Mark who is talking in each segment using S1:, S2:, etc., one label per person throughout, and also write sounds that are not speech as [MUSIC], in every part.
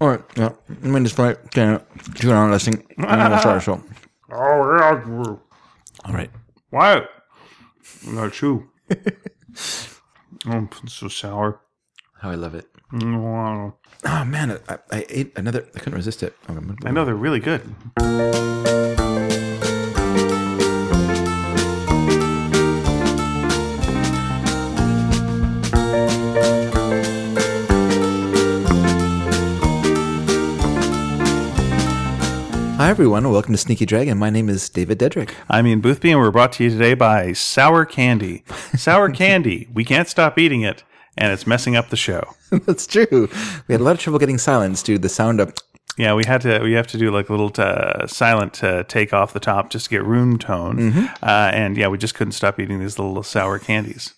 S1: mooi. Ja, mindestens keine Tür-Anlässung. so.
S2: Oh, yeah.
S1: [LAUGHS] All right.
S2: What? Not [LAUGHS] you. oh, it's so sour.
S1: How I love it.
S2: Mm,
S1: Oh, man. I, I ate another. I couldn't resist it. I'm gonna-
S2: I know they're really good.
S1: Hi, everyone. and Welcome to Sneaky Dragon. My name is David Dedrick. [LAUGHS]
S2: I'm Ian Boothby, and we're brought to you today by Sour Candy. Sour [LAUGHS] Candy. We can't stop eating it, and it's messing up the show.
S1: That's true. We had a lot of trouble getting silence due to the sound of. [LAUGHS]
S2: Yeah, we had to. We have to do like a little uh, silent uh, take off the top just to get room tone.
S1: Mm-hmm.
S2: Uh, and yeah, we just couldn't stop eating these little sour candies.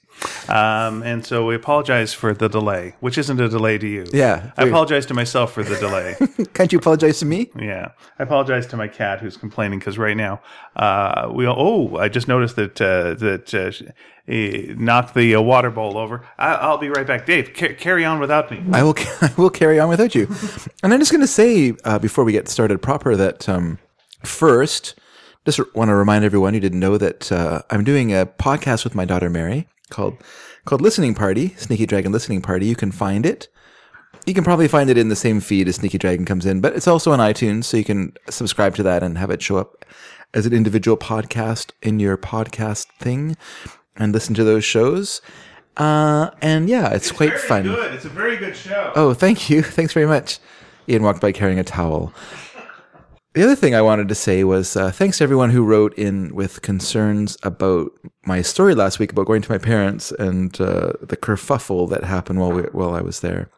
S2: Um, and so we apologize for the delay, which isn't a delay to you.
S1: Yeah,
S2: I
S1: very-
S2: apologize to myself for the delay. [LAUGHS]
S1: Can't you apologize to me?
S2: Yeah, I apologize to my cat who's complaining because right now uh, we oh I just noticed that uh, that uh, sh- eh, knocked the uh, water bowl over. I, I'll be right back, Dave. Ca- carry on without me.
S1: I will. [LAUGHS] I will carry on without you. And I'm just going to say uh, before we get started proper that um, first, just want to remind everyone who didn't know that uh, I'm doing a podcast with my daughter Mary called called Listening Party, Sneaky Dragon Listening Party. You can find it. You can probably find it in the same feed as Sneaky Dragon comes in, but it's also on iTunes, so you can subscribe to that and have it show up as an individual podcast in your podcast thing, and listen to those shows. Uh, and yeah, it's, quite fun.
S2: Good. It's a very good show.
S1: Oh, thank you. [LAUGHS] Thanks very much. Ian walked by carrying a towel. The other thing I wanted to say was uh, thanks to everyone who wrote in with concerns about my story last week about going to my parents and uh, the kerfuffle that happened while we, while I was there.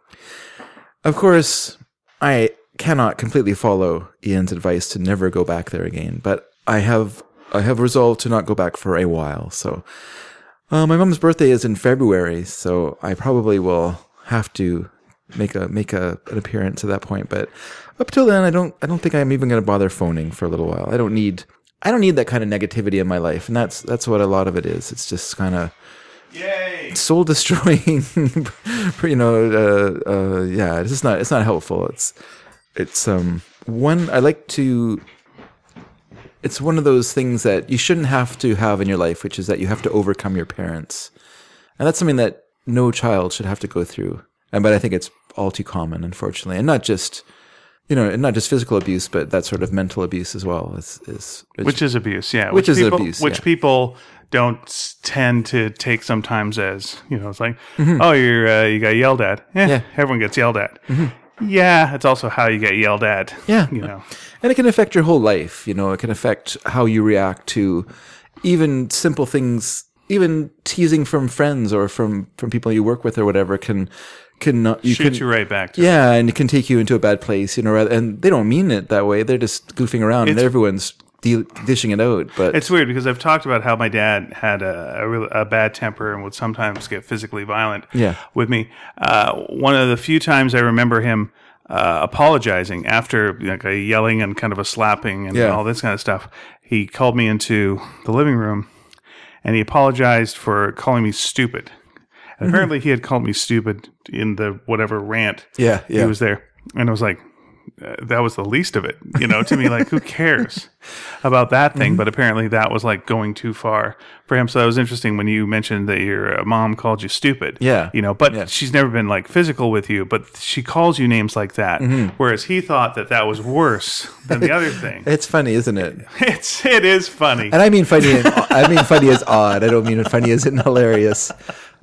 S1: Of course, I cannot completely follow Ian's advice to never go back there again, but I have I have resolved to not go back for a while. So uh, my mom's birthday is in February, so I probably will have to make a make a an appearance at that point. But up till then, I don't I don't think I'm even going to bother phoning for a little while. I don't need I don't need that kind of negativity in my life, and that's that's what a lot of it is. It's just kind of
S2: Yay!
S1: soul destroying. [LAUGHS] you know, uh, uh, yeah, it's just not it's not helpful. It's it's um one I like to. It's one of those things that you shouldn't have to have in your life, which is that you have to overcome your parents, and that's something that no child should have to go through. And but I think it's all too common, unfortunately, and not just. You know, and not just physical abuse, but that sort of mental abuse as well is is
S2: Which is abuse. Yeah.
S1: Which is
S2: people,
S1: abuse,
S2: Which
S1: yeah.
S2: people don't s- tend to take sometimes as you know. It's like oh you're uh, you got yelled at. Eh,
S1: Mm-hmm. Yeah. Mm-hmm.
S2: Everyone gets yelled at. Yeah. It's also how you get yelled at.
S1: Yeah.
S2: You know.
S1: And it can affect your whole life. You know, it can affect how you react to even simple things, even teasing from friends or from from people you work with or whatever can can not you
S2: Shoot
S1: can
S2: you right back. To
S1: yeah, and it can take you into a bad place. You know, rather, and they don't mean it that way. They're just goofing around, and everyone's de- dishing it out. But
S2: It's weird because I've talked about how my dad had a, a, real, a bad temper and would sometimes get physically violent
S1: Yeah.
S2: with me. Uh, one of the few times I remember him uh, apologizing after like, a yelling and kind of a slapping and
S1: Yeah.
S2: all this kind of stuff, he called me into the living room and he apologized for calling me stupid.
S1: [LAUGHS]
S2: And apparently, he had called me stupid in the whatever rant
S1: yeah, yeah,
S2: he was there and i was like uh, that was the least of it you know to me like who
S1: [LAUGHS]
S2: cares about that thing
S1: Mm-hmm.
S2: but apparently that was like going too far for him so that was interesting when you mentioned that your uh, mom called you stupid
S1: Yeah.
S2: you know but
S1: Yeah.
S2: she's never been like physical with you but she calls you names like that
S1: Mm-hmm.
S2: whereas he thought that that was worse
S1: [LAUGHS]
S2: than the other thing
S1: it's funny, isn't it?
S2: it's it is funny
S1: And I mean funny. And, I mean funny as odd. I don't mean funny as in hilarious.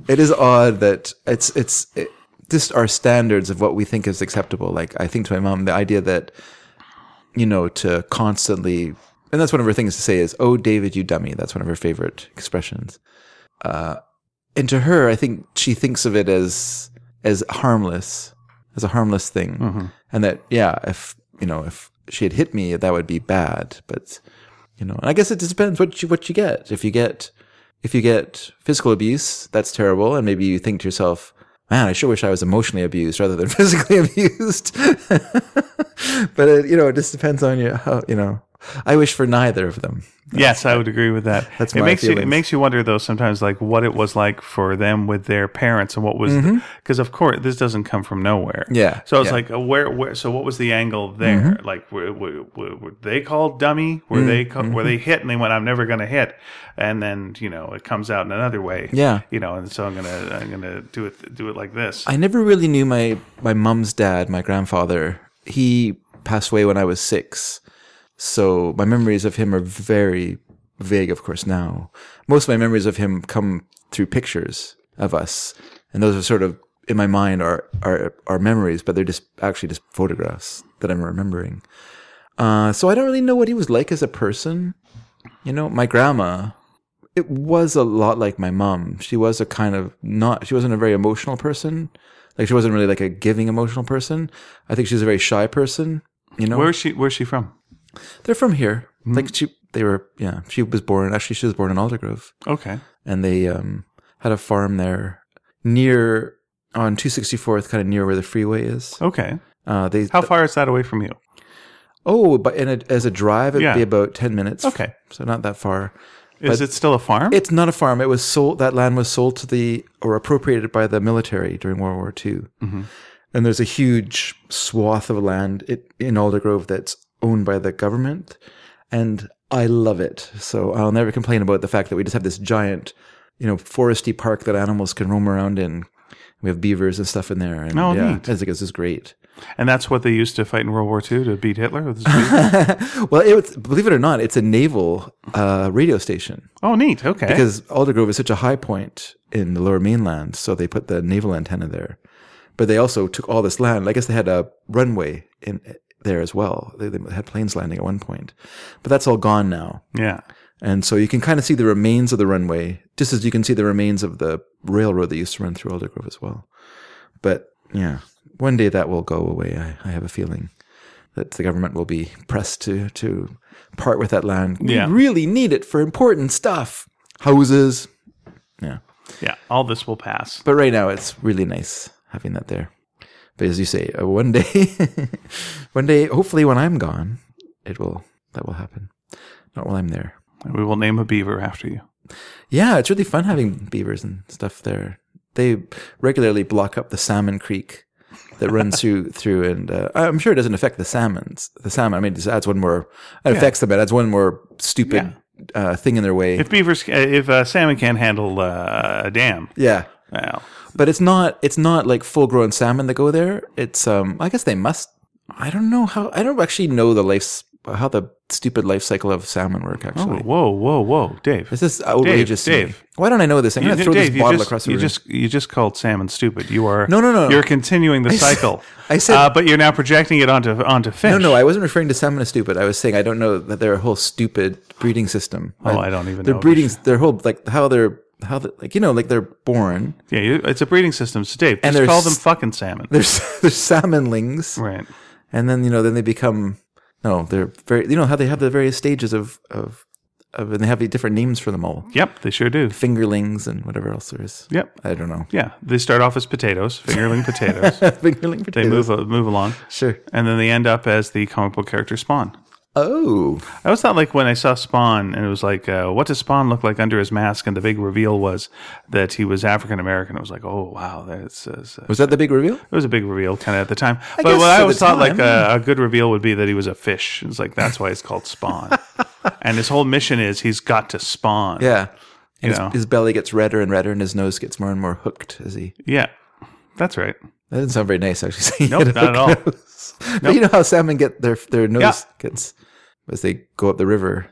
S1: It is odd that it's it's it, just our standards of what we think is acceptable. Like I think to my mom, the idea that you know to constantly and that's one of her things to say is, "Oh, David, you dummy." That's one of her favorite expressions. Uh, and to her, I think she thinks of it as as harmless, as a harmless thing, and that yeah, if you know if she had hit me, that would be bad, but you know and i guess it just depends what you what you get if you get if you get physical abuse that's terrible and maybe you think to yourself man i sure wish i was emotionally abused rather [LAUGHS] than physically abused but it, you know it just depends on you how you know I wish for neither of them.
S2: Yes, I would agree with that.
S1: That's
S2: it
S1: my
S2: makes you it
S1: feelings.
S2: makes you wonder though sometimes like what it was like for them with their parents and what was because of course this doesn't come from nowhere.
S1: Mm-hmm. Yeah,
S2: So it's
S1: yeah. Mm-hmm.
S2: like uh, where where so what was the angle there? Like were, were, were were they called dummy? Were they ca- were they hit and they went I'm never going to hit, and then you know it comes out in another way.
S1: Yeah.
S2: You know, and so I'm gonna I'm gonna do it do it like this.
S1: I never really knew my my mom's dad, my grandfather. He passed away when I was six, so my memories of him are very vague. Of course, now most of my memories of him come through pictures of us, and those are sort of in my mind are are are memories, but they're just actually just photographs that I'm remembering. Uh, so I don't really know what he was like as a person. You know, my grandma it was a lot like my mom. She was a kind of not, she wasn't a very emotional person. Like she wasn't really like a giving emotional person. I think she's a very shy person. You know,
S2: Where's she Where's she from?
S1: they're from here.
S2: Hmm.
S1: Like she, they were, yeah, she was born, actually she was born in Aldergrove
S2: Okay.
S1: and they, um, had a farm there near on 264th, kind of near where the freeway is.
S2: Okay.
S1: Uh, they,
S2: How far is that away from you?
S1: oh, but in a, as a drive, it'd
S2: Yeah.
S1: be about 10 minutes.
S2: Okay.
S1: So not that far.
S2: Is it still a farm?
S1: It's not a farm. It was sold. That land was sold to the or appropriated by the military during World War II.
S2: Mm-hmm.
S1: And there's a huge swath of land it, in Aldergrove that's owned by the government, and I love it. So I'll never complain about the fact that we just have this giant, you know, foresty park that animals can roam around in. We have beavers and stuff in there. And
S2: Oh,
S1: yeah,
S2: neat.
S1: I think this is great. [LAUGHS]
S2: and that's what they used to fight in World War II to beat Hitler. With his
S1: Well, it was, believe it or not, it's a naval uh, radio station.
S2: [LAUGHS] oh, neat. Okay.
S1: because Aldergrove is such a high point in the Lower Mainland, so they put the naval antenna there. But they also took all this land. I guess they had a runway in there as well. They, they had planes landing at one point, but that's all gone now.
S2: yeah.
S1: And so you can kind of see the remains of the runway, just as you can see the remains of the railroad that used to run through Aldergrove as well. But yeah, one day that will go away. I, I have a feeling that the government will be pressed to to part with that land.
S2: Yeah.
S1: We really need it for important stuff, houses. Yeah,
S2: Yeah, all this will pass.
S1: but right now it's really nice having that there. But as you say, uh, one day, [LAUGHS] one day, hopefully when I'm gone, it will that will happen. Not while I'm there.
S2: We will name a beaver after you.
S1: Yeah, it's really fun having beavers and stuff there. They regularly block up the salmon creek that
S2: [LAUGHS]
S1: runs through through, and uh, I'm sure it doesn't affect the salmons. The salmon, I mean, it just adds one more. It affects them, but it adds one more stupid uh, thing in their way.
S2: If beavers, if uh, salmon can't handle uh, a dam,
S1: yeah,
S2: well,
S1: but it's not it's not like full grown salmon that go there. It's um, I guess they must. I don't know how. I don't actually know the life how the stupid life cycle of salmon work. Actually,
S2: whoa, whoa, whoa, Dave.
S1: this is outrageous. to me.
S2: Oh. Dave.
S1: why don't I know this? I'm gonna
S2: You-
S1: throw
S2: Dave,
S1: this
S2: you
S1: bottle
S2: just,
S1: across the
S2: you
S1: room.
S2: just you just called salmon stupid. You are
S1: No, no, no, no.
S2: You're continuing the cycle.
S1: [LAUGHS] I said-
S2: uh, but you're now projecting it onto onto fish.
S1: No, no, I wasn't referring to salmon as stupid. I was saying I don't know that their whole stupid breeding system.
S2: Oh, I don't even
S1: Their
S2: know.
S1: breeding, their whole like how they're how they, like you know like they're born. [LAUGHS]
S2: yeah, you, it's a breeding system. So Dave, just
S1: there's-
S2: call them fucking salmon.
S1: There's there's salmonlings,
S2: Right.
S1: and then you know then they become no, they're very you know how they have the various stages of of of and they have different names for them all,
S2: Yep, they sure do.
S1: fingerlings and whatever else there is.
S2: Yep.
S1: I don't know. [LAUGHS]
S2: Yeah, they start off as potatoes, fingerling potatoes.
S1: Fingerling
S2: They move uh, move along,
S1: Sure.
S2: and then they end up as the comic book character Spawn.
S1: Oh,
S2: I always thought like when I saw Spawn, and it was like, uh, what does Spawn look like under his mask? And the big reveal was that he was African American. I was like, oh wow, that's, that's uh,
S1: was that the big reveal?
S2: it was a big reveal kind of at the time.
S1: guess
S2: but what
S1: at
S2: I
S1: the
S2: always thought like
S1: time,
S2: uh, a good reveal would be that he was a fish. It's like that's why it's
S1: [LAUGHS]
S2: called Spawn, and his whole mission is he's got to spawn.
S1: Yeah. And
S2: You
S1: his,
S2: know.
S1: his belly gets redder and redder, and his nose gets more and more hooked as he
S2: yeah, that's right.
S1: That doesn't sound very nice, actually. [LAUGHS] saying
S2: Nope,
S1: you get a
S2: not at all.
S1: hook nose. But you know how salmon get their their nose gets as they go up the river,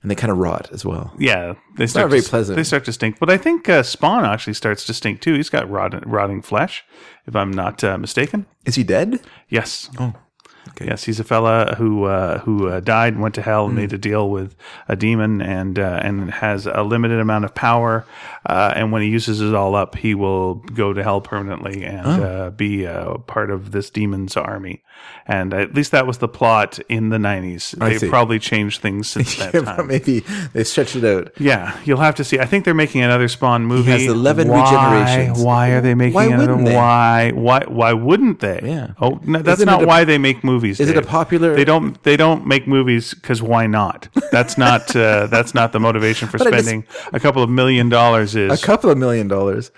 S1: and they kind of rot as well.
S2: Yeah, they start
S1: very
S2: to,
S1: pleasant.
S2: They start to stink, but I think uh, Spawn actually starts to stink too. He's got rot, rotting flesh, if I'm not uh, mistaken.
S1: Is he dead?
S2: Yes.
S1: Oh, okay. Hmm.
S2: Yes, he's a fella who uh, who uh, died, went to hell, made a deal with a demon, and uh, and has a limited amount of power. Uh, and when he uses it all up, he will go to hell permanently and
S1: Oh.
S2: uh, be uh, part of this demon's army. And at least that was the plot in the nineties. They
S1: see.
S2: probably changed things
S1: [LAUGHS]
S2: since that
S1: Yeah,
S2: time.
S1: but maybe they stretch it out.
S2: Yeah, you'll have to see. I think they're making another Spawn movie.
S1: has 11
S2: why,
S1: regenerations.
S2: Why are they making
S1: Why
S2: another?
S1: wouldn't they?
S2: Why? Why? Why wouldn't they?
S1: Yeah.
S2: Oh, no, that's
S1: Isn't
S2: not
S1: it a-
S2: why they make movies.
S1: Is it
S2: Dave.
S1: a popular-
S2: They don't. They don't make movies because why not? That's not. uh, [LAUGHS] that's not the motivation for
S1: I just-
S2: spending a couple of million dollars. Is
S1: A couple of million dollars,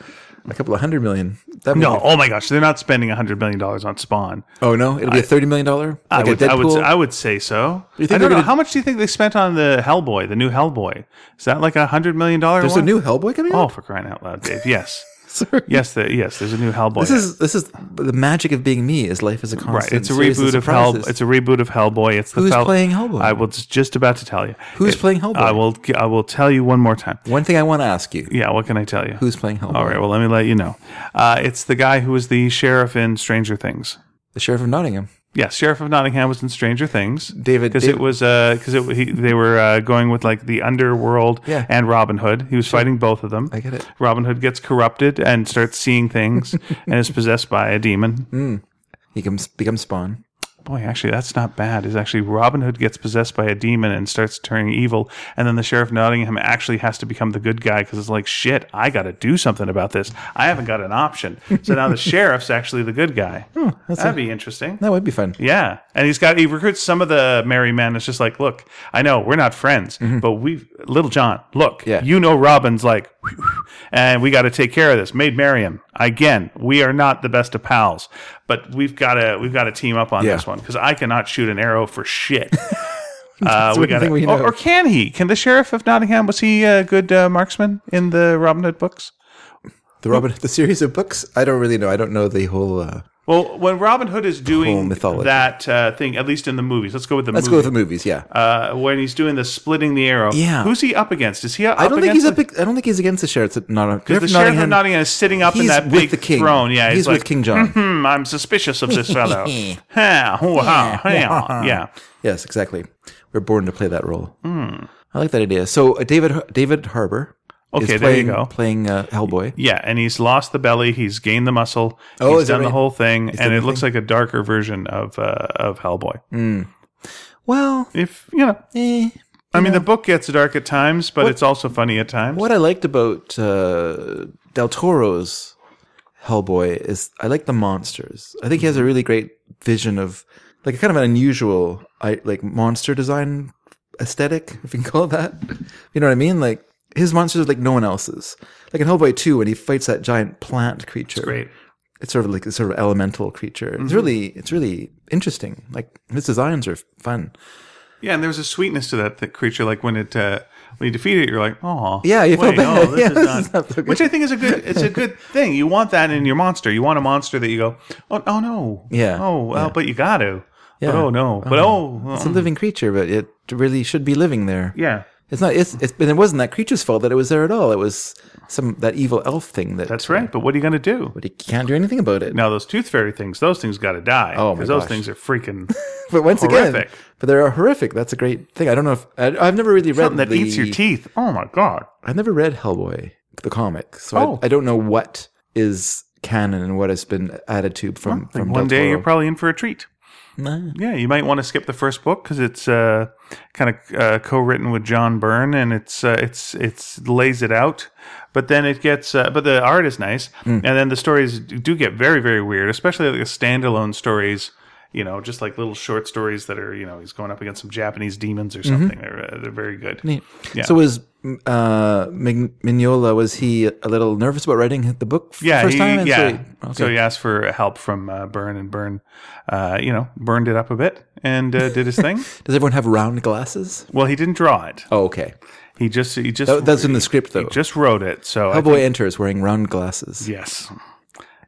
S1: a couple of hundred million. That
S2: no.
S1: movie-
S2: Oh my gosh, they're not spending a hundred million dollars on Spawn.
S1: Oh no, it'll be a thirty million dollar.
S2: I
S1: Like
S2: would,
S1: a
S2: I would,
S1: Deadpool.
S2: I would say so.
S1: You think they're
S2: I don't know
S1: gonna-
S2: how much do you think they spent on the Hellboy, the new Hellboy. Is that like a hundred million dollar?
S1: There's a new Hellboy coming out.
S2: Oh, for crying out loud, Dave! Yes,
S1: [LAUGHS] Sorry.
S2: yes, there, yes. There's a new Hellboy.
S1: This is this is the magic of being me. Is life is a constant.
S2: Right, it's a
S1: series
S2: reboot of Hell.
S1: surprises.
S2: It's a reboot of Hellboy. It's the
S1: Who's
S2: fel-
S1: playing Hellboy?
S2: I was just about to tell you.
S1: Who's
S2: It-
S1: playing Hellboy?
S2: I will. I will tell you one more time.
S1: One thing I want to ask you:
S2: Yeah, what can I tell you?
S1: Who's playing Hellboy?
S2: All right. Well, let me let you know. Uh, it's the guy who was the sheriff in Stranger Things.
S1: The sheriff of Nottingham.
S2: Yeah, sheriff of Nottingham was in Stranger Things.
S1: David-
S2: because
S1: David-
S2: it was because it he, they were uh, going with like the underworld
S1: Yeah.
S2: and Robin Hood. He was fighting both of them.
S1: I get it.
S2: Robin Hood gets corrupted and starts seeing
S1: [LAUGHS]
S2: things and is possessed by a demon.
S1: He comes becomes Spawn.
S2: Boy, actually, that's not bad. Is actually Robin Hood gets possessed by a demon and starts turning evil, and then the sheriff of Nottingham actually has to become the good guy because it's like shit. I got to do something about this. I haven't got an option. So now the sheriff's actually the good guy. That'd be interesting.
S1: That would be fun.
S2: Yeah, and he's got he recruits some of the merry men. It's just like, look, I know we're not friends, but we, little John, look,
S1: Mm-hmm. Yeah.
S2: you know, Robin's like, [LAUGHS] whew, whew, and we got to take care of this. Maid Marian, again, we are not the best of pals, but we've got to we've got to team up on
S1: Yeah.
S2: this one because I cannot shoot an arrow
S1: [LAUGHS]
S2: for shit. Uh, we
S1: one
S2: got
S1: thing we
S2: or,
S1: know.
S2: or can he? Can the sheriff of Nottingham was he a good uh, marksman in the Robin Hood books?
S1: The Robin, the series of books. I don't really know. I don't know the whole. Uh,
S2: Well, when Robin Hood is doing
S1: mythology.
S2: that uh, thing, at least in the movies, let's go with the
S1: let's go with the movies. Yeah,
S2: uh, when he's doing the splitting the arrow.
S1: Yeah.
S2: Who's he up against? Is he up
S1: I don't think
S2: against
S1: he's
S2: the,
S1: up. I don't think he's against the sheriff. It's not a,
S2: the sheriff of Nottingham is sitting up in
S1: He's
S2: that
S1: with
S2: big
S1: the king.
S2: throne. Yeah,
S1: He's with
S2: like,
S1: King John.
S2: [LAUGHS] "Hmm, I'm suspicious of this
S1: [LAUGHS]
S2: fellow. yeah, yeah, yeah, yeah.
S1: Yes, exactly. We're born to play that role. I like that idea. So uh, David David Harbor.
S2: Hmm. Okay, there you
S1: is playing,
S2: go.
S1: Playing uh, Hellboy.
S2: Yeah, and he's lost the belly. He's gained the muscle.
S1: Oh,
S2: he's
S1: is that
S2: done the
S1: right?
S2: whole thing, and
S1: the Mm.
S2: it looks like a darker version of uh, of Hellboy.
S1: Well,
S2: If you know,
S1: eh.
S2: I mean, the book gets dark at times, but it's also funny at times.
S1: what I liked about uh, Del Toro's Hellboy is I like the monsters. I think he has a really great vision of like a kind of an unusual I, like monster design aesthetic, [LAUGHS] if you can call it that. You know what I mean? Like his monsters are like no one else's. Like in Hellboy 2, when he fights that giant plant creature.
S2: Great. Mm-hmm.
S1: it's sort of like a sort of elemental creature. It's really it's really interesting. Like his designs are fun.
S2: Yeah, and there's a sweetness to that th- creature. Like when it uh, when you defeat it, you're like, oh,
S1: Yeah, you feel bad. [LAUGHS]
S2: this
S1: Yeah,
S2: is
S1: this
S2: not-
S1: is not so good.
S2: which I think is a good. It's a
S1: [LAUGHS]
S2: good thing. You want that in your monster. You want a monster that you go, oh, oh no,
S1: Yeah,
S2: oh well, but you got to, but oh no, but oh,
S1: It's
S2: uh,
S1: a living creature, but it really should be living there.
S2: yeah.
S1: It's not. It's, it's and it wasn't that creature's fault that it was there at all. It was some that evil elf thing that.
S2: That's right. But what are you gonna do?
S1: But he can't do anything about it.
S2: Now those tooth fairy things, those things got to die.
S1: Oh, my
S2: because those
S1: gosh.
S2: things are freaking
S1: [LAUGHS] But once again,
S2: Horrific.
S1: but they are horrific. That's a great thing. I don't know if I, I've never really read
S2: something that
S1: the,
S2: eats your teeth. Oh my god.
S1: I've never read Hellboy the comic, so
S2: Oh.
S1: I, I don't know what is canon and what has been added to from from
S2: One
S1: Del
S2: day
S1: Toro.
S2: you're probably in for a treat.
S1: Nah.
S2: Yeah, you might want to skip the first book because it's uh, kind of uh, co-written with John Byrne, and it's uh, it's it's lays it out. But then it gets, uh, but the art is nice,
S1: Hmm.
S2: and then the stories do get very very weird, especially like the standalone stories. You know, just like little short stories that are you know he's going up against some Japanese demons or
S1: Mm-hmm.
S2: something. They're uh, they're very good. Yeah.
S1: So was uh, Mig- Mignola? Was he a little nervous about writing the book f-
S2: Yeah,
S1: first
S2: he-
S1: time? And
S2: yeah.
S1: So, he,
S2: So
S1: okay.
S2: he asked for help from uh, Byrne, and Byrne, uh, you know, burned it up a bit and uh, did
S1: [LAUGHS]
S2: his thing.
S1: Does everyone have round glasses?
S2: Well, he didn't draw it.
S1: Oh, okay.
S2: He just he just
S1: That- that's in the script though.
S2: just wrote it. So I-
S1: Hellboy enters wearing round glasses.
S2: yes,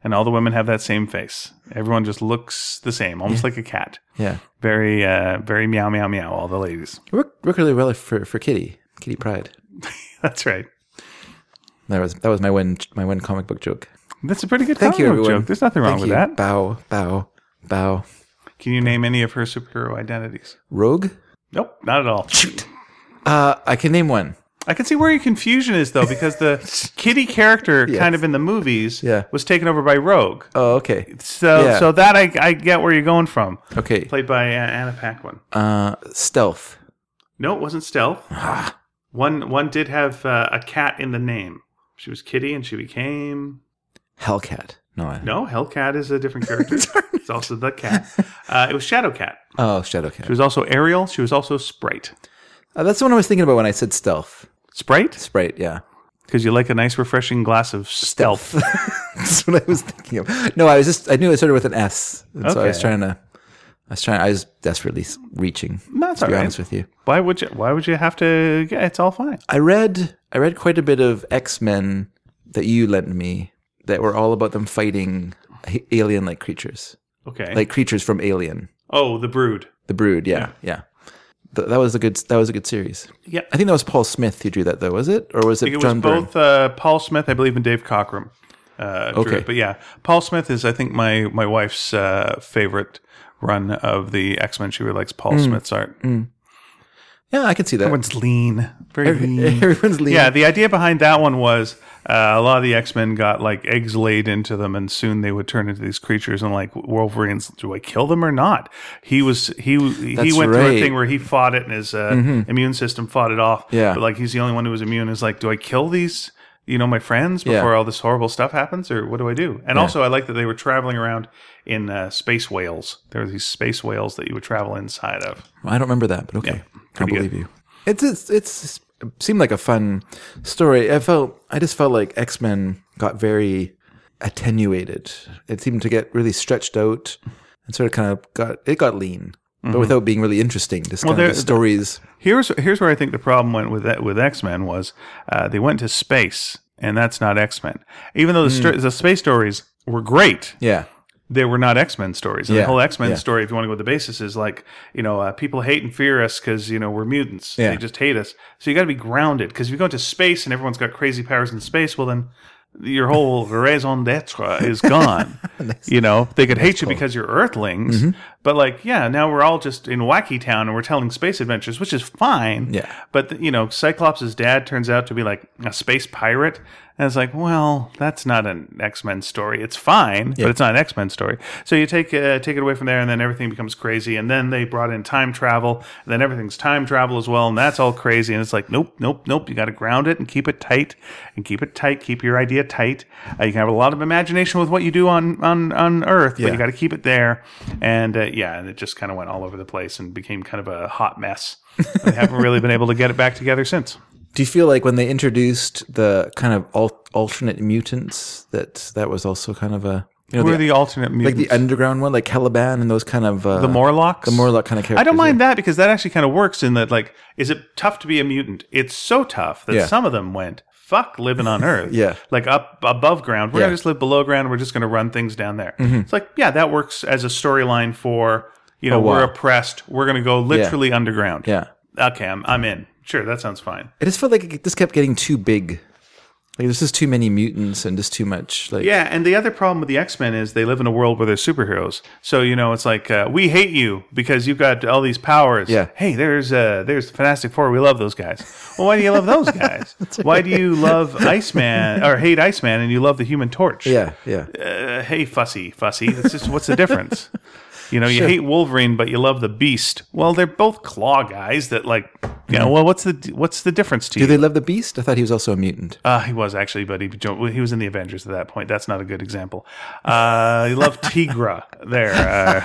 S2: and all the women have that same face. Everyone just looks the same, almost like a cat.
S1: Yeah,
S2: Very, uh, very meow, meow, meow. All the ladies. [LAUGHS]
S1: It worked, worked really well for, for Kitty, Kitty Pride.
S2: That's right.
S1: That was that was my one my one comic book joke.
S2: That's a pretty good
S1: Thank you,
S2: comic book
S1: everyone.
S2: joke. There's nothing wrong
S1: Thank
S2: with
S1: you.
S2: that.
S1: Bow, bow, bow.
S2: Can you name any of her superhero identities?
S1: Rogue.
S2: Nope, not at all.
S1: Uh, I can name one.
S2: I can see where your confusion is though, because
S1: [LAUGHS]
S2: the kitty character, kind of in the movies,
S1: Yeah.
S2: was taken over by Rogue.
S1: Oh, okay,
S2: So,
S1: Yeah.
S2: so that I, I get where you're going from.
S1: okay.
S2: Played by uh, Anna Paquin.
S1: Uh, stealth.
S2: No, it wasn't stealth. one one did have uh, a cat in the name. She was Kitty, and she became
S1: Hellcat. No, I,
S2: No, Hellcat is a different character. it's also the cat. Uh, it was Shadow Cat.
S1: Oh, Shadowcat.
S2: She was also Ariel. She was also Sprite.
S1: Uh, that's the one I was thinking about when I said stealth.
S2: Sprite?
S1: Sprite, yeah. [LAUGHS]
S2: Because you like a nice, refreshing glass of stealth.
S1: That's what I was thinking of. No, I was just I knew it started with an S. And so I was
S2: Okay.
S1: trying to I was trying I was desperately s- reaching.
S2: That's
S1: to be
S2: all right.
S1: honest with you.
S2: why would you? Why would you have to? Yeah, it's all fine.
S1: I read I read quite a bit of X-Men that you lent me that were all about them fighting alien like creatures.
S2: Okay.
S1: Like creatures from Alien.
S2: oh, the Brood.
S1: The Brood, yeah. Yeah. Th- that was a good that was a good series.
S2: Yeah.
S1: I think that was Paul Smith who drew that though, was it? Or was it,
S2: It
S1: John
S2: was
S1: Byrne?
S2: both uh, Paul Smith, I believe, and Dave Cockrum. Uh, drew
S1: Okay.
S2: it. But yeah, Paul Smith is, I think, my my wife's uh, favorite run of the X Men. She really likes
S1: Hmm.
S2: Paul Smith's art.
S1: Yeah, I can see that.
S2: Everyone's lean, very lean.
S1: [LAUGHS] Everyone's leaning.
S2: Yeah, the idea behind that one was uh, a lot of the X Men got like eggs laid into them, and soon they would turn into these creatures. And like Wolverine's, do I kill them or not? He was he
S1: That's
S2: he went through
S1: right. Mm-hmm.
S2: a thing where he fought it, and his uh, immune system fought it off.
S1: Yeah.
S2: but like he's the only one who was immune. Is like, do I kill these? You know, my friends before all this horrible stuff happens, or what do I do? And also, I like that they were traveling around in uh, space whales. There were these space whales that you would travel inside of.
S1: I don't remember that, but okay, I
S2: good.
S1: believe you. It's it's it's it seemed like a fun story. I felt I just felt like X Men got very attenuated. It seemed to get really stretched out and sort of kind of got it got lean, but without being really interesting. Just kind
S2: Mm-hmm. there-
S1: of the stories.
S2: Here's here's where I think the problem went with that, with X Men was uh, they went to space, and that's not X Men. Even though the, stor- the space stories were great,
S1: yeah,
S2: they were not X Men stories. And
S1: Yeah,
S2: The whole X Men
S1: yeah.
S2: story, if you want to go with the basis, is like you know uh, people hate and fear us because you know we're mutants.
S1: Yeah.
S2: They just hate us. So you got to be grounded because if you go into space and everyone's got crazy powers in space, well then
S1: [LAUGHS]
S2: your whole raison d'être is gone. You know they could hate you because you're Earthlings,
S1: Mm-hmm.
S2: but like yeah, now we're all just in Wacky Town and we're telling space adventures, which is fine.
S1: Yeah.
S2: But you know, Cyclops' dad turns out to be like a space pirate, and it's like, well, that's not an X Men story. It's fine, but it's not an X Men story. So you take uh, take it away from there, and then everything becomes crazy. And then they brought in time travel, and then everything's time travel as well, and that's all crazy. And it's like, nope, nope, nope. You got to ground it and keep it tight, and keep it tight. Keep your idea tight. Uh, you can have a lot of imagination with what you do on on on Earth, but you got to keep it there. And uh, yeah, and it just kind of went all over the place and became kind of a hot mess. they haven't really been able to get it back together
S1: [LAUGHS]
S2: since.
S1: do you feel like when they introduced the kind of al- alternate mutants that that was also kind of a you know
S2: Who are
S1: the,
S2: the alternate
S1: like
S2: mutants?
S1: the underground one like Caliban and those kind of uh,
S2: the Morlocks.
S1: the Morlock kind of characters.
S2: I don't mind that because that actually kind of works in that, like, is it tough to be a mutant? It's so tough that
S1: Yeah.
S2: some of them went, fuck living on Earth.
S1: [LAUGHS] Yeah.
S2: Like up above ground. We're
S1: Yeah. Mm-hmm.
S2: going to just live below ground. We're just going to run things down there. It's like, yeah, that works as a storyline for, you know, we're
S1: while.
S2: oppressed. We're going to go literally underground.
S1: Yeah.
S2: Okay, I'm, I'm in. Sure, that sounds fine.
S1: I just felt like it just kept getting too big. Like there's just too many mutants and just too much. Like
S2: Yeah, and the other problem with the X Men is they live in a world where they're superheroes. So you know, it's like uh, we hate you because you've got all these powers.
S1: Yeah.
S2: Hey, there's uh, there's the Fantastic Four. We love those guys. Well, why do you love those
S1: [LAUGHS]
S2: guys? Why do you love Iceman or hate Iceman and you love the Human Torch?
S1: yeah, yeah.
S2: Uh, hey, fussy, fussy. It's just what's the
S1: [LAUGHS]
S2: difference? You know, you hate Wolverine, but you love the Beast. Well, they're both claw guys that like. You know, well, what's the what's the difference to you?
S1: Do they love the Beast? I thought he was also a mutant. [LAUGHS]
S2: Uh, he was actually, but he jo- he was in the Avengers at that point. That's not a good example. Uh, he loved Tigra there.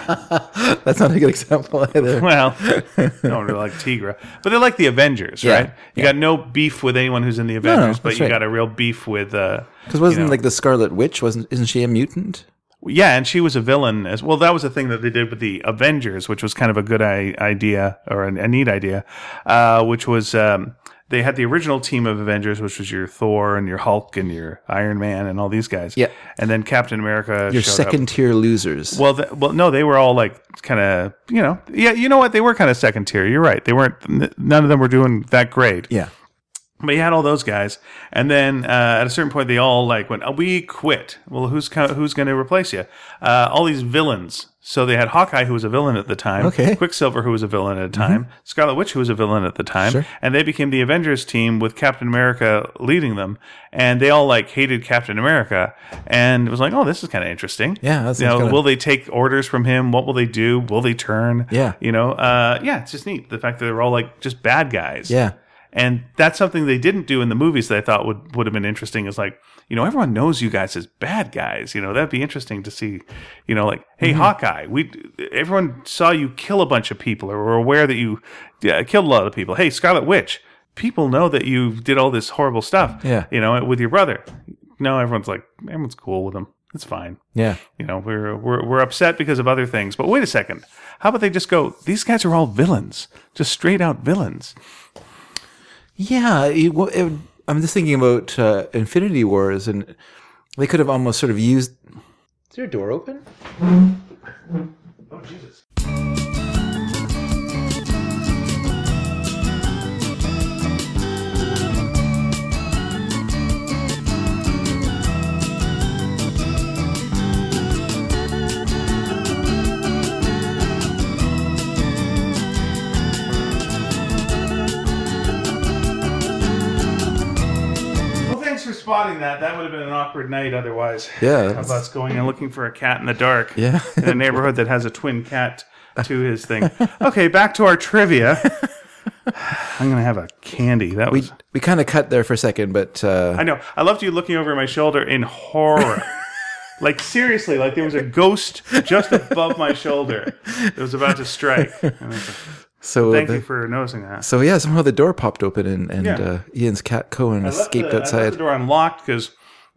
S2: Uh, [LAUGHS]
S1: That's not a good example [LAUGHS] either.
S2: well, I don't really like Tigra, but they like the Avengers,
S1: Yeah.
S2: right? You got no beef with anyone who's in the Avengers, but
S1: that's
S2: you
S1: right.
S2: got a real beef with. Uh,
S1: Because wasn't
S2: you know.
S1: like the Scarlet Witch wasn't? Isn't she a mutant?
S2: yeah, and she was a villain as well. That was a thing that they did with the Avengers, which was kind of a good I- idea or a, a neat idea, uh, which was um, they had the original team of Avengers, which was your Thor and your Hulk and your Iron Man and all these guys.
S1: Yeah.
S2: and then Captain America.
S1: Your
S2: showed up.
S1: second tier losers.
S2: Well, th well, no, they were all like kind of, you know, yeah, you know what? They were kind of second tier. You're right. They weren't. N- none of them were doing that great.
S1: yeah,
S2: But you had all those guys, and then uh, at a certain point, they all like went, oh, "We quit." Well, who's co- who's going to replace you? Uh, all these villains. So they had Hawkeye, who was a villain at the time.
S1: Okay. Mm-hmm.
S2: Quicksilver, who was a villain at the time. Scarlet Witch, who was a villain at the time.
S1: Sure.
S2: And they became the Avengers team with Captain America leading them, and they all like hated Captain America, and it was like, "Oh, this is kind of interesting."
S1: Yeah, that
S2: You
S1: sounds
S2: know,
S1: kinda-
S2: will they take orders from him? What will they do? Will they turn?
S1: Yeah.
S2: You know, uh, yeah, it's just neat the fact that they're all like just bad guys
S1: yeah.
S2: And that's something they didn't do in the movies that I thought would, would have been interesting is like, you know, everyone knows you guys as bad guys. You know, that'd be interesting to see, you know, like, hey, Hawkeye, we everyone saw you kill a bunch of people or were aware that you uh, killed a lot of people. Hey, Scarlet Witch, people know that you did all this horrible stuff,
S1: Yeah.
S2: you know, with your brother. No, everyone's like, everyone's cool with him. It's fine
S1: Yeah.
S2: you know we're, we're we're upset because of other things but wait a second how about they just go these guys are all villains just straight out villains
S1: Yeah, it, wa- it, I'm just thinking about uh, Infinity Wars, and they could have almost sort of used. Is your door open?
S2: well thanks for spotting that that would have been an awkward night otherwise
S1: Yeah,
S2: of
S1: that's-
S2: us going and looking for a cat in the dark
S1: Yeah.
S2: in a neighborhood that has a twin cat to his thing okay back to our trivia i'm gonna have a candy that was
S1: We kind of cut there for a second, but uh,
S2: I know. I loved you looking over my shoulder in horror. like seriously, like there was a ghost just above my shoulder that was about to strike. And I was like,
S1: so
S2: Thank
S1: the-
S2: you for noticing that.
S1: so yeah, somehow the door popped open, and, and
S2: Yeah.
S1: uh, Ian's cat Cohen
S2: I left
S1: escaped
S2: the, I left
S1: outside.
S2: the door unlocked because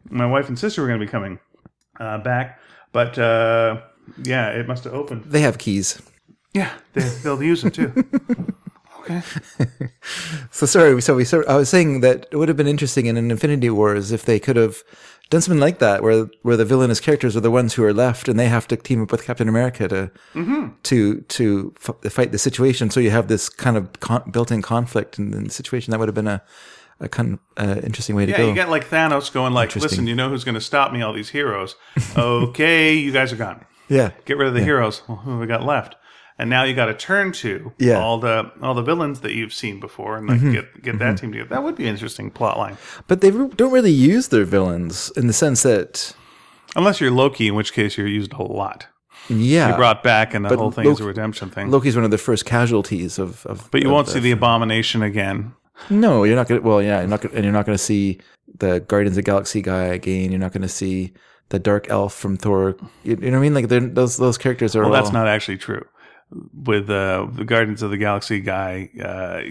S2: my wife and sister were going to be coming uh, back, but uh, yeah, it must have opened.
S1: They have keys.
S2: Yeah, they, they'll use
S1: [LAUGHS]
S2: them too. okay.
S1: So sorry. So we. So I was saying that it would have been interesting in an Infinity Wars if they could have done something like that, where where the villainous characters are the ones who are left, and they have to team up with Captain America to
S2: Mm-hmm.
S1: to to f- fight the situation. So you have this kind of con- built-in conflict in, in the situation. That would have been a a kind of uh, interesting way to
S2: Yeah,
S1: go.
S2: you got like Thanos going like, "Listen, you know who's going to stop me? All these heroes. okay, [LAUGHS] you guys are gone."
S1: yeah.
S2: get rid of the heroes. Well, who have we got left? And now you got to turn to
S1: Yeah. Mm-hmm.
S2: all the all the villains that you've seen before, and like get get that team together. That would be an interesting plot line,
S1: But they re- don't really use their villains in the sense that
S2: unless you're Loki, in which case you're used a lot.
S1: yeah,
S2: Brought back, and the whole thing is a
S1: Uh, Loki-
S2: redemption thing.
S1: Loki's one of the first casualties of. of
S2: but you
S1: of
S2: won't see the Abomination again.
S1: No, you're not gonna. Well, yeah, you're not gonna, and you're not gonna see the Guardians of the Galaxy guy again. You're not gonna see the Dark Elf from Thor. You, you know what I mean? Like they're- those those characters are.
S2: Well, that's
S1: all-
S2: not actually true. With uh, the Guardians of the Galaxy guy,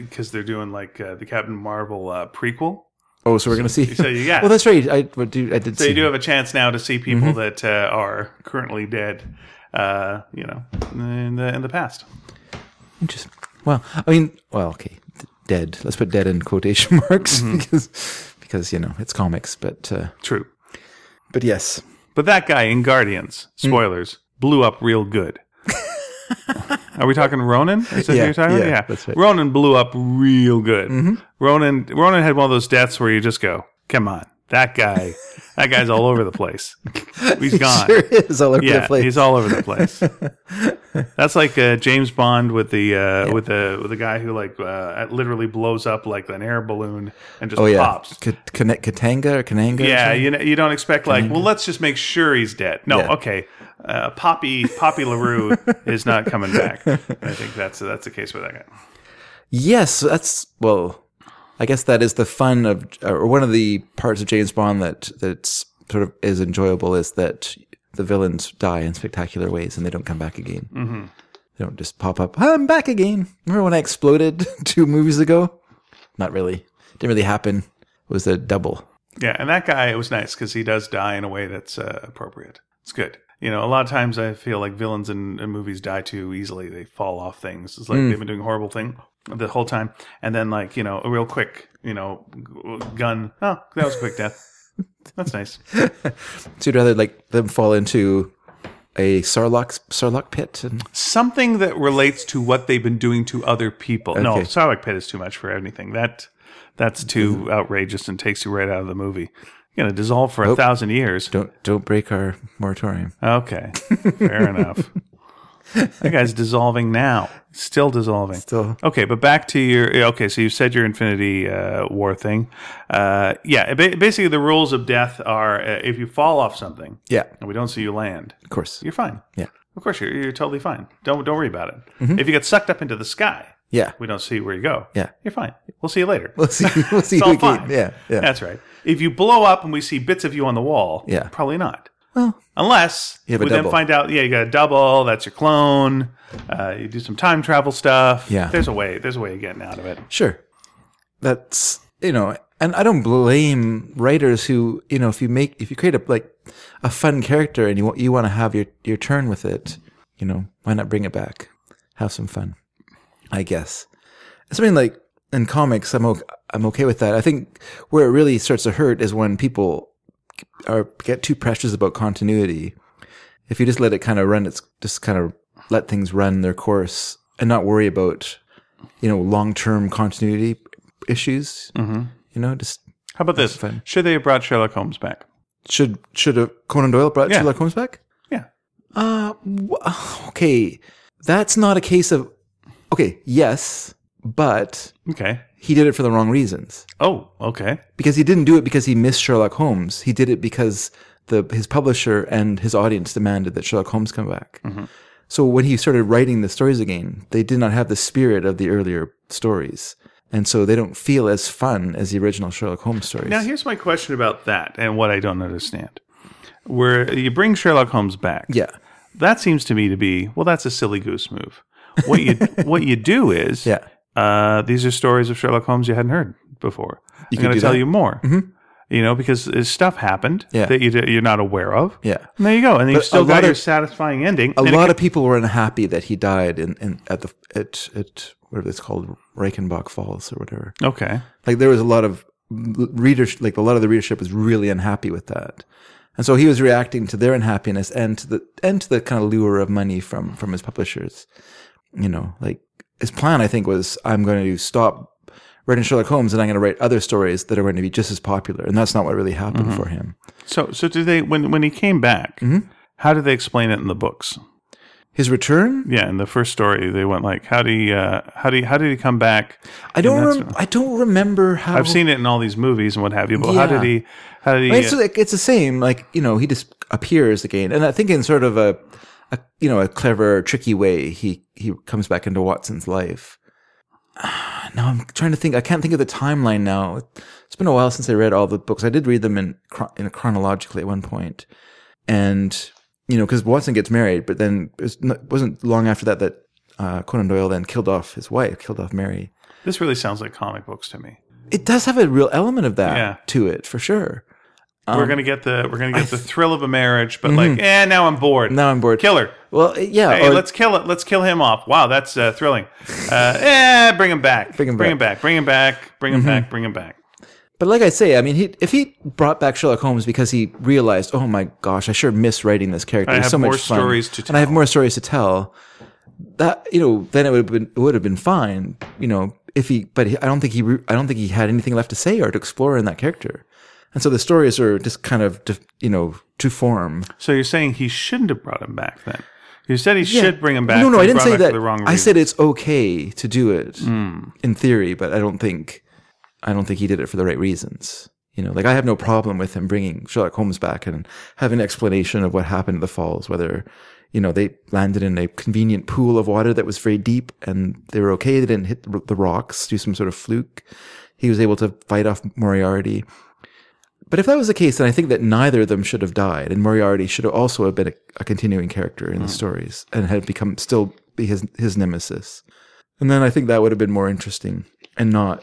S2: because they're doing like uh, the Captain Marvel uh, prequel.
S1: Oh, so we're gonna see. [LAUGHS]
S2: So you got
S1: well, that's right. I would do. I did
S2: So
S1: see.
S2: you do have a chance now to see people that uh, are currently dead, uh, you know, in the in the past.
S1: Just, well, I mean, well, okay, d- dead. Let's put dead in quotation [LAUGHS] marks
S2: Mm-hmm.
S1: because because you know it's comics, but uh,
S2: True,
S1: but yes,
S2: but that guy in Guardians
S1: Hmm.
S2: spoilers blew up
S1: [LAUGHS]
S2: real good. are we talking Ronan? Is that
S1: Yeah,
S2: who you're talking about?
S1: yeah,
S2: yeah.
S1: that's right. Mm-hmm.
S2: Ronan blew up real good. Ronan Ronan had one of those deaths where you just go, "Come on, that guy, that guy's all over the place.
S1: [LAUGHS]
S2: He's gone."
S1: sure is all over the
S2: Uh, Yeah,
S1: place.
S2: he's all over the place.
S1: [LAUGHS]
S2: That's like uh, James Bond with the uh, with the with the guy who like uh, literally blows up like an air balloon and just
S1: Oh yeah,
S2: pops.
S1: K- Kane- Katanga or Kananga. or
S2: Yeah,
S1: something?
S2: you know, you don't expect like, well, let's just make sure he's dead. No,
S1: Yeah.
S2: okay, uh, Poppy Poppy Larue is not coming back. I think that's that's the case with that guy.
S1: Yes, that's well. I guess that is the fun of, or one of the parts of James Bond that that's sort of is enjoyable is that the villains die in spectacular ways and they don't come back again. Mm-hmm. They don't just pop up. I'm back again. Remember when I exploded [LAUGHS] two movies ago? Not really. Didn't really happen. It was a double.
S2: Yeah, and that guy it was nice because he does die in a way that's uh, appropriate. It's good. You know, a lot of times I feel like villains in, in movies die too easily. They fall off things. It's like they've been doing a horrible thing the whole time, and then like you know, a real quick, you know, g- gun. Oh, that was a quick death. That's nice.
S1: So you'd rather like them fall into a sarlacc sarlacc pit and
S2: Something that relates to what they've been doing to other people. No,
S1: Okay.
S2: Sarlacc pit is too much for anything. That that's
S1: Mm-hmm.
S2: too outrageous and takes you right out of the movie. You're gonna dissolve for a thousand years.
S1: don't don't break our moratorium.
S2: Okay,
S1: [LAUGHS]
S2: fair enough. That guy's dissolving now. Still dissolving.
S1: Still.
S2: Okay, but back to your. yeah, Okay, so you said your Infinity uh, War thing. Uh, yeah, ba- basically the rules of death are uh, if you fall off something
S1: Yeah,
S2: and we don't see you land,
S1: of course.
S2: you're fine.
S1: Yeah.
S2: Of course, you're, you're totally fine. Don't don't worry about it. If you get sucked up into the sky,
S1: Yeah.
S2: We don't see where you go.
S1: Yeah.
S2: You're fine. We'll see you later.
S1: We'll see. [LAUGHS] We'll see.
S2: it's
S1: who
S2: all
S1: we can-
S2: fine.
S1: Yeah. Yeah.
S2: That's right. If you blow up and we see bits of you on the wall,
S1: Yeah.
S2: probably not.
S1: Well,
S2: Unless
S1: You have a
S2: we then
S1: double.
S2: find out, yeah, you got a double. That's your clone. Uh, you do some time travel stuff.
S1: Yeah.
S2: there's a way. There's a way of getting out of it.
S1: Sure. That's you know, and I don't blame writers who you know if you make if you create a like a fun character and you want you want to have your your turn with it, you know, why not bring it back, have some fun, I guess. Something like in comics, I'm okay, I'm okay with that. I think where it really starts to hurt is when people are get too precious about continuity. If you just let it kind of run, it's just kind of let things run their course and not worry about you know, long term continuity issues. Mm-hmm. You know, just
S2: How about this? Should they have brought Sherlock Holmes back?
S1: should should have Conan Doyle brought
S2: Yeah.
S1: Sherlock Holmes back?
S2: Yeah.
S1: Uh, wh- okay, that's not a case of okay. Yes, but
S2: Okay.
S1: he did it for the wrong reasons
S2: Oh, okay.
S1: because he didn't do it because he missed Sherlock Holmes. He did it because the his publisher and his audience demanded that Sherlock Holmes come back.
S2: Mm-hmm.
S1: So when he started writing the stories again, they did not have the spirit of the earlier stories. And so they don't feel as fun as the original Sherlock Holmes stories.
S2: Now here's my question about that and what I don't understand. Where you bring Sherlock Holmes back?
S1: yeah.
S2: That seems to me to be well. That's a silly goose move. What
S1: [LAUGHS]
S2: you what you do is
S1: Yeah.
S2: uh, these are stories of Sherlock Holmes you hadn't heard before.
S1: You
S2: I'm
S1: could
S2: going to
S1: do
S2: tell
S1: that. Mm-hmm.
S2: you more. You know, because uh, stuff happened
S1: Yeah.
S2: that you, d- you're not aware of.
S1: Yeah.
S2: And there you go. And then you've
S1: a
S2: still got
S1: lot
S2: your
S1: of-
S2: satisfying ending.
S1: A
S2: and it
S1: lot
S2: can-
S1: of people were unhappy that he died in, in at the at at whatever it's called Reichenbach Falls or whatever.
S2: okay.
S1: Like there was a lot of readers, like a lot of the readership was really unhappy with that, and so he was reacting to their unhappiness and to the and to the kind of lure of money from from his publishers. You know, like his plan, I think, was I'm going to stop writing Sherlock Holmes and I'm going to write other stories that are going to be just as popular, and that's not what really happened for him.
S2: So, so did they when when he came back?
S1: Mm-hmm.
S2: How did they explain it in the books?
S1: His return,
S2: Yeah, in the first story, they went like, "How do you, uh, how do you, how did he come back?"
S1: I don't, rem- I don't remember how.
S2: I've seen it in all these movies and what have you, but
S1: Oh.
S2: how
S1: Yeah.
S2: did he? How did he? uh,
S1: I mean, it's, like, it's the same. Like you know, he just appears again, and I think in sort of a, a you know, a clever, tricky way, he he comes back into Watson's life. [SIGHS] Ah, Now I'm trying to think. I can't think of the timeline now. It's been a while since I read all the books. I did read them in chro- in chronologically at one point, and you know, because Watson gets married, but then it was not- wasn't long after that that uh, Conan Doyle then killed off his wife, killed off Mary.
S2: this really sounds like comic books to me.
S1: It does have a real element of that
S2: Yeah.
S1: to it for sure. Um,
S2: we're gonna get the we're gonna get the thrill of a marriage, but
S1: Mm-hmm.
S2: like, eh, now I'm bored.
S1: Now I'm bored.
S2: Kill her.
S1: Well, yeah.
S2: Hey,
S1: or-
S2: let's kill it. Let's kill him off. Wow, that's uh, thrilling. Uh, eh, bring him back.
S1: Bring him back. Mm-hmm.
S2: bring him back. Bring him back. Bring him back. Bring him back.
S1: But like I say, I mean, he, if he brought back Sherlock Holmes because he realized, oh my gosh, I sure miss writing this character.
S2: I
S1: It's
S2: have
S1: so
S2: more
S1: much fun,
S2: stories to
S1: and I have more stories to tell. That you know, then it would have been it would have been fine, you know. If he, but he, I don't think he, re, I don't think he had anything left to say or to explore in that character, and so the stories are just kind of, def- you know, to form.
S2: So you're saying he shouldn't have brought him back then? You said he should bring him back.
S1: No,
S2: but
S1: no, I
S2: he
S1: didn't
S2: brought
S1: say
S2: him back
S1: that.
S2: For the wrong Hmm.
S1: I
S2: reason.
S1: said it's okay to do it in theory, but I don't think I don't think he did it for the right reasons. You know, like I have no problem with him bringing Sherlock Holmes back and having an explanation of what happened at the falls, whether you know they landed in a convenient pool of water that was very deep and they were okay. They didn't hit r- the rocks, do some sort of fluke. He was able to fight off Moriarty. But if that was the case, then I think that neither of them should have died, and Moriarty should have also have been a, a continuing character in the stories and had become still be his his nemesis. And then I think that would have been more interesting and not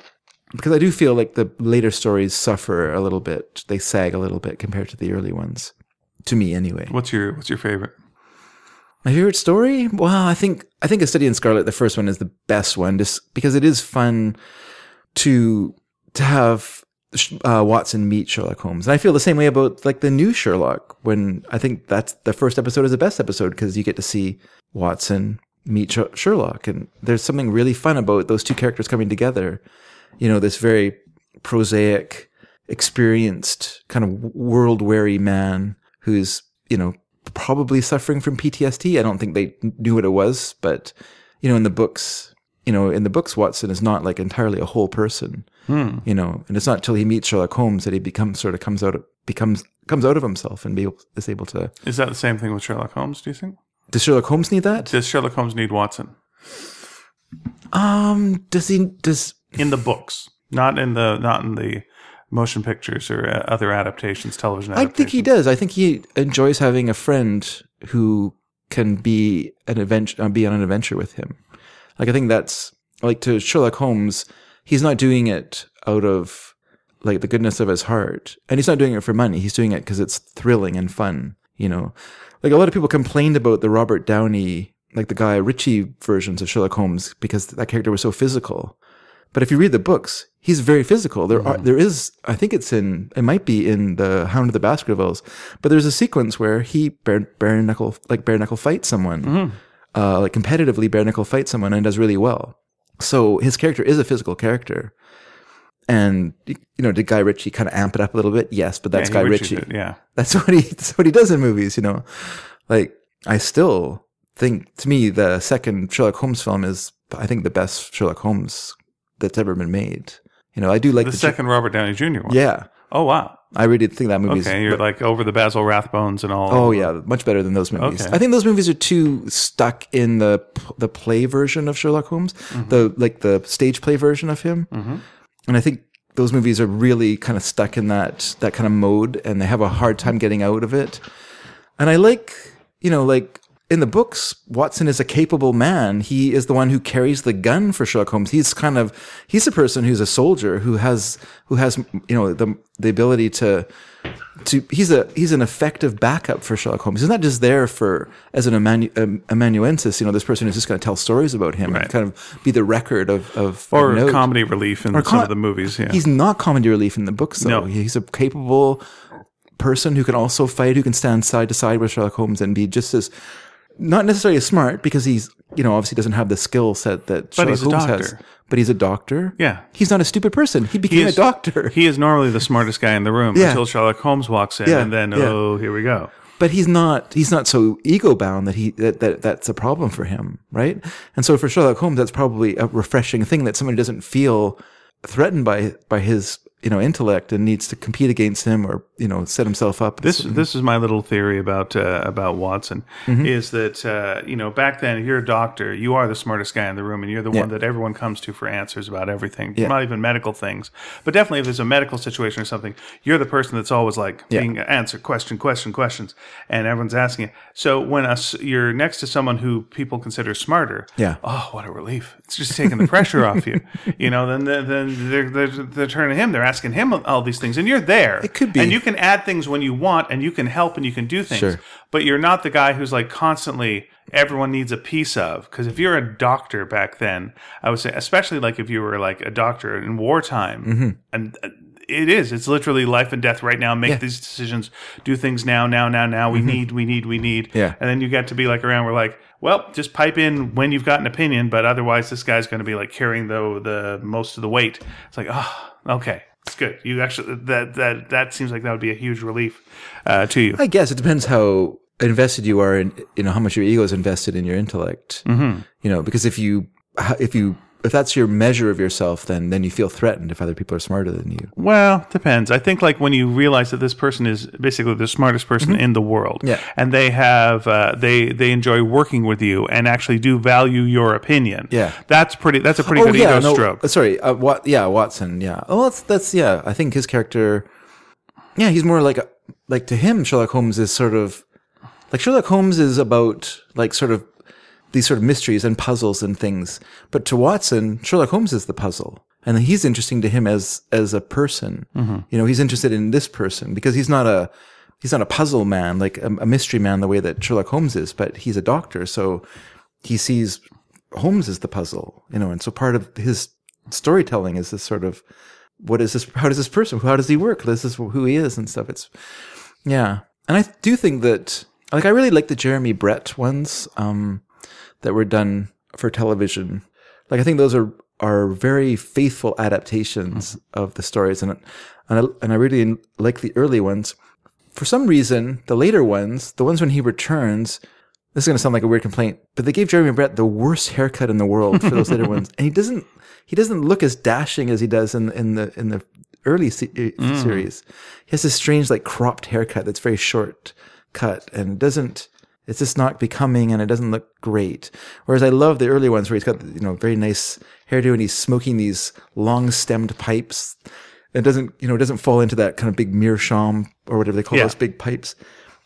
S1: because I do feel like the later stories suffer a little bit; they sag a little bit compared to the early ones, to me anyway.
S2: What's your What's your favorite?
S1: My favorite story? Well, I think I think A Study in Scarlet, the first one, is the best one, just because it is fun to to have Sh- uh, Watson meet Sherlock Holmes, and I feel the same way about like the new Sherlock. When I think that's the first episode is the best episode because you get to see Watson meet Sh- Sherlock, and there's something really fun about those two characters coming together. You know, this very prosaic, experienced, kind of world weary man who's, you know, probably suffering from PTSD. I don't think they knew what it was, but, you know, in the books, you know, in the books, Watson is not like entirely a whole person, you know, and it's not till he meets Sherlock Holmes that he becomes sort of comes out, of, becomes, comes out of himself and be able, is able to,
S2: Is that the same thing with Sherlock Holmes? Do you think?
S1: does Sherlock Holmes need that?
S2: Does Sherlock Holmes need Watson?
S1: Um, does he does
S2: in the books, not in the not in the motion pictures or uh, other adaptations, television.
S1: I
S2: Adaptations.
S1: think he does. I think he enjoys having a friend who can be an adventure, uh, be on an adventure with him. Like I think that's like to Sherlock Holmes. He's not doing it out of like the goodness of his heart, and he's not doing it for money. He's doing it because it's thrilling and fun. You know, like a lot of people complained about the Robert Downey, like the Guy Ritchie versions of Sherlock Holmes, because that character was so physical. But if you read the books, he's very physical. There
S2: Mm-hmm.
S1: are there is I think it's in it might be in the Hound of the Baskervilles, but there's a sequence where he bare, bare knuckle like bare knuckle fights someone,
S2: Mm-hmm.
S1: uh, like competitively bare knuckle fights someone and does really well. So his character is a physical character. And you know, did Guy Ritchie kind of amp it up a little bit? Yes, but that's
S2: Yeah,
S1: Guy
S2: he
S1: Ritchie.
S2: did, Yeah,
S1: That's [LAUGHS] what he that's what he does in movies, you know. Like I still think to me the second Sherlock Holmes film is I think the best Sherlock Holmes that's ever been made. You know, I do like
S2: the
S1: the,
S2: second Robert Downey Jr. one.
S1: Yeah.
S2: Oh wow.
S1: I really think that movie's
S2: Okay, you're like over the Basil Rathbones and all.
S1: Oh yeah, much better than those movies.
S2: Okay.
S1: I think those movies are too stuck in the p- the play version of Sherlock Holmes,
S2: Mm-hmm.
S1: the like the stage play version of him. And I think those movies are really kind of stuck in that that kind of mode, and they have a hard time getting out of it. And I like you know like. In the books, Watson is a capable man. He is the one who carries the gun for Sherlock Holmes. He's kind of he's a person who's a soldier who has who has you know the the ability to to he's a he's an effective backup for Sherlock Holmes. He's not just there for as an amanu, um, amanuensis. You know, this person is just going to tell stories about him
S2: Right.
S1: and kind of be the record of of
S2: Or
S1: of note.
S2: comedy relief in some
S1: com-
S2: of the movies. Yeah.
S1: He's not comedy relief in the books though.
S2: No.
S1: He's a capable person who can also fight, who can stand side to side with Sherlock Holmes and be just as not necessarily as smart because he's you know obviously doesn't have the skill set that Sherlock
S2: he's a
S1: Holmes has.
S2: doctor.
S1: But he's a doctor.
S2: Yeah.
S1: he's not a stupid person. He became
S2: is-
S1: a doctor.
S2: He is normally the smartest guy in the room
S1: Yeah.
S2: until Sherlock Holmes walks in,
S1: Yeah,
S2: and then
S1: yeah.
S2: oh, here we go.
S1: but he's not he's not so ego bound that he that, that that's a problem for him right and so for sherlock holmes that's probably a refreshing thing that somebody doesn't feel threatened by by his you know intellect and needs to compete against him or you know set himself up
S2: This this is my little theory about uh, about Watson is that uh, you know back then if you're a doctor, you are the smartest guy in the room, and you're the one that everyone comes to for answers about everything, not even medical things, but definitely if there's a medical situation or something, you're the person that's always like being answered question, question, questions, and everyone's asking it. So when us you're next to someone who people consider smarter,
S1: Yeah.
S2: oh what a relief! It's just taking the pressure off you, you know. Then then, then they're, they're they're turning to him, they're asking him all these things, and you're there. It
S1: could be.
S2: and you you can add things when you want and you can help and you can do things
S1: Sure.
S2: but you're not the guy who's like constantly everyone needs a piece of because if you're a doctor back then i would say especially like if you were like a doctor in wartime
S1: Mm-hmm.
S2: and uh, it is it's literally life and death right now make these decisions do things now now now now we need we need we need
S1: Mm-hmm. Yeah.
S2: and then you get to be like around where like well just pipe in when you've got an opinion but otherwise this guy's going to be like carrying the the most of the weight it's like ah okay it's good you actually that that that seems like that would be a huge relief uh, to you
S1: i guess it depends how invested you are in you know how much your ego is invested in your intellect you know because if you if you if that's your measure of yourself then then you feel threatened if other people are smarter than you
S2: Well, depends. I think like when you realize that this person is basically the smartest person in the world,
S1: Mm-hmm. Yeah.
S2: and they have uh, they they enjoy working with you and actually do value your opinion.
S1: Yeah.
S2: that's pretty. That's a pretty good ego stroke.
S1: uh, Sorry, uh, what? Yeah, Watson. Yeah. Oh, that's that's yeah. I think his character. Yeah, he's more like a, like to him. Sherlock Holmes is sort of like Sherlock Holmes is about like sort of these sort of mysteries and puzzles and things. But to Watson, Sherlock Holmes is the puzzle. And he's interesting to him as as a person.
S2: Mm-hmm.
S1: You know, he's interested in this person because he's not a he's not a puzzle man like a, a mystery man the way that Sherlock Holmes is, but he's a doctor, so he sees Holmes as the puzzle. You know, and so part of his storytelling is this sort of what is this? How does this person? How does he work? This is who he is and stuff. It's yeah, and I do think that like I really like the Jeremy Brett ones um, that were done for television. Like I think those are are very faithful adaptations of the stories, and and I, and I really like the early ones. For some reason, the later ones, the ones when he returns, this is going to sound like a weird complaint, but they gave Jeremy Brett the worst haircut in the world for those later ones, and he doesn't he doesn't look as dashing as he does in in the in the early se- uh, series. He has this strange like cropped haircut that's very short cut and doesn't. it's just not becoming and it doesn't look great. Whereas I love the early ones where he's got, you know, very nice hairdo and he's smoking these long stemmed pipes. It doesn't, you know, it doesn't fall into that kind of big meerschaum or whatever they call
S2: Yeah.
S1: those big pipes.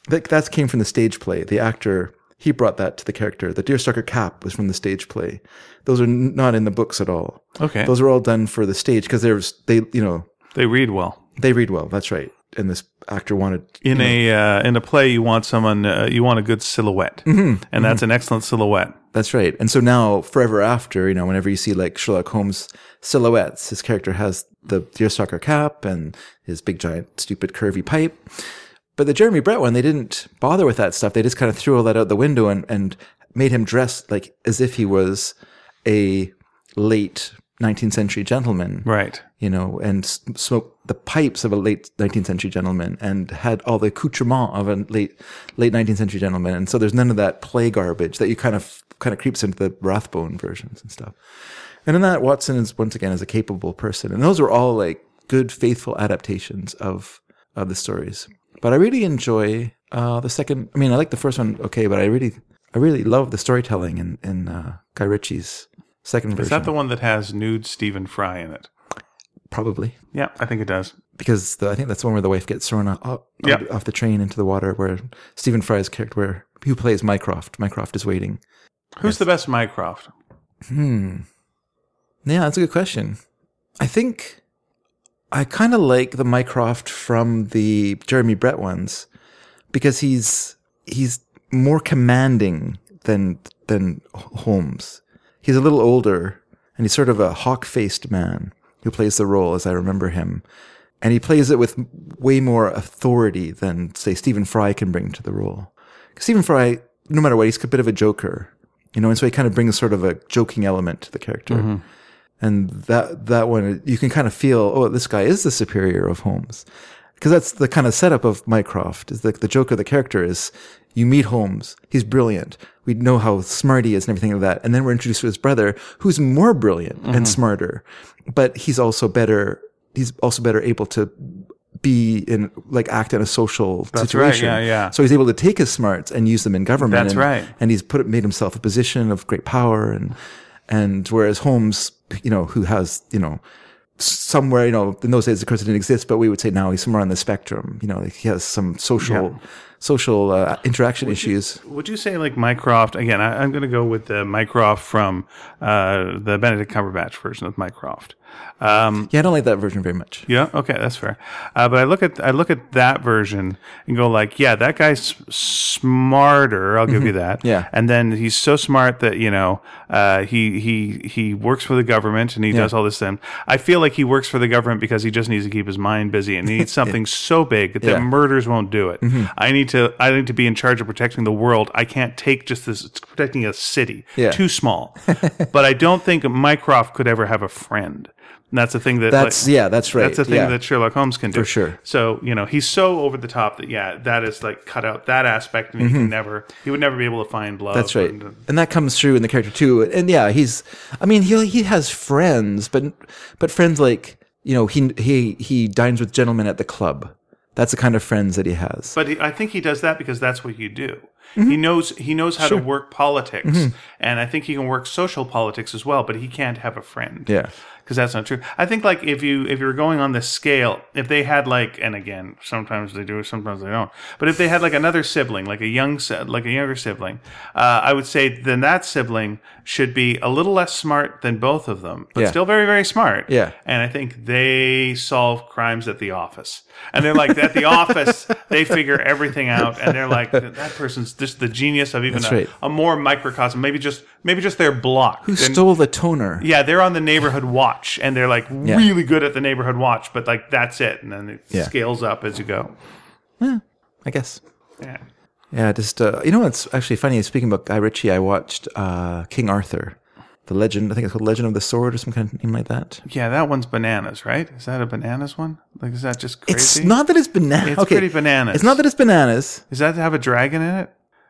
S1: That, that came from the stage play. The actor, he brought that to the character. The Deerstalker cap was from the stage play. Those are n- not in the books at all.
S2: Okay.
S1: Those are all done for the stage because there's, they, you know,
S2: they read well.
S1: they read well. That's right. And this actor wanted
S2: In a uh, in a play, you want someone uh, you want a good silhouette, and that's an excellent silhouette.
S1: That's right. And so now, forever after, you know, whenever you see like Sherlock Holmes silhouettes, his character has the deerstalker cap and his big, giant, stupid, curvy pipe. But the Jeremy Brett one, they didn't bother with that stuff. They just kind of threw all that out the window and, and made him dress like as if he was a late 19th century gentleman
S2: Right.
S1: you know, and s- smoked the pipes of a late 19th century gentleman and had all the accoutrement of a late late 19th century gentleman. And so there's none of that play garbage that you kind of kind of creeps into the Rathbone versions and stuff. And in that, Watson is once again is a capable person, and those were all like good, faithful adaptations of of the stories. But I really enjoy uh, the second. I mean, I like the first one okay, but I really I really love the storytelling in in uh, Guy Ritchie's second version.
S2: Is that the one that has nude Stephen Fry in it?
S1: Probably.
S2: Yeah, I think it does.
S1: because the, I think that's the one where the wife gets thrown up,
S2: Yeah.
S1: off the train into the water, where Stephen Fry's character, where who plays Mycroft, Mycroft is waiting.
S2: Who's the best Mycroft?
S1: Yeah, that's a good question. I think I kind of like the Mycroft from the Jeremy Brett ones because he's he's more commanding than than Holmes. He's a little older and he's sort of a hawk-faced man who plays the role as I remember him. And he plays it with way more authority than say Stephen Fry can bring to the role. 'Cause Stephen Fry, no matter what, he's a bit of a joker. You know, and so he kind of brings sort of a joking element to the character and that that one you can kind of feel oh this guy is the superior of Holmes because that's the kind of setup of Mycroft is like the Joker the character is you meet Holmes he's brilliant we know how smart he is and everything like that and then we're introduced to his brother who's more brilliant
S2: Mm-hmm.
S1: and smarter but he's also better he's also better able to be in like act in a social
S2: right,
S1: situation
S2: yeah, yeah.
S1: so he's able to take his smarts and use them in government
S2: That's
S1: and,
S2: right.
S1: And he's put made himself a position of great power, and and whereas Holmes, you know, who has you know somewhere you know in those days of course it didn't exist, but we would say now he's somewhere on the spectrum. You know, like he has some social social uh, interaction issues.
S2: Would you say like Mycroft again? I, I'm going to go with the Mycroft from uh, the Benedict Cumberbatch version of Mycroft. Um,
S1: yeah, I don't like that version very much.
S2: yeah, okay, that's fair. Uh, but I look at I look at that version and go like, yeah, that guy's s- smarter. I'll give you that.
S1: Mm-hmm. Yeah.
S2: and then he's so smart that you know uh, he he he works for the government and he does all this. Then I feel like he works for the government because he just needs to keep his mind busy and he
S1: [LAUGHS]
S2: needs something so big that
S1: Yeah. Mm-hmm.
S2: murders won't do it. I need to I need to be in charge of protecting the world. I can't take just this. It's protecting a city.
S1: Yeah. [LAUGHS]
S2: too small. but I don't think Mycroft could ever have a friend. And that's the thing that like-
S1: That's yeah, that's right.
S2: that's the thing
S1: yeah.
S2: that Sherlock Holmes can do. For
S1: sure.
S2: So, you know, he's so over the top that, yeah, that is like cut out that aspect and he can never, he would never be able to find love.
S1: Mm-hmm. That's right,
S2: and- and-
S1: and that comes through in the character too. And yeah, he's. I mean, he he has friends, but but friends like you know he he he dines with gentlemen at the club. That's the kind of friends that he has.
S2: but he, I think he does that because that's what you do.
S1: Mm-hmm.
S2: He knows he knows how to work politics, and I think he can work social politics as well. But he can't have a friend.
S1: Yeah.
S2: because that's not true. I think like if you if you were going on this scale, if they had like, and again, sometimes they do, sometimes they don't. But if they had like another sibling, like a young si- like a younger sibling, uh, I would say then that sibling should be a little less smart than both of them, but
S1: Yeah.
S2: still very very smart.
S1: Yeah.
S2: And I think they solve crimes at the office. And they're like, at the office, they figure everything out. And they're like, that person's just the genius of even
S1: That's
S2: a,
S1: right.
S2: a more microcosm. Maybe just maybe just their block.
S1: Who
S2: And-
S1: stole the toner?
S2: yeah, they're on the neighborhood watch, and they're like really good at the neighborhood watch, but like that's it, and then it
S1: Yeah.
S2: scales up as you go.
S1: I guess.
S2: Yeah.
S1: Yeah, just uh, you know what's actually funny? Speaking about Guy Ritchie, I watched uh, King Arthur, the legend. I think it's called Legend of the Sword or some kind of name like that.
S2: yeah, that one's bananas, right? Is that a bananas one? Like, is that just crazy?
S1: It's not that it's bananas.
S2: It's pretty bananas.
S1: It's not that it's bananas.
S2: Does that have a dragon in it?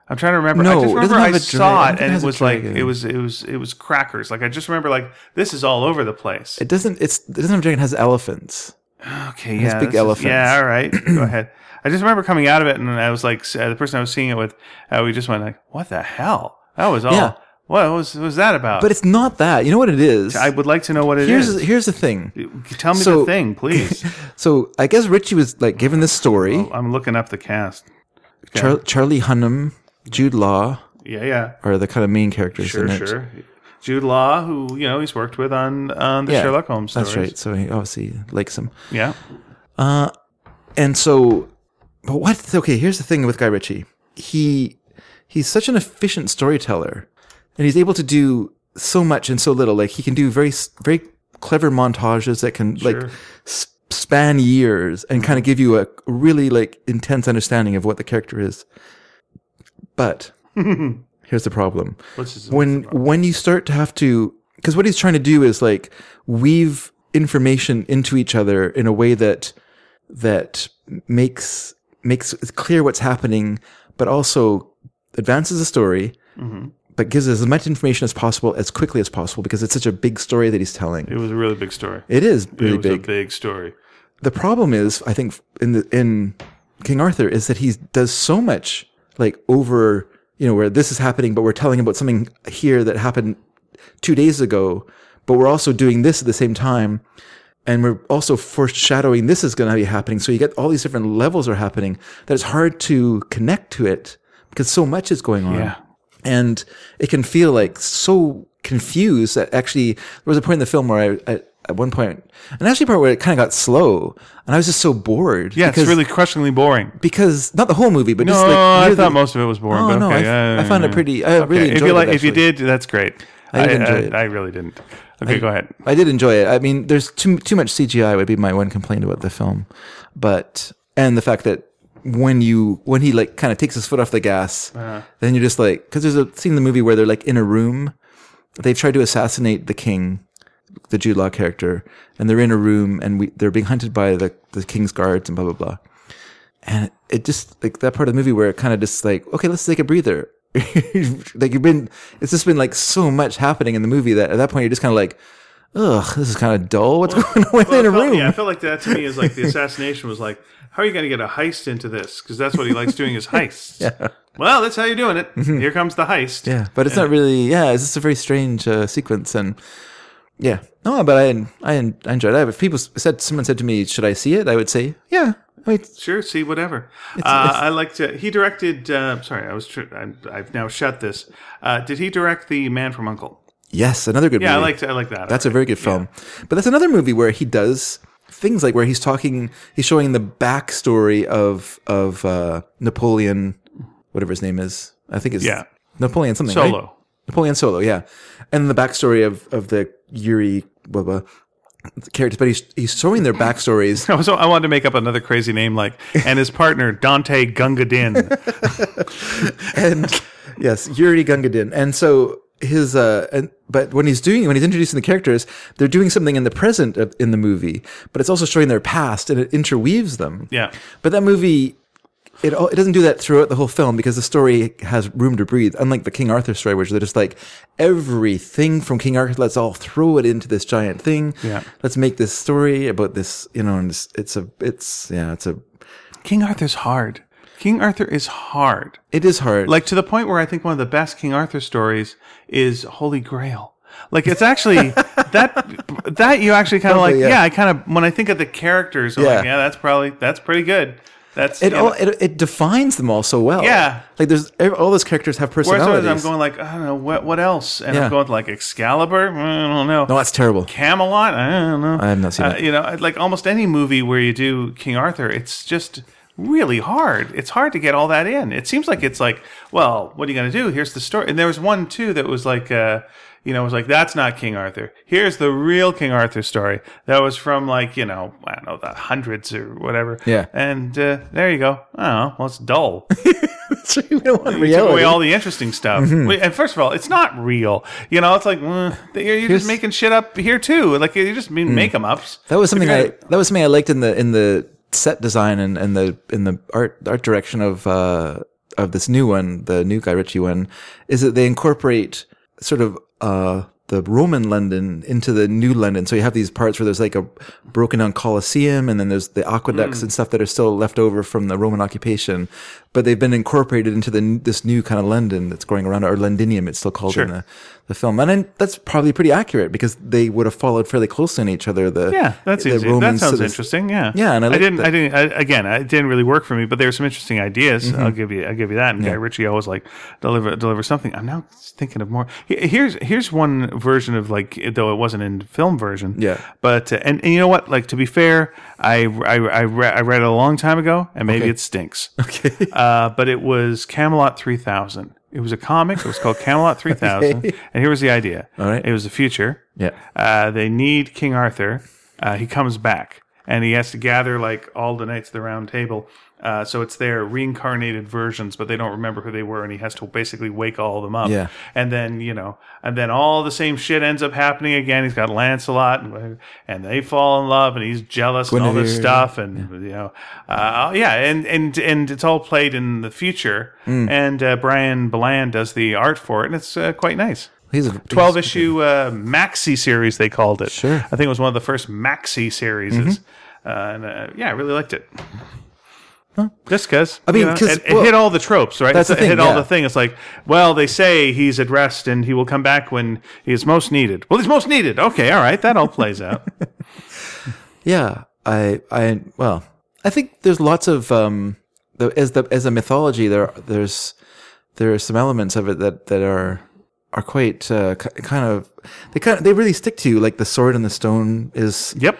S2: I'm trying to remember. I
S1: No,
S2: just
S1: it
S2: remember
S1: doesn't
S2: I
S1: have a
S2: saw
S1: dra- I don't
S2: it,
S1: think it
S2: and it
S1: has a
S2: was like
S1: dragon.
S2: it was it was it was crackers. Like I just remember like this is all over the place. Uh,
S1: It doesn't. It's it doesn't have dragon. It has elephants.
S2: Okay, yeah,
S1: big
S2: this is-
S1: elephant.
S2: yeah, all
S1: [CLEARS THROAT]
S2: right, go ahead. I just remember coming out of it, and I was like, s- uh, the person I was seeing it with, uh, we just went like, "What the hell? That was all.
S1: Yeah.
S2: What was was that about?"
S1: But it's not that. You know what it is?
S2: I would like to know what it is.
S1: here's here's the thing.
S2: Tell me
S1: So-
S2: the
S1: [CLEARS THROAT]
S2: thing, please.
S1: So I guess Richie was like given this story.
S2: I'm looking up the cast.
S1: Char- Charlie Hunnam, Jude Law
S2: Yeah, yeah,
S1: are the kind of main characters.
S2: sure,
S1: in it.
S2: sure. Jude Law, who you know he's worked with on on the
S1: Yeah,
S2: Sherlock Holmes stories.
S1: That's right. So he obviously likes him.
S2: Yeah,
S1: And so, but what? Okay, here's the thing with Guy Ritchie. He he's such an efficient storyteller, and he's able to do so much in so little. Like he can do very s- very clever montages that can like s- span years and kind of give you a really like intense understanding of what the character is. But here's the problem
S2: What's his-
S1: when when you start to have to because what he's trying to do is like weave information into each other in a way that that makes makes it clear what's happening but also advances the story but gives as much information as possible as quickly as possible because it's such a big story that he's telling
S2: it was a really big story.
S1: it is really
S2: it was
S1: big
S2: a big story.
S1: the problem is, I think, in the in King Arthur is that he does so much like over, you know, where this is happening, but we're telling about something here that happened two days ago, but we're also doing this at the same time, and we're also foreshadowing this is going to be happening. So you get all these different levels are happening that it's hard to connect to it because so much is going on
S2: Yeah.
S1: and it can feel like so confused that actually there was a point in the film where I, at, at one point, and actually part where it kind of got slow, and I was just so bored.
S2: Yeah,
S1: because,
S2: it's really crushingly boring.
S1: because not the whole movie, but just
S2: No,
S1: like
S2: I
S1: near
S2: thought
S1: the-
S2: most of it was boring.
S1: Oh,
S2: but
S1: no,
S2: okay,
S1: I-
S2: yeah,
S1: I
S2: yeah,
S1: found it
S2: yeah.
S1: pretty- I really
S2: If
S1: enjoyed
S2: you
S1: it,
S2: like, if you
S1: actually.
S2: did, that's great. I
S1: did enjoy it.
S2: I, really didn't. Okay, go ahead.
S1: I did enjoy it. I mean, there's too too much CGI would be my one complaint about the film, but and the fact that when you when he like kind of takes his foot off the gas, then you're just like because there's a scene in the movie where they're like in a room, they've tried to assassinate the king, the Jude Law character, and they're in a room and we they're being hunted by the the king's guards and blah blah blah, and it just like that part of the movie where it kind of just like okay let's take a breather. [LAUGHS] like you've been, it's just been like so much happening in the movie that at that point you're just kind of like, ugh, this is kind of dull. What's going on in a
S2: felt-
S1: room?
S2: Yeah, I felt like that to me is like the assassination was like, how are you going to get a heist into this? Because that's what he likes
S1: [LAUGHS]
S2: doing is heists. Well, that's how you're doing it. Here comes the heist.
S1: Mm-hmm. Yeah, but it's not really. Yeah, it's just a very strange uh, sequence, and yeah, no, but I I, I enjoyed it. If people said someone said to me, "Should I see it?" I would say, "Yeah." I mean, it's-
S2: Sure, see whatever. uh, I like to. He directed. Uh, sorry, I was. Tr- I'm, I've now shut this. Uh, did he direct the Man from Uncle?
S1: yes, another good.
S2: Yeah, I
S1: movie.
S2: liked. I like that.
S1: That's a very good film. But that's another movie where he does things like where he's talking, he's showing the backstory of of uh, Napoleon, whatever his name is. I think it's
S2: Yeah.
S1: Napoleon something. right?
S2: solo.
S1: Napoleon Solo, yeah, and the backstory of of the Yuri blah blah characters, but he's he's showing their backstories.
S2: [LAUGHS] I was. I wanted to make up another crazy name like, and his partner Dante Gungadin.
S1: [LAUGHS] and yes, Yuri Gungadin. And so his uh and but when he's doing when he's introducing the characters, they're doing something in the present of, in the movie, but it's also showing their past and it interweaves them.
S2: Yeah.
S1: But that movie it all, it doesn't do that throughout the whole film because the story has room to breathe. Unlike the King Arthur story, which they're just like everything from King Arthur, let's all throw it into this giant thing.
S2: Yeah.
S1: Let's make this story about this, you know, and it's, it's a it's yeah, it's a
S2: King Arthur's hard. King Arthur is hard.
S1: it is hard.
S2: Like to the point where I think one of the best King Arthur stories is Holy Grail. Like
S1: [LAUGHS]
S2: it's actually that that you actually kind of like.
S1: Probably,
S2: Yeah.
S1: yeah.
S2: I kind of when I think of the characters, I'm yeah.
S1: Yeah.
S2: like, yeah, that's probably that's pretty good. That's
S1: It
S2: yeah,
S1: all it, it defines them all so well.
S2: Yeah.
S1: like there's ev- all those characters have
S2: Whereas
S1: personalities.
S2: sometimes I'm going like, I don't know what what else, and
S1: Yeah.
S2: I'm going like Excalibur. Mm, I don't know.
S1: no, that's
S2: [LAUGHS]
S1: terrible.
S2: Camelot. I don't know. I
S1: have not seen
S2: uh,
S1: it.
S2: You know, I'd like almost any movie where you do King Arthur, it's just really hard. It's hard to get all that in. It seems like it's like, well, what are you going to do? Here's the story. And there was one too that was like. Uh, you know, it was like that's not King Arthur. Here's the real King Arthur story that was from like you know I don't know the hundreds or whatever.
S1: Yeah.
S2: and uh, there you go. Oh, well, it's dull.
S1: we don't [LAUGHS] want
S2: You took away
S1: reality.
S2: all the interesting stuff. Wait, And first of all, it's not real. You know, it's like mm, you're, you're just making shit up here too. Like you're just being make 'em ups.
S1: that was something I
S2: Okay.
S1: that was something I liked in the in the set design and, and the in the art art direction of uh of this new one, the new Guy Ritchie one, is that they incorporate sort of uh the Roman London into the new London. So you have these parts where there's like a broken down Colosseum and then there's the aqueducts and stuff that are still left over from the Roman occupation, but they've been incorporated into the this new kind of London that's going around or Londinium. It's still called in the, the film. And then that's probably pretty accurate because they would have followed fairly closely on each other. The,
S2: Yeah, that's
S1: the
S2: easy.
S1: Roman
S2: that sounds
S1: cities-
S2: interesting. Yeah,
S1: Yeah, and I like
S2: didn't,
S1: that.
S2: I didn't. I, again, I- it didn't really work for me, but there were some interesting ideas.
S1: Mm-hmm.
S2: I'll give you, I'll give you that. And Guy Ritchie always like deliver, deliver something. I'm now thinking of more. He- Here's, here's one version of like, though it wasn't in film version.
S1: Yeah.
S2: But uh, and, and you know what? Like to be fair, I I I, re- I read it a long time ago, and maybe it
S1: [LAUGHS]
S2: stinks. Okay. Uh, but it was Camelot 3000. It was a comic. It was called
S1: [LAUGHS]
S2: Camelot 3000. And here was the idea.
S1: All right.
S2: It was the future.
S1: Yeah.
S2: Uh, they need King Arthur. Uh, he comes back and he has to gather like all the knights of the round table. Uh, so it's their reincarnated versions, but they don't remember who they were, and he has to basically wake all of them up.
S1: Yeah.
S2: And then you know, and then all the same shit ends up happening again. He's got Lancelot, and, and they fall in love, and he's jealous and all this
S1: Guinevere.
S2: stuff, and you know, uh, yeah, and and and it's all played in the future,
S1: Mm.
S2: and uh, Brian Bland does the art for it, and it's uh, quite nice.
S1: He's a
S2: 12 issue uh, maxi series they called it
S1: Sure. Mm-hmm.
S2: i think it was one of the first maxi series uh, and uh, yeah i really liked it just because i
S1: mean,
S2: it,
S1: 'cause,
S2: it
S1: well,
S2: hit all the tropes right
S1: that's
S2: It's-
S1: the thing,
S2: it hit
S1: yeah.
S2: all the thing it's like well they say he's at rest and he will come back when he is most needed well he's most needed okay all right that all
S1: [LAUGHS]
S2: plays out
S1: Yeah, I, I, well, I think there's lots of um, the, as the as a mythology there there's there are some elements of it that that are are quite uh, ki kind of they kind of they really stick to you like the sword and the stone is
S2: yep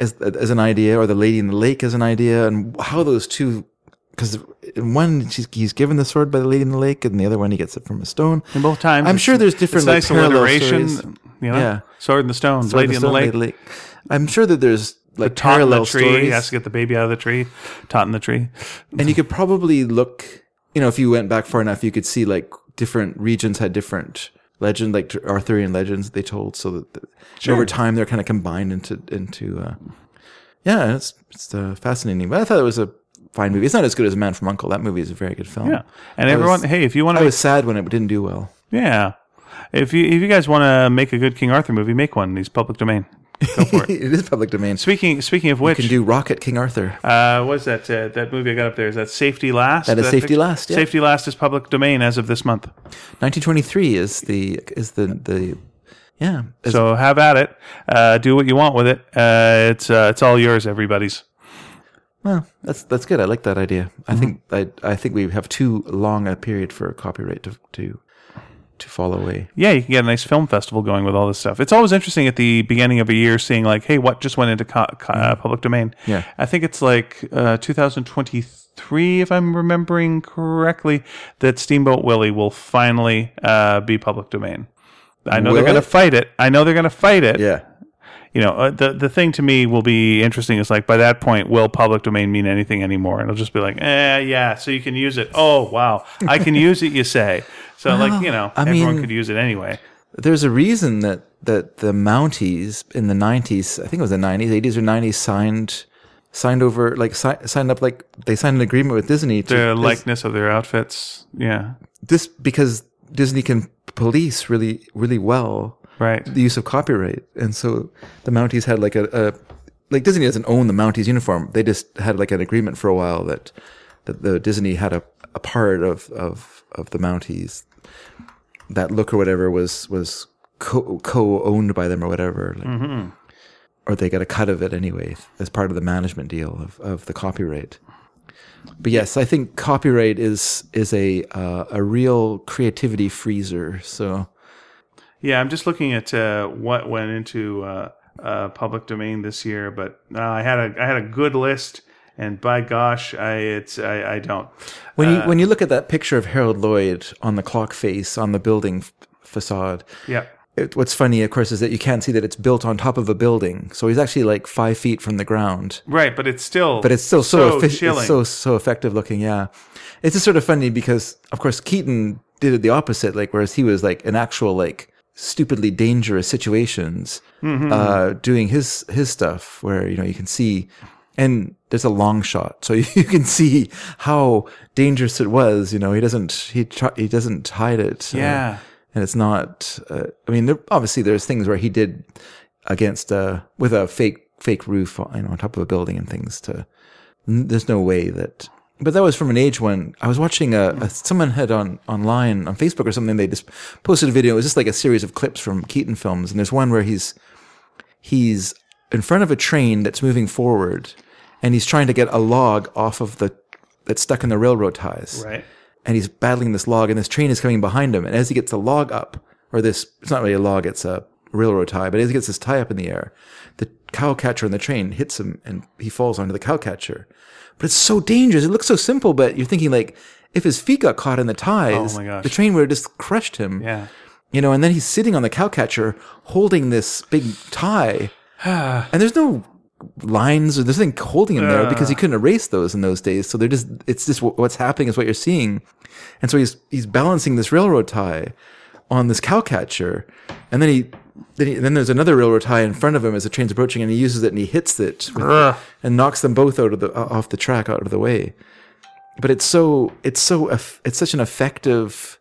S1: as as an idea or the lady in the lake as an idea and how those two because in one she's, he's given the sword by the lady in the lake and the other one he gets it from a stone
S2: in both times
S1: I'm
S2: it's-
S1: sure there's
S2: it's
S1: different like,
S2: nice
S1: parallel
S2: alliteration
S1: stories.
S2: you know
S1: Yeah.
S2: sword in the stone
S1: Sword
S2: lady in the
S1: Stone,
S2: lake
S1: Lake. I'm sure that there's like
S2: Tot in
S1: parallel
S2: the tree
S1: stories
S2: he has to get the baby out of the tree tot in the tree
S1: and you could probably look you know if you went back far enough you could see like different regions had different legend like tr- arthurian legends they told so that the, over time they're kind of combined into into uh yeah it's it's uh, fascinating but i thought it was a fine movie it's not as good as man from uncle that movie is a very good film
S2: Yeah, and everyone, hey, if you want
S1: i
S2: to,
S1: was sad when it didn't do well
S2: yeah, if you if you guys want to make a good King Arthur movie, make one. He's public domain.
S1: [LAUGHS]
S2: Go for it.
S1: it is public domain so
S2: Speaking speaking of
S1: we
S2: which,
S1: can do rocket king arthur
S2: uh, what is that uh, that movie I got up there? Is that Safety Last?
S1: That is Safety
S2: pic-
S1: Last, yeah.
S2: Safety Last is public domain as of this month.
S1: 1923 is the is the the yeah It's-
S2: So have at it. Uh, do what you want with it. Uh, it's uh, it's all yours, everybody's.
S1: Well, Mm-hmm. that's that's good. I like that idea. I think I I think we have too long a period for copyright to to to fall away.
S2: yeah, you can get a nice film festival going with all this stuff. It's always interesting at the beginning of a year seeing like, hey, what just went into co- co- uh, public domain?
S1: Mm-hmm. Yeah.
S2: I think it's like uh, 2023, if I'm remembering correctly, that Steamboat Willie will finally uh, be public domain. I know
S1: Will
S2: they're going to
S1: it?
S2: fight it. I know they're going to fight it.
S1: Yeah.
S2: You know, uh, the the thing to me will be interesting is like by that point, will public domain mean anything anymore? And it'll just be like, eh, yeah. So you can use it. Oh wow, I
S1: [LAUGHS]
S2: can use it. You say. So like you know,
S1: I
S2: everyone
S1: mean-
S2: could use it anyway.
S1: There's a reason that that the Mounties in the 90s, I think it was the 90s, 80s or 90s signed signed over like si- signed up like they signed an agreement with Disney to
S2: their likeness of their outfits. Yeah,
S1: this because Disney can police really really well
S2: right.
S1: the use of copyright, and so the Mounties had like a, a like Disney doesn't own the Mounties uniform. They just had like an agreement for a while that that the Disney had a, a part of of of the Mounties that look or whatever was was co co owned by them or whatever. Like, Or they got a cut of it anyway as part of the management deal of, of the copyright. But yes, I think copyright is is a uh, a real creativity freezer. So
S2: Yeah, I'm just looking at uh, what went into uh, uh, public domain this year, but uh, I had a I had a good list, and by gosh, I it's I, I don't.
S1: When you when you look at that picture of Harold Lloyd on the clock face on the building f- facade,
S2: Yeah,
S1: it, what's funny, of course, is that you can't see that it's built on top of a building, so he's actually like five feet from the ground.
S2: right, but it's still
S1: But it's still so effi- it's
S2: chilling.
S1: so so effective looking. Yeah, it's just sort of funny because, of course, Keaton did it the opposite. Like whereas he was like an actual like stupidly dangerous situations,
S2: Mm-hmm.
S1: uh, doing his his stuff where you know you can see. And there's a long shot, so [LAUGHS] you can see how dangerous it was. You know, he doesn't he try, he doesn't hide it. uh,
S2: yeah.
S1: and it's not. Uh, I mean, there, obviously, there's things where he did against uh, with a fake fake roof on, you know, on top of a building and things. To n- there's no way that. But that was from an age when I was watching a, a someone had on online on Facebook or something. They just posted a video. It was just like a series of clips from Keaton films, and there's one where he's he's in front of a train that's moving forward, and he's trying to get a log off of the that's stuck in the railroad ties
S2: Right.
S1: and he's battling this log, and this train is coming behind him. And as he gets the log up, or this, it's not really a log, it's a railroad tie, but as he gets this tie up in the air, the cow catcher in the train hits him and he falls onto the cow catcher. But it's so dangerous. It looks so simple, but you're thinking, like, if his feet got caught in the ties,
S2: Oh my gosh.
S1: the train would have just crushed him.
S2: Yeah.
S1: You know, and then he's sitting on the cow catcher holding this big tie. and there's no lines or there's nothing holding him there because he couldn't erase those in those days. So they're just, it's just wh- what's happening is what you're seeing. And so he's, he's balancing this railroad tie on this cow catcher. And then he, then, he, then there's another railroad tie in front of him as the train's approaching and he uses it and he hits it with- and knocks them both out of the, uh, off the track, out of the way. But it's so, it's so, eff- it's such an effective,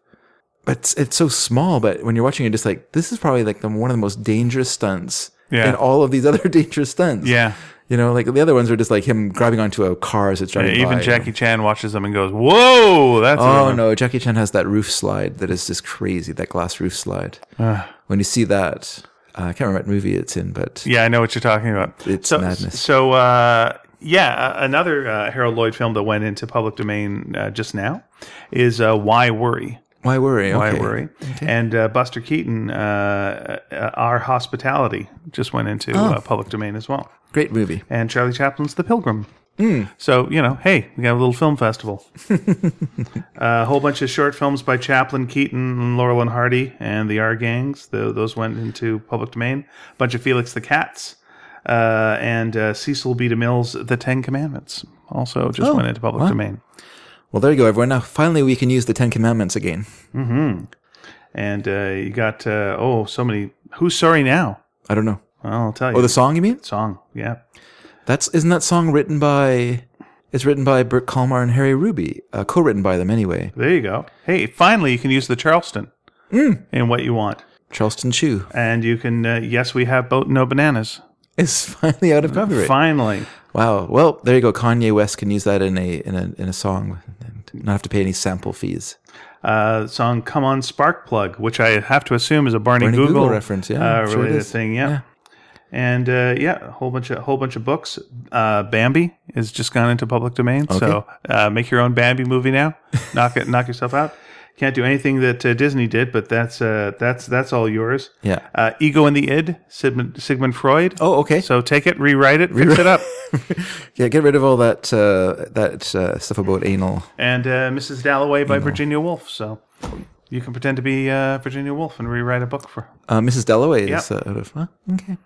S1: but it's, it's so small. But when you're watching, it, just like, this is probably like the, one of the most dangerous stunts
S2: Yeah.
S1: in all of these other [LAUGHS] dangerous stunts.
S2: Yeah.
S1: You know, like the other ones are just like him grabbing onto a car as it's driving by.
S2: Even Jackie Chan watches them and goes, "Whoa, that's a-
S1: Oh no, Jackie Chan has that roof slide that is just crazy. That glass roof slide.
S2: Uh.
S1: when you see that, uh, I can't remember what movie it's in, but
S2: Yeah, I know what you're talking about.
S1: It's
S2: so,
S1: madness.
S2: So, uh, yeah, a- another uh, Harold Lloyd film that went into public domain uh, just now is uh, Why Worry?
S1: why worry?
S2: Why
S1: Okay.
S2: Worry? And uh, Buster Keaton, uh, uh, Our Hospitality, just went into
S1: Oh.
S2: uh, public domain as well.
S1: Great movie.
S2: And Charlie Chaplin's The Pilgrim.
S1: Hmm.
S2: So, you know, hey, we got a little
S1: [LAUGHS]
S2: film festival. a whole bunch of short films by Chaplin, Keaton, and Laurel and Hardy, and the R Gangs. Tho- those went into public domain. A bunch of Felix the Cats, uh, and uh, Cecil B. DeMille's The Ten Commandments also just
S1: Oh,
S2: went into public domain.
S1: Well, there you go, everyone. Now, finally, we can use the Ten Commandments again.
S2: And uh, you got, uh, oh, so many. Who's Sorry Now?
S1: I don't know.
S2: Well, I'll tell you.
S1: Oh, the song you mean?
S2: song, yeah.
S1: That's isn't that song written by? It's written by Burt Kalmar and Harry Ruby, uh, co-written by them anyway.
S2: There you go. Hey, finally, you can use the Charleston
S1: Hmm.
S2: in what you want.
S1: Charleston Chew
S2: And you can, uh, yes, we have boat no bananas.
S1: is [LAUGHS] finally out of copyright.
S2: Finally.
S1: Wow. Well, there you go. Kanye West can use that in a in a in a song and not have to pay any sample fees.
S2: uh, song "Come On Spark Plug," which I have to assume is a Barney,
S1: Barney
S2: Google,
S1: Google reference, yeah,
S2: uh,
S1: sure it
S2: related
S1: is.
S2: thing, yeah. And uh, yeah, a whole bunch of whole bunch of books. Uh, Bambi is just gone into public domain, so uh, make your own Bambi movie
S1: [LAUGHS]
S2: now. knock it, knock yourself out. Can't do anything that uh, Disney did, but that's uh, that's that's all yours.
S1: Yeah.
S2: Uh, Ego and the Id, Sigmund, Sigmund Freud.
S1: Oh, okay.
S2: So take it, rewrite it, fix it up.
S1: yeah, get rid of all that uh, that uh, stuff about anal.
S2: and uh, Mrs. Dalloway by Virginia Woolf. So you can pretend to be uh, Virginia Woolf and rewrite a book for.
S1: Uh, Mrs. Dalloway is
S2: Yeah.
S1: uh, out of. Huh? Okay.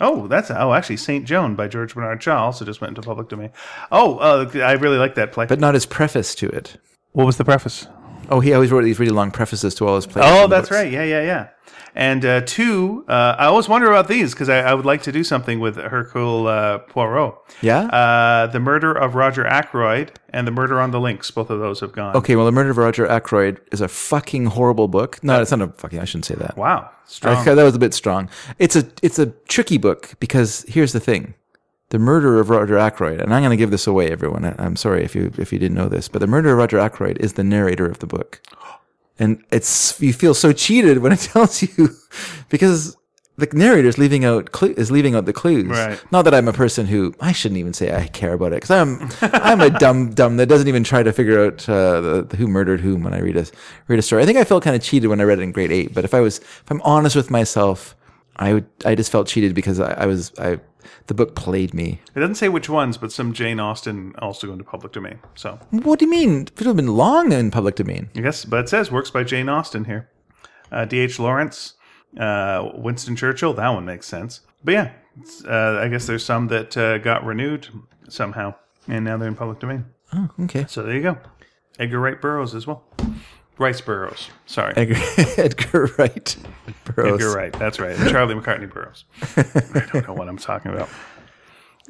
S2: Oh, that's oh, actually Saint Joan by George Bernard Shaw also just went into public domain. Oh, uh, I really like that play.
S1: But not his preface to it.
S2: what was the preface?
S1: Oh, he always wrote these really long prefaces to all his plays.
S2: Oh,
S1: and
S2: that's
S1: books.
S2: right. Yeah, yeah, yeah. And uh, two, uh, I always wonder about these because I, I would like to do something with Hercule uh, Poirot.
S1: Yeah?
S2: Uh, the murder of Roger Ackroyd and the murder on the links. Both of those have gone.
S1: Okay, well, The Murder of Roger Ackroyd is a fucking horrible book. No, it's not a fucking. I shouldn't say that.
S2: Wow. Strong.
S1: Okay, that was a bit strong. It's a it's a tricky book because here's the thing: the murder of Roger Ackroyd, and I'm going to give this away, everyone. I, I'm sorry if you if you didn't know this, but the murder of Roger Ackroyd is the narrator of the book, and it's you feel so cheated when it [LAUGHS] tells you because the narrator is leaving out clu- is leaving out the clues.
S2: Right.
S1: Not that I'm a person who I shouldn't even say I care about it because I'm I'm a dumb [LAUGHS] dumb that doesn't even try to figure out uh, the, the- who murdered whom when I read a read a story. I think I felt kind of cheated when I read it in grade eight, but if I was if I'm honest with myself, I would I just felt cheated because I, I was I the book played me.
S2: It doesn't say which ones, but some Jane Austen also go into public domain. So
S1: What do you mean? It would have been long in public domain.
S2: I guess, but it says works by Jane Austen here. Uh, D.H. Lawrence, uh, Winston Churchill. That one makes sense. But yeah, it's, uh, I guess there's some that uh, got renewed somehow, and now they're in public domain.
S1: Oh,
S2: [LAUGHS]
S1: okay.
S2: So there you go. Edgar Wright Burroughs as well. Rice Burroughs. Sorry.
S1: Edgar, [LAUGHS] Edgar Wright. Burroughs.
S2: Edgar Wright. That's right. [LAUGHS] And Charlie McCartney Burroughs. I don't know what I'm talking about.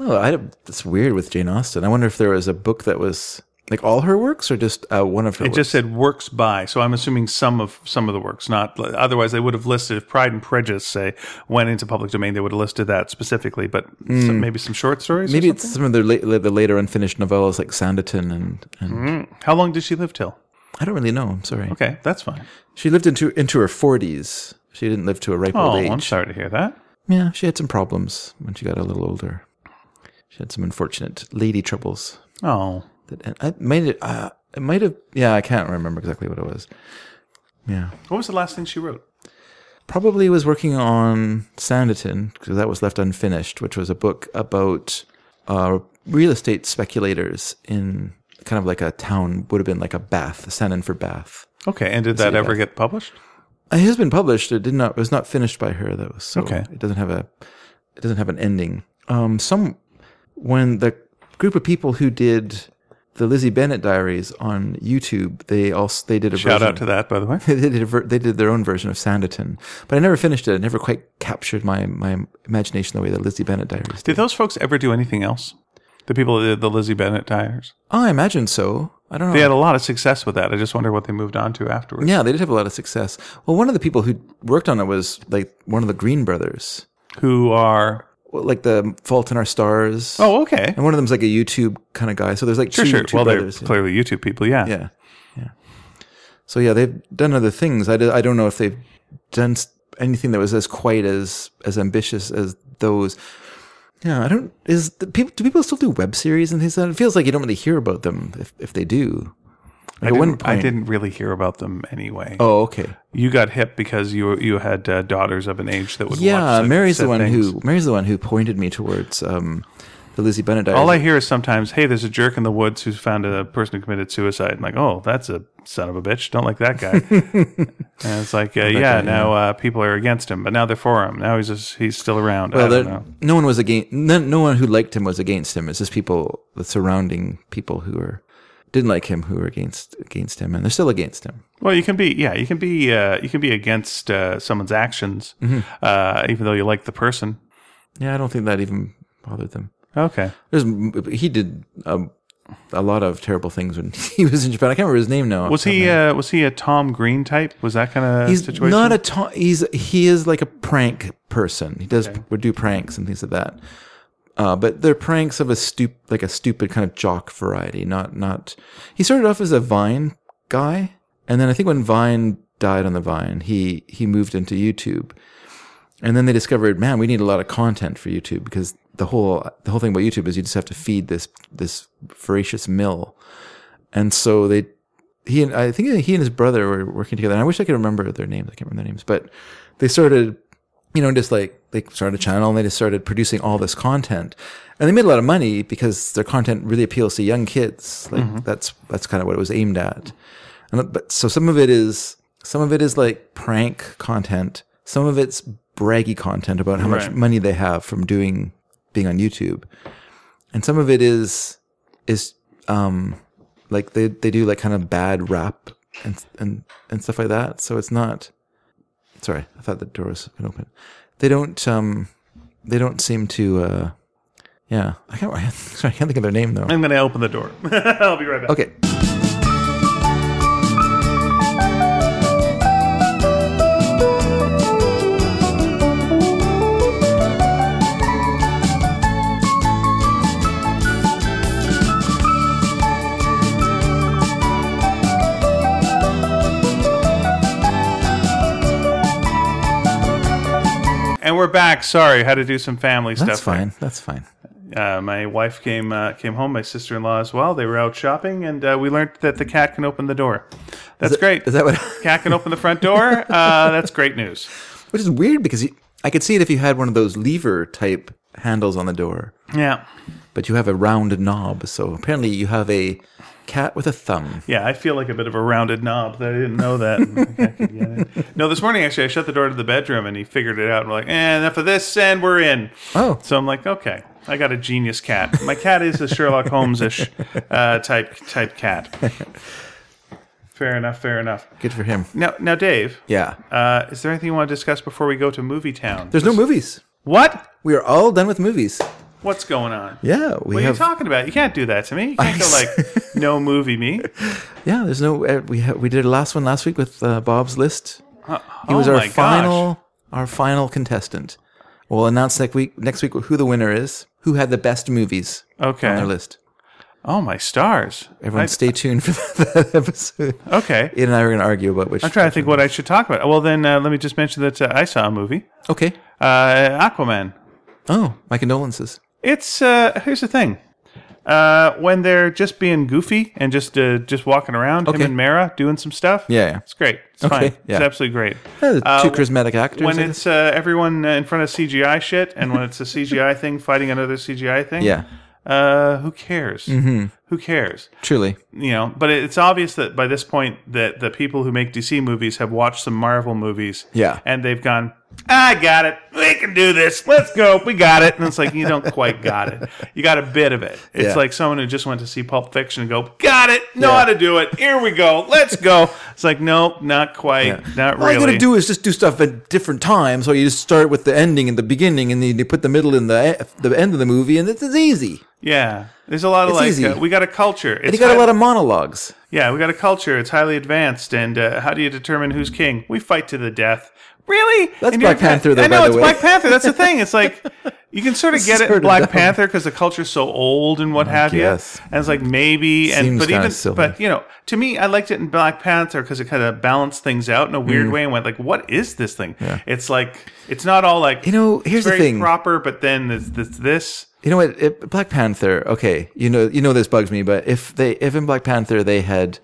S1: Oh, I, it's weird with Jane Austen. I wonder if there was a book that was Like all her works, or just uh, one of her?
S2: It just said works by, so I'm assuming some of some of the works, not otherwise they would have listed if Pride and Prejudice say went into public domain, they would have listed that specifically, but some, maybe some short stories. or
S1: Hmm. Maybe it's some of the, la- the later unfinished novellas like Sanditon and, and
S2: something? how long did she live till?
S1: I don't really know. I'm sorry.
S2: Okay, that's fine.
S1: She lived into into her 40s. She didn't live to a ripe
S2: Oh,
S1: old age.
S2: I'm sorry to hear that.
S1: Yeah, she had some problems when she got a little older. She had some unfortunate lady troubles
S2: Oh,
S1: that and I made it. Uh, it might have. Yeah, I can't remember exactly what it was. Yeah,
S2: what was the last thing she wrote?
S1: probably was working on Sanditon because that was left unfinished, which was a book about uh, real estate speculators in kind of like a town would have been like a Bath, Sandon for Bath.
S2: Okay, and did that ever get published?
S1: It has been published. It did not. It was not finished by her though, so
S2: Okay.
S1: it doesn't have a it doesn't have an ending. Um, some when the group of people who did the Lizzie Bennett diaries on YouTube, they also they did a
S2: Shout
S1: version
S2: out to that, by the way.
S1: [LAUGHS] they did a ver- they did their own version of Sanditon, but I never finished it. It never quite captured my my imagination the way the Lizzie Bennett diaries did.
S2: Did those folks ever do anything else? The people that did the Lizzie Bennett tires.
S1: Oh, I imagine so. I don't know.
S2: They had a lot of success with that. I just wonder what they moved on to afterwards.
S1: yeah, they did have a lot of success. Well, one of the people who worked on it was like one of the Green brothers,
S2: Who are
S1: Well, like the Fault in Our Stars.
S2: Oh, okay.
S1: And one of them's like a YouTube kind of guy. So there's like
S2: Sure,
S1: two,
S2: sure.
S1: two
S2: Well,
S1: brothers.
S2: they're clearly YouTube people, yeah.
S1: yeah. yeah. Yeah. So yeah, they've done other things. I, d- I don't know if they've done s- anything that was as quite as as ambitious as those. Yeah, I don't. Is the, people do people still do web series and things like that? It feels like you don't really hear about them if if they do. Like
S2: I,
S1: at one
S2: didn't, I
S1: point.
S2: didn't really hear about them anyway.
S1: Oh, okay.
S2: You got hip because you you had uh, daughters of an age that would watch
S1: Yeah,
S2: said-
S1: Mary's the
S2: said
S1: one
S2: things.
S1: who Mary's the one who pointed me towards um, the Lizzie Bennet diaries.
S2: All I hear is sometimes, hey, there's a jerk in the woods who's found a person who committed suicide. I'm like, oh, that's a son of a bitch. Don't like that guy.
S1: [LAUGHS]
S2: and it's like, uh, yeah, now Uh, people are against him, but now they're for him. Now he's just, he's still around. I
S1: Well,
S2: don't
S1: there,
S2: know.
S1: no one was against. No, no one who liked him was against him. It's just people, the surrounding people who were didn't like him, who were against against him, and they're still against him.
S2: Well, you can be, yeah, you can be, uh, you can be against uh, someone's actions,
S1: Mm-hmm.
S2: uh, even though you like the person.
S1: Yeah, I don't think that even bothered them.
S2: Okay.
S1: There's, he did um, a lot of terrible things when [LAUGHS] he was in Japan. I can't remember his name now.
S2: Was he uh, was he a Tom Green type? Was that kind of
S1: He's
S2: situation?
S1: not a. To- he's he is like a prank person. He does would do pranks and things like that. Uh, but they're pranks of a stup like a stupid kind of jock variety. Not not. He started off as a Vine guy, and then I think when Vine died on the Vine, he he moved into YouTube, and then they discovered, man, we need a lot of content for YouTube because the whole the whole thing about YouTube is you just have to feed this this voracious mill, and so they he and I think he and his brother were working together. And I wish I could remember their names. I can't remember their names, but they started, you know, just like they started a channel and they just started producing all this content, and they made a lot of money because their content really appeals to young kids. Like that's that's kind of what it was aimed at. And but so some of it is some of it is like prank content. Some of it's braggy content about how much
S2: Right.
S1: money they have from doing being on YouTube, and some of it is is um like they they do like kind of bad rap and and and stuff like that. So it's not. Sorry, I thought the door was gonna open. They don't um they don't seem to uh yeah I can't [LAUGHS] sorry, I can't think of their name though.
S2: I'm going to open the door. [LAUGHS] I'll be right back.
S1: Okay.
S2: And we're back. Sorry, had to do some family
S1: That's
S2: stuff.
S1: fine. That's fine.
S2: Uh, my wife came uh, came home. My sister in law as well. They were out shopping, and uh, we learned that the cat can open the door. That's great.
S1: Is that what?
S2: cat can open the front door. Uh, that's great news.
S1: Which is weird because you, I could see it if you had one of those lever type handles on the door,
S2: Yeah,
S1: but you have a round knob. So apparently you have a cat with a thumb.
S2: yeah. I feel like a bit of a rounded knob. I didn't know that. [LAUGHS] I could get it. no, this morning actually, I shut the door to the bedroom, and he figured it out. And we're like, eh, enough of this, and we're in.
S1: Oh,
S2: So I'm like, okay, I got a genius cat. My cat is a Sherlock Holmes ish uh, type type cat. Fair enough. Fair enough.
S1: good for him.
S2: Now, now, Dave.
S1: Yeah.
S2: Uh, is there anything you want to discuss before we go to Movie Town?
S1: There's no movies.
S2: what?
S1: We are all done with movies.
S2: What's going on?
S1: Yeah, we
S2: What are you
S1: have.
S2: talking about? You can't do that to me. You can't go
S1: [LAUGHS]
S2: like, no movie me.
S1: yeah, there's no. uh, We ha- we did a last one last week with uh, Bob's list.
S2: Uh,
S1: He was
S2: oh
S1: our
S2: my gosh.
S1: final our final contestant. We'll announce next week next week who the winner is, who had the best movies
S2: Okay.
S1: on their list.
S2: Oh my stars.
S1: Everyone, stay tuned for [LAUGHS] that episode.
S2: I- okay.
S1: Ian and I are going to argue about which.
S2: I'm trying to think what I should talk about. Well, then uh, let me just mention that uh, I saw a movie,
S1: Okay.
S2: uh, Aquaman.
S1: Oh, my condolences.
S2: It's uh, here's the thing. Uh, when they're just being goofy and just uh, just walking around,
S1: Okay.
S2: him and Mara doing some stuff.
S1: Yeah, yeah.
S2: it's great. It's
S1: Okay,
S2: fine.
S1: yeah.
S2: It's
S1: [LAUGHS]
S2: absolutely great.
S1: Yeah, the
S2: Uh,
S1: two charismatic actors.
S2: When
S1: I guess.
S2: it's uh, everyone uh, in front of CGI shit, and when it's a CGI thing fighting another CGI
S1: [LAUGHS]
S2: thing,
S1: Yeah. Mm-hmm.
S2: uh, who cares? Who cares?
S1: Truly.
S2: you know, but it's obvious that by this point that the people who make DC movies have watched some Marvel movies,
S1: Yeah.
S2: and they've gone, I got it, we can do this, let's go, we got it, and it's like you don't
S1: [LAUGHS]
S2: quite got it, you got a bit of it. It's
S1: Yeah.
S2: like someone who just went to see Pulp Fiction and go, got it, know
S1: Yeah.
S2: how to do it, here we go, let's go. It's like nope, not quite, not
S1: All
S2: really.
S1: you got to do is just do stuff at different times. So you just start with the ending and the beginning, and then you put the middle and the e, the end of the movie, and it's, it's easy.
S2: yeah, there's a lot of
S1: It's
S2: like
S1: easy.
S2: uh, we got a culture. It's
S1: And you got a
S2: highly-
S1: lot of monologues.
S2: Yeah, we got a culture. It's highly advanced. And uh, how do you determine who's king? We fight to the death. Really?
S1: That's
S2: And you're
S1: Black Panther, though,
S2: I know
S1: by the
S2: it's
S1: way.
S2: Black Panther. That's the thing. It's
S1: [LAUGHS]
S2: like you can sort of get it in
S1: Sort of
S2: Black
S1: dumb.
S2: Panther because the culture's so old and what have
S1: guess.
S2: you. And it's like maybe. and
S1: Seems
S2: but
S1: kinda
S2: even
S1: silly.
S2: but you know, to me, I liked it in Black Panther because it kind of balanced things out in a
S1: Mm.
S2: weird way and went like, what is this thing? It's like it's not all like
S1: You know, here's
S2: it's
S1: the
S2: very
S1: thing.
S2: proper, but then there's this. this
S1: You know what? It, Black Panther. Okay, you know, you know this bugs me, but if they, if in Black Panther they had,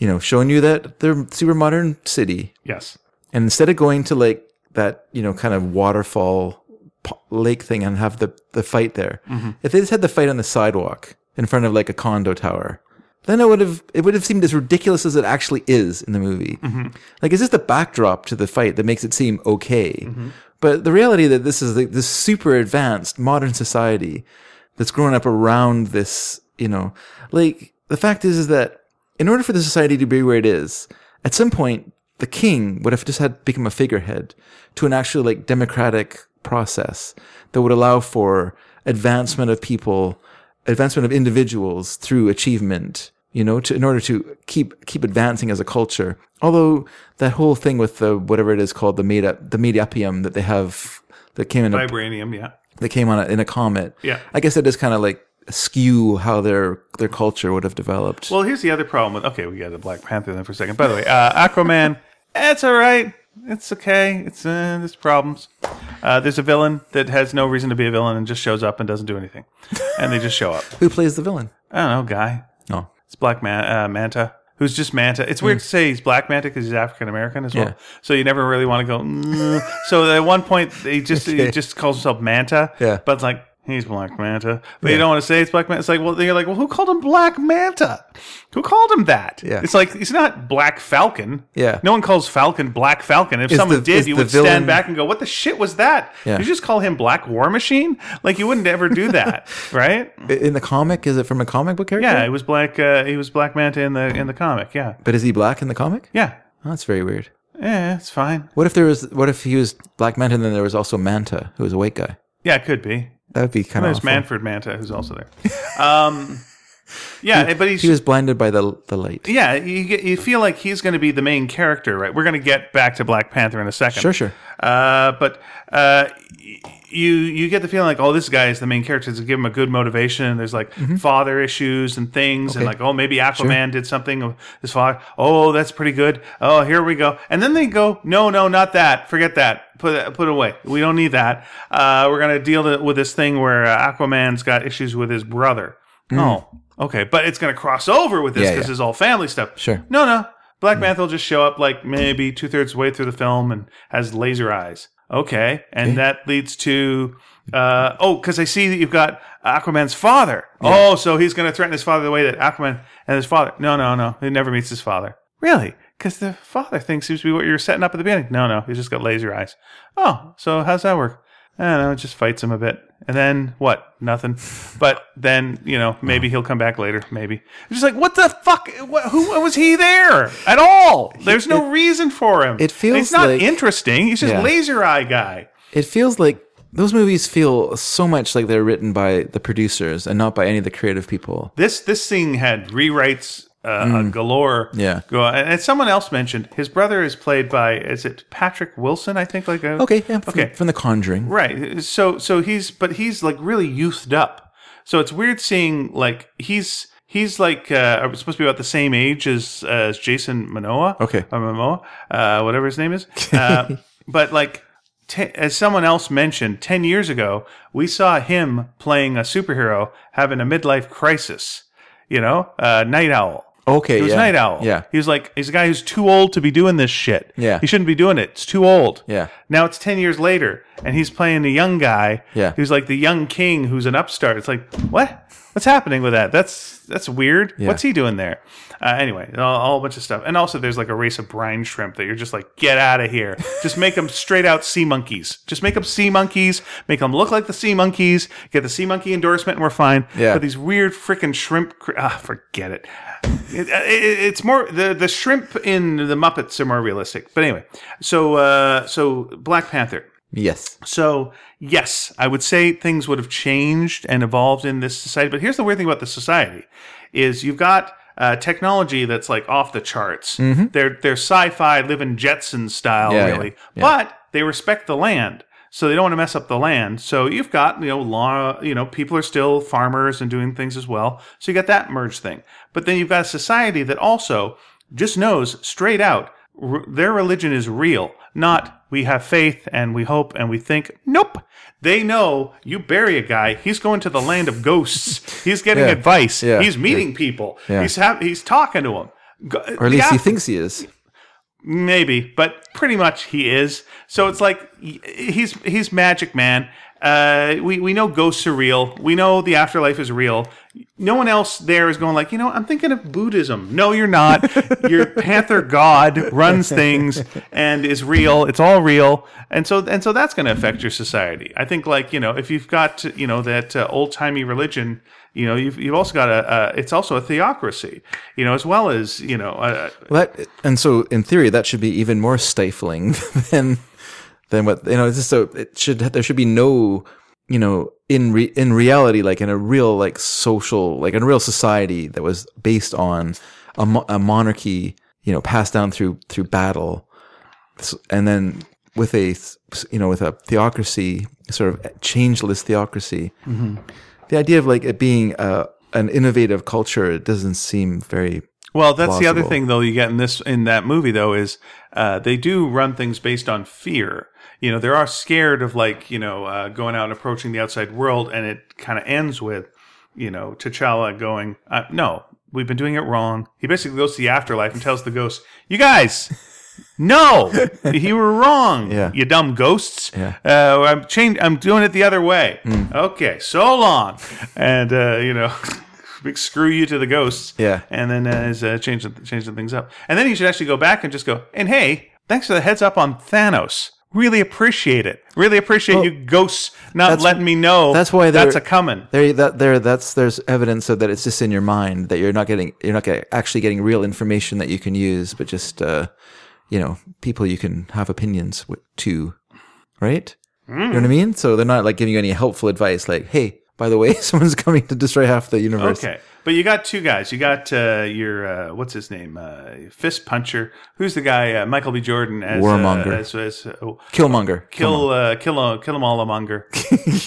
S1: you know, shown you that they're super modern city,
S2: yes.
S1: and instead of going to like that, you know, kind of waterfall po- lake thing and have the the fight there, if they just had the fight on the sidewalk in front of like a condo tower, then it would have it would have seemed as ridiculous as it actually is in the movie. Like, is this the backdrop to the fight that makes it seem okay? But the reality that this is like this super advanced modern society that's grown up around this, you know, like the fact is, is that in order for the society to be where it is, at some point, the king would have just had become a figurehead to an actual like democratic process that would allow for advancement of people, advancement of individuals through achievement, you know, to, in order to keep, keep advancing as a culture. Although that whole thing with the, whatever it is called, the made up, the mediapium that they have that came in a
S2: Vibranium, yeah.
S1: that came on a, in a comet.
S2: Yeah.
S1: I guess that does kind of like skew how their their culture would have developed.
S2: Well, here's the other problem with okay, we got the Black Panther then for a second. By the way, uh, Aquaman, [LAUGHS] it's all right. It's okay. It's uh, there's problems. Uh, there's a villain that has no reason to be a villain and just shows up and doesn't do anything, and they just show up.
S1: Who plays the villain?
S2: I don't know, guy.
S1: No.
S2: It's Black Man- uh, Manta, who's just Manta. It's weird to say he's Black Manta because he's African American as well.
S1: Mm. Yeah.
S2: So you never really want to go. "Mm." so at one point, he just he just calls himself Manta.
S1: Yeah.
S2: but it's like. He's Black Manta, but you don't want to say it's Black Manta. It's like, well, they're like, well, who called him Black Manta? Who called him that?
S1: Yeah.
S2: It's like he's not Black Falcon.
S1: Yeah.
S2: no one calls Falcon Black Falcon. If
S1: Is
S2: someone
S1: the-
S2: did,
S1: is
S2: you
S1: the
S2: would
S1: villain-
S2: stand back and go, "What the shit was that?"
S1: Yeah.
S2: You just call him Black War Machine. Like you wouldn't ever
S1: [LAUGHS]
S2: do that, right?
S1: I- In the comic, is it from a comic book character?
S2: Yeah, it was black. Uh, he was Black Manta in the in the comic. Yeah,
S1: But is he black in the comic?
S2: yeah,
S1: Oh, that's very weird.
S2: yeah. It's fine.
S1: What if there was? What if he was Black Manta, and then there was also Manta, who was a white guy?
S2: Yeah, it could be.
S1: That would be kind
S2: There's
S1: of.
S2: Manfred Manta, who's also there. Um, [LAUGHS] yeah, but he's
S1: He was blinded by the the light.
S2: yeah. You get- you feel like he's going to be the main character, right? We're going to get back to Black Panther in a second.
S1: Sure, sure.
S2: Uh, but uh, y- you you get the feeling like oh this guy is the main character to give him a good motivation and there's like father issues and things and
S1: Mm-hmm. Okay.
S2: like oh maybe Aquaman did something of his father oh that's pretty good oh here we go and then they go no no not that forget that put it- put it away we don't need that uh, we're gonna deal th- with this thing where uh, Aquaman's got issues with his brother oh okay but it's gonna cross over with this
S1: Mm. Yeah,
S2: because
S1: yeah.
S2: it's all family stuff
S1: Sure.
S2: no, no. Black Manta will just show up like maybe two thirds way through the film and has laser eyes. Okay, and that leads to uh, oh, because I see that you've got Aquaman's father. Oh, so he's going to threaten his father the way that Aquaman and his father. No, no, no. He never meets his father. Really? Because the father thing seems to be what you were setting up at the beginning. No, no. He's just got laser eyes. Oh, so how's that work? I don't know. It just fights him a bit. And then what? Nothing. But then, you know, maybe he'll come back later. Maybe. It's just like, what the fuck? What, who was he there at all? There's no reason for him.
S1: it feels
S2: He's not
S1: like-
S2: interesting. He's just
S1: Yeah.
S2: laser eye guy.
S1: It feels like those movies feel so much like they're written by the producers and not by any of the creative people.
S2: This this thing had rewrites uh, galore.
S1: Mm. Yeah.
S2: Go on. And someone else mentioned his brother is played by is it Patrick Wilson? I think like a,
S1: Okay, yeah, from,
S2: Okay.
S1: from The Conjuring.
S2: Right. So so he's but he's like really youthed up. So it's weird seeing like he's he's like uh, supposed to be about the same age as as Jason Manoa.
S1: Okay.
S2: Or Momoa, uh, whatever
S1: [LAUGHS]
S2: his name is. Uh, but like. Ten, as someone else mentioned, 10 years ago, we saw him playing a superhero having a midlife crisis. You know, uh, Night Owl.
S1: Okay,
S2: He was
S1: yeah.
S2: Night Owl.
S1: Yeah.
S2: He was like, he's a guy who's too old to be doing this shit.
S1: Yeah.
S2: He shouldn't be doing it. It's too old.
S1: Yeah.
S2: Now it's 10 years later, and he's playing the young guy
S1: Yeah.
S2: who's like the young king who's an upstart. It's like, what? What's happening with that? That's that's weird. What's he doing there? Uh, anyway, a whole bunch of stuff. And also, there's like a race of brine shrimp that you're just like, get out of here. Just make them straight out sea monkeys. Just make them sea monkeys, make them look like the sea monkeys, get the sea monkey endorsement, and we're fine.
S1: Yeah.
S2: But these weird freaking shrimp. Cr- ah, forget it. It, uh, it. It's more the the shrimp in the Muppets are more realistic. But anyway, so uh, so Black Panther.
S1: Yes.
S2: So yes, I would say things would have changed and evolved in this society. But here's the weird thing about this society: is you've got uh, technology that's like off the charts. They're they're sci-fi, living Jetson style,
S1: Mm-hmm. Yeah,
S2: really.
S1: yeah,
S2: But they respect the land, so they don't want to mess up the land. So you've got you know law, you know people are still farmers and doing things as well. So you got that merge thing. But then you've got a society that also just knows straight out r- their religion is real, not we have faith and we hope and we think. Nope. They know you bury a guy, he's going to the land of ghosts. He's getting
S1: Yeah.
S2: advice.
S1: Yeah.
S2: He's meeting people.
S1: Yeah.
S2: He's ha- he's talking to them.
S1: Or at least he thinks he is.
S2: maybe, but pretty much he is. So it's like y- he's he's magic man. Uh, we we know ghosts are real. We know the afterlife is real. No one else there is going like you know I'm thinking of Buddhism. No, you're not. Your panther god runs things and is real. It's all real, and so and so that's going to affect your society. I think like you know if you've got you know that uh, old timey religion. You know, you've, you've also got a, a, it's also a theocracy, you know, as well as, you know, uh,
S1: Well, that and so in theory that should be even more stifling [LAUGHS] than than what you know. It's just so it should there should be no you know in re, in reality like in a real like social like in a real society that was based on a, mo- a monarchy you know passed down through through battle S- and then with a you know with a theocracy sort of changeless theocracy the idea of like it being a an innovative culture it doesn't seem very
S2: Well, that's the other
S1: plausible.
S2: thing, though. You get in this in that movie, though, is uh, they do run things based on fear. You know, they are scared of like you know uh, going out and approaching the outside world, and it kind of ends with you know T'Challa going, uh, "No, we've been doing it wrong." He basically goes to the afterlife and tells the ghosts, "You guys."
S1: [LAUGHS]
S2: No, you were wrong.
S1: Yeah.
S2: You dumb ghosts.
S1: Yeah. Mm.
S2: Uh, I'm change. I'm doing it the other way. Okay, so long, and uh, you know, [LAUGHS] big screw you to the ghosts
S1: Yeah.
S2: and then uh, is uh, changing changing things up. And then you should actually go back and just go, and hey, thanks for the heads up on Thanos. Really appreciate it. Really appreciate you ghosts not letting me know
S1: that's why they're-
S2: that's a coming.
S1: There, that, there, that's there's evidence of that. It's just in your mind that you're not getting, you're not get, actually getting real information that you can use, but just, uh, you know, people you can have opinions with too, right? You
S2: Mm.
S1: know what I mean? So they're not like giving you any helpful advice, like, hey, by the way, [LAUGHS] someone's coming to destroy half the universe.
S2: Okay, but you got two guys. You got uh, your uh, what's his name, uh, fist puncher. Who's the guy? Uh, Michael B. Jordan as uh,
S1: Warmonger.
S2: as, as uh, oh,
S1: Killmonger.
S2: kill uh, kill uh, kill him
S1: [LAUGHS]
S2: all monger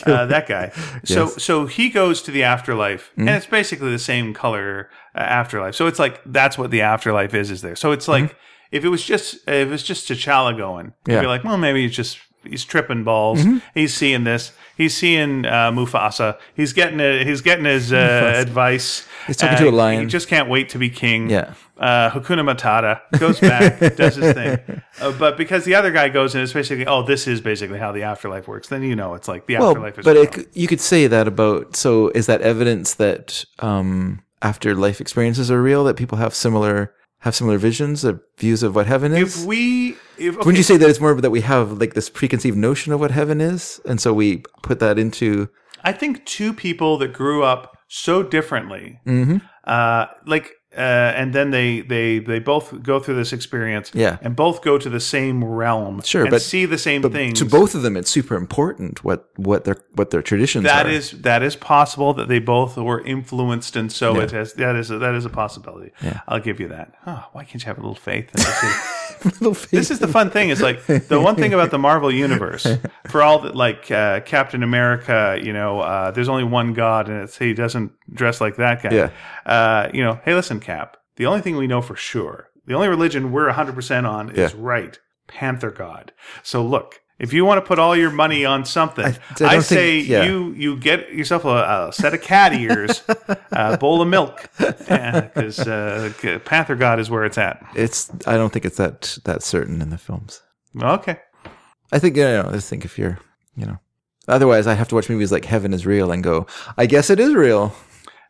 S2: uh, that guy so so he goes to the afterlife and
S1: Mm-hmm.
S2: it's basically the same color uh, afterlife so it's like that's what the afterlife is is there so it's like if it was just if it was just T'Challa
S1: Mm-hmm. Yeah.
S2: going
S1: Mm-hmm.
S2: you'd be like well maybe he's just he's tripping balls he's seeing this he's seeing uh, Mufasa he's getting a, he's getting his uh, advice Uh,
S1: He's talking to a lion.
S2: he just can't wait to be king
S1: Yeah.
S2: uh, Hakuna Matata
S1: [LAUGHS]
S2: goes back, does his thing, uh, but because the other guy goes and it's basically, oh, this is basically how the afterlife works. Then you know it's like the
S1: Well,
S2: afterlife is.
S1: Oh, but it, c- you could say that about. So is that evidence that um, afterlife experiences are real? That people have similar have similar visions, of views of what heaven is.
S2: if we, if okay,
S1: Wouldn't you say that it's more that we have like this preconceived notion of what heaven is, and so we put that into Mm-hmm.
S2: I think two people that grew up so differently, uh, like uh, and then they they they both go through this experience,
S1: Yeah.
S2: and both go to the same realm,
S1: Sure,
S2: and
S1: but-
S2: see the same things.
S1: To both of them, it's super important what what their what their traditions
S2: That
S1: are.
S2: is that is possible that they both were influenced, and so it has that is a, that is a possibility. I'll give you that. Huh, why can't you have a little faith? in this?
S1: [LAUGHS] Little face.
S2: this is the fun thing. It's like the one thing about the Marvel universe for all that, like uh, Captain America. You know, uh, there's only one God, and it's he doesn't dress like that guy.
S1: Yeah.
S2: Uh, you know, hey, listen, Cap. The only thing we know for sure, the only religion we're 100 percent on is
S1: Yeah.
S2: right, Panther God. So look. If you want to put all your money on something, I,
S1: don't think-
S2: say
S1: yeah.
S2: you you get yourself a, a set of cat ears, a bowl of milk, [LAUGHS] because uh, Panther God is where it's at.
S1: it's I don't think it's that that certain in the films.
S2: Okay.
S1: I think you know. I just think if you're you know. Otherwise, I have to watch movies like Heaven is Real and go, I guess it is real.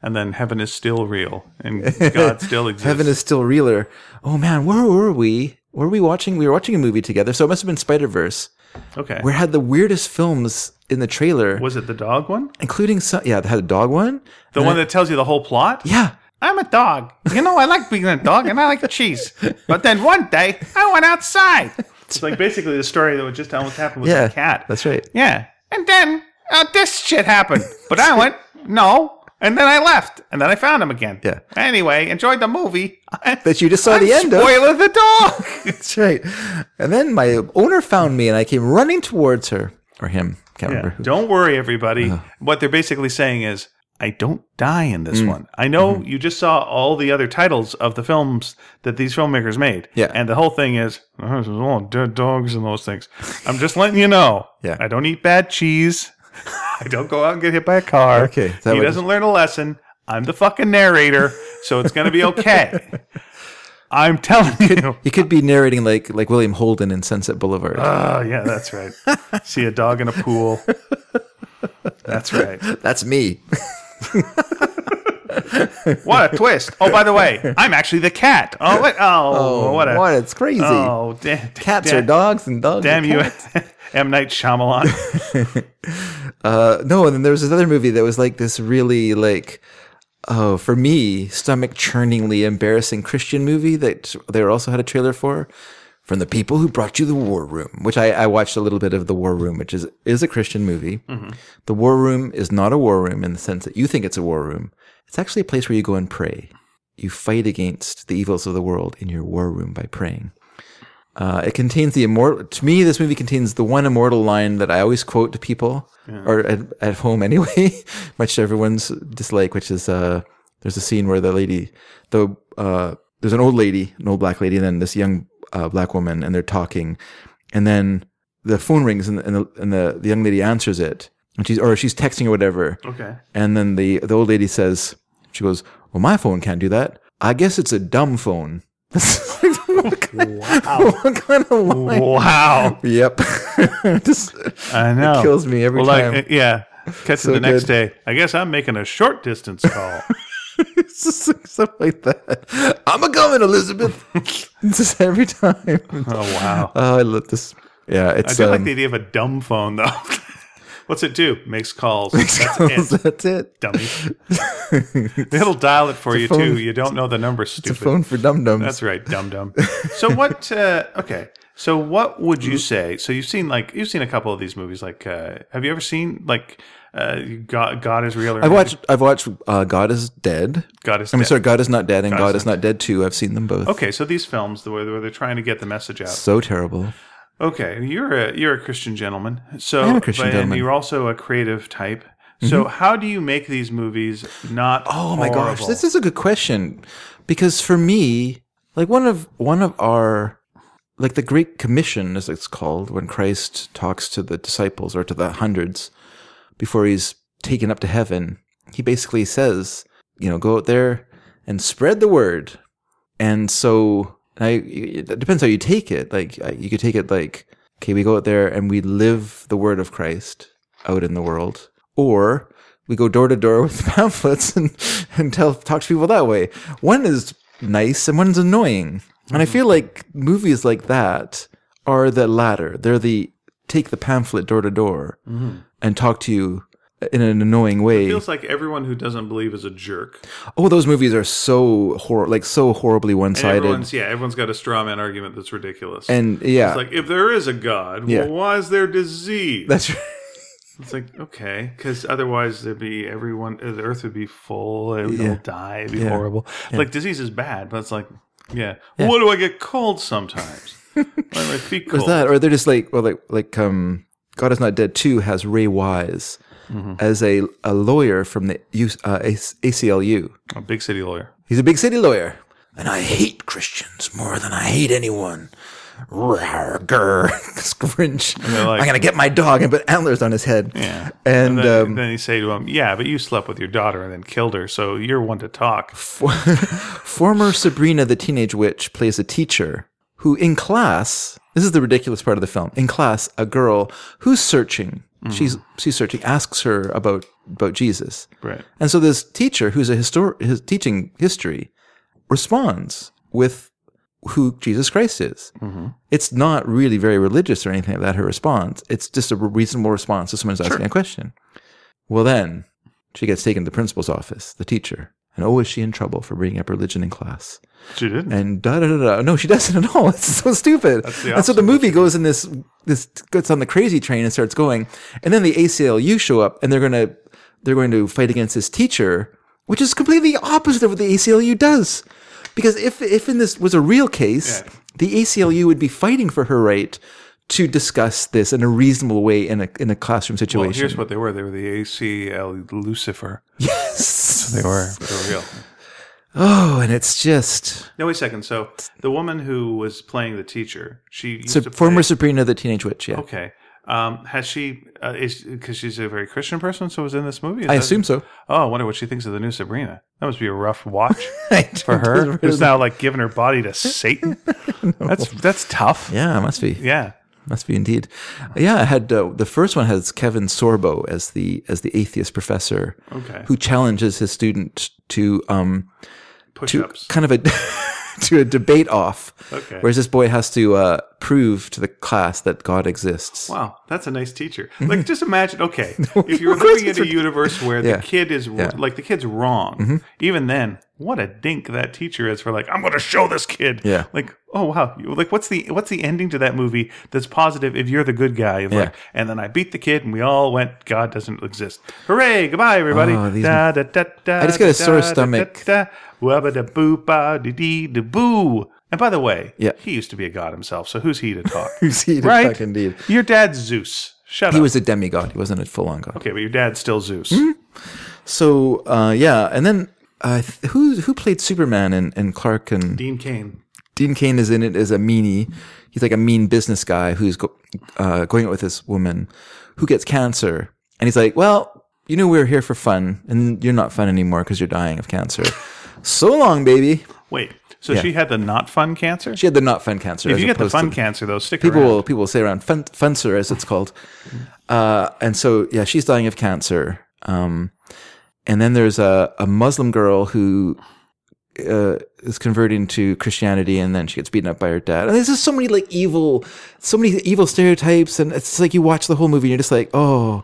S2: and then heaven is still real
S1: [LAUGHS]
S2: and God still exists.
S1: Heaven is still realer. Oh man, where were we? Were we watching? We were watching a movie together, so it must have been Spider Verse,
S2: okay.
S1: where it had the weirdest films in the trailer,
S2: was it the dog one?
S1: including some. Yeah, it had a dog one.
S2: The one that tells you the whole plot?
S1: Yeah,
S2: I'm a dog. You know, I like being a dog and I like cheese. But then one day, I went outside. It's like basically the story that would just almost happen with
S1: yeah,
S2: the cat.
S1: That's right.
S2: yeah. And then uh, this shit happened. But I went, no. And then I left. And then I found him again.
S1: Yeah.
S2: Anyway, enjoyed the movie.
S1: That you just saw the end of.
S2: Spoiler the
S1: [LAUGHS]
S2: dog.
S1: That's right. And then my owner found me, and I came running towards her or him. Can't remember. Uh-huh. Who.
S2: Don't worry, everybody. What they're basically saying is, I don't die in
S1: Mm.
S2: this one. I know
S1: Mm-hmm.
S2: you just saw all the other titles of the films that these filmmakers made.
S1: Yeah.
S2: And the whole thing is, oh, there's all dead dogs and those things. I'm just letting you know.
S1: Yeah.
S2: I don't eat bad cheese. [LAUGHS] I don't go out and get hit by a car.
S1: Okay, that
S2: He
S1: would-
S2: doesn't learn a lesson. I'm the fucking narrator, so it's going to
S1: [LAUGHS]
S2: be okay. I'm telling you. [LAUGHS]
S1: You could be narrating like like William Holden in Sunset Boulevard.
S2: Oh, yeah, that's right. See a dog in a pool. That's right.
S1: That's me.
S2: What a twist! Oh, by the way, I'm actually the cat. Oh, what? Oh, what a.
S1: what? It's crazy.
S2: Oh, damn.
S1: Cats
S2: damn,
S1: are dogs, and dogs.
S2: Damn
S1: are
S2: you,
S1: cats.
S2: [LAUGHS] M. Night Shyamalan.
S1: Uh, no, and then there was this other movie that was like this really like oh for me stomach churningly embarrassing Christian movie that they also had a trailer for from the people who brought you the War Room, which I, I watched a little bit of the War Room, which is is a Christian movie. The War Room is not a war room in the sense that you think it's a war room. It's actually a place where you go and pray. You fight against the evils of the world in your war room by praying. Uh, it contains the immortal. To me, this movie contains the one immortal line that I always quote to people, or at, at home [LAUGHS] anyway, much to everyone's dislike, which is uh, there's a scene where the lady, the uh, there's an old lady, an old black lady, and then this young uh, black woman, and they're talking, and then the phone rings, and the, and the, and the, the young lady answers it, and she's or she's texting or whatever,
S2: Okay.
S1: and then the the old lady says, she goes, "Well, my phone can't do that. I guess it's a dumb phone." [LAUGHS] what kind, [LAUGHS] what kind of line?
S2: Wow.
S1: Yep. [LAUGHS] Just
S2: I know.
S1: kills me every
S2: like,
S1: time.
S2: uh, yeah. Catch it the next
S1: good.
S2: day. I guess I'm making a short distance call.
S1: [LAUGHS] it's just like stuff like that. I'm a coming, Elizabeth. [LAUGHS] It's just every time.
S2: [LAUGHS]
S1: Oh,
S2: oh wow.
S1: I love this. Yeah,
S2: I
S1: it's
S2: do like
S1: um,
S2: the idea of a dumb phone though. [LAUGHS] What's it do? Makes calls. That's
S1: [LAUGHS]
S2: it.
S1: that's it.
S2: Dummy. It'll dial it for you too. You don't know the number.
S1: It's
S2: Stupid.
S1: a phone for dum dums.
S2: That's right,
S1: [LAUGHS]
S2: dum dum. So what? Uh, okay, so what would you
S1: Mm-hmm.
S2: say? So you've seen like you've seen a couple of these movies. Like, uh, have you ever seen like uh, God, God is real? Or
S1: I've watched. I've watched. Uh, God is dead.
S2: God is.
S1: I mean,
S2: Dead?
S1: sorry, God is not dead, and God is not dead too. I've seen them both.
S2: Okay, so these films the way where they're trying to get the message out.
S1: So terrible.
S2: Okay, you're a you're a Christian gentleman. So
S1: am a Christian
S2: but- and
S1: gentleman. Mm-hmm.
S2: you're also a creative type. So how do you make these movies not?
S1: Oh my gosh, this is a good question because for me, like one of one of our like the Great Commission as it's called when Christ talks to the disciples or to the hundreds before he's taken up to heaven, he basically says, you know, go out there and spread the word. And so I it depends how you take it. Like I- you could take it like okay, we go out there and we live the word of Christ out in the world, or we go door to door [LAUGHS] with pamphlets and and tell talk to people that way. One is nice and one's annoying. And I feel like movies like that are the latter. They're the take the pamphlet door to door and talk to you in an annoying way.
S2: feels like everyone who doesn't believe is a jerk.
S1: oh, those movies are so hor- like so horribly one
S2: And
S1: sided.
S2: everyone's yeah, everyone's got a straw man argument that's ridiculous.
S1: And yeah,
S2: it's like if there is a god,
S1: Yeah.
S2: well, why is there disease?
S1: that's [LAUGHS] right.
S2: It's like okay, because otherwise there'd be everyone, uh, the Earth would be full, everyone will die, it'd be horrible. Like disease is bad, but it's like yeah, what do I get cold
S1: [LAUGHS]
S2: sometimes? Why are my feet cold?
S1: Is that or they're just like well like like um God is Not Dead Two has Ray Wise
S2: Mm-hmm.
S1: as a a lawyer from the U, uh, ACLU.
S2: a big city lawyer.
S1: He's a big city lawyer. And I hate Christians more than I hate anyone. Rawr, grr, [LAUGHS] Grinch.
S2: like-
S1: I'm gonna get my dog and put antlers on his head.
S2: Yeah.
S1: And,
S2: then,
S1: um,
S2: then you say to him, "Yeah, but you slept with your daughter and then killed her, so you're one to talk."
S1: [LAUGHS] Former Sabrina the Teenage Witch plays a teacher who, in class, this is the ridiculous part of the film. In class, a girl who's searching, she's she's searching, asks her about about Jesus,
S2: Right.
S1: and so this teacher, who's a histor- his teaching history, responds with who Jesus Christ is. It's not really very religious or anything like that. Her response, it's just a reasonable response to someone's asking a question. Well, then she gets taken to the principal's office, the teacher. And oh, is she in trouble for bringing up religion in class?
S2: She didn't.
S1: And da da da da. No, she [LAUGHS] doesn't at all. It's so stupid.
S2: the
S1: and so the movie goes in this this gets on the crazy train and starts going. And then the ACLU show up and they're gonna they're going to fight against this teacher, which is completely opposite of what the ACLU does. Because if if in this was a real case,
S2: Yeah.
S1: the ACLU would be fighting for her right to discuss this in a reasonable way in a in a classroom
S2: Well, [LAUGHS]
S1: situation.
S2: here's what they were. They were the ACL Lucifer.
S1: yes.
S2: They were. They were real.
S1: Oh, and it's just
S2: No, wait a second. So the woman who was playing the teacher, she used
S1: so
S2: to play-
S1: former Sabrina the Teenage Witch. Yeah,
S2: Okay. Um, has she uh, is because she's a very Christian person, so was in this movie? Is
S1: I
S2: that-
S1: assume so.
S2: Oh, I wonder what she thinks of the new Sabrina. That must be a
S1: [LAUGHS]
S2: rough watch
S1: For
S2: for her. Who's now like giving her body
S1: [LAUGHS]
S2: to Satan? That's that's tough. Yeah.
S1: Yeah, it must be. Must be indeed. Yeah, I had uh, the first one has Kevin Sorbo as the as the atheist professor
S2: Okay.
S1: who challenges his student to um to
S2: Push-ups.
S1: kind of a [LAUGHS] to a debate off.
S2: Okay.
S1: Whereas this boy has to uh, prove to the class that God exists. [LAUGHS]
S2: Wow, that's a nice teacher. Like, just imagine. Okay, if you're living in a
S1: [LAUGHS]
S2: universe where the kid is like the kid's wrong,
S1: Mm-hmm.
S2: even then, what a dink that teacher is for like, I'm going to show this kid.
S1: Yeah.
S2: Like, oh wow, You- like what's the what's the ending to that movie that's positive if you're the good guy? Of Like, and then I beat the kid, and we all went, God doesn't exist. Hooray! Goodbye, everybody.
S1: Oh, these-
S2: da, da, da, da,
S1: I just got a
S2: da,
S1: sore
S2: da, da,
S1: stomach.
S2: Da, da, da, boop, ba, dee, dee, da, boo. And by the way,
S1: Yeah.
S2: he used to be a god himself, so who's he to talk?
S1: [LAUGHS] Who's he to
S2: right?
S1: talk indeed?
S2: Your dad's Zeus. Shut
S1: He
S2: up.
S1: was Hmm? a demigod. He wasn't a full on god.
S2: okay, but your dad's still Zeus.
S1: So uh, yeah, and then uh, th- who who played Superman and, and Clark and
S2: Dean Kane.
S1: Dean Kane is in it as a meanie. He's like a mean business guy who's go, uh, going out with this woman who gets cancer. And he's like, well, you knew we were here for fun, and you're not fun anymore because you're dying of cancer. So long, baby.
S2: Wait, so she had the not fun cancer?
S1: She had the not fun cancer.
S2: if
S1: as
S2: you get the
S1: opposed
S2: fun
S1: to,
S2: cancer, though, stick
S1: people
S2: around.
S1: will people will say around fun, funcer as it's called. Uh, and so yeah, she's dying of cancer. Um, and then there's a, a Muslim girl who uh, is converting to Christianity, and then she gets beaten up by her dad. And there's just so many like evil, so many evil stereotypes, and it's like you watch the whole movie, and you're just like, oh,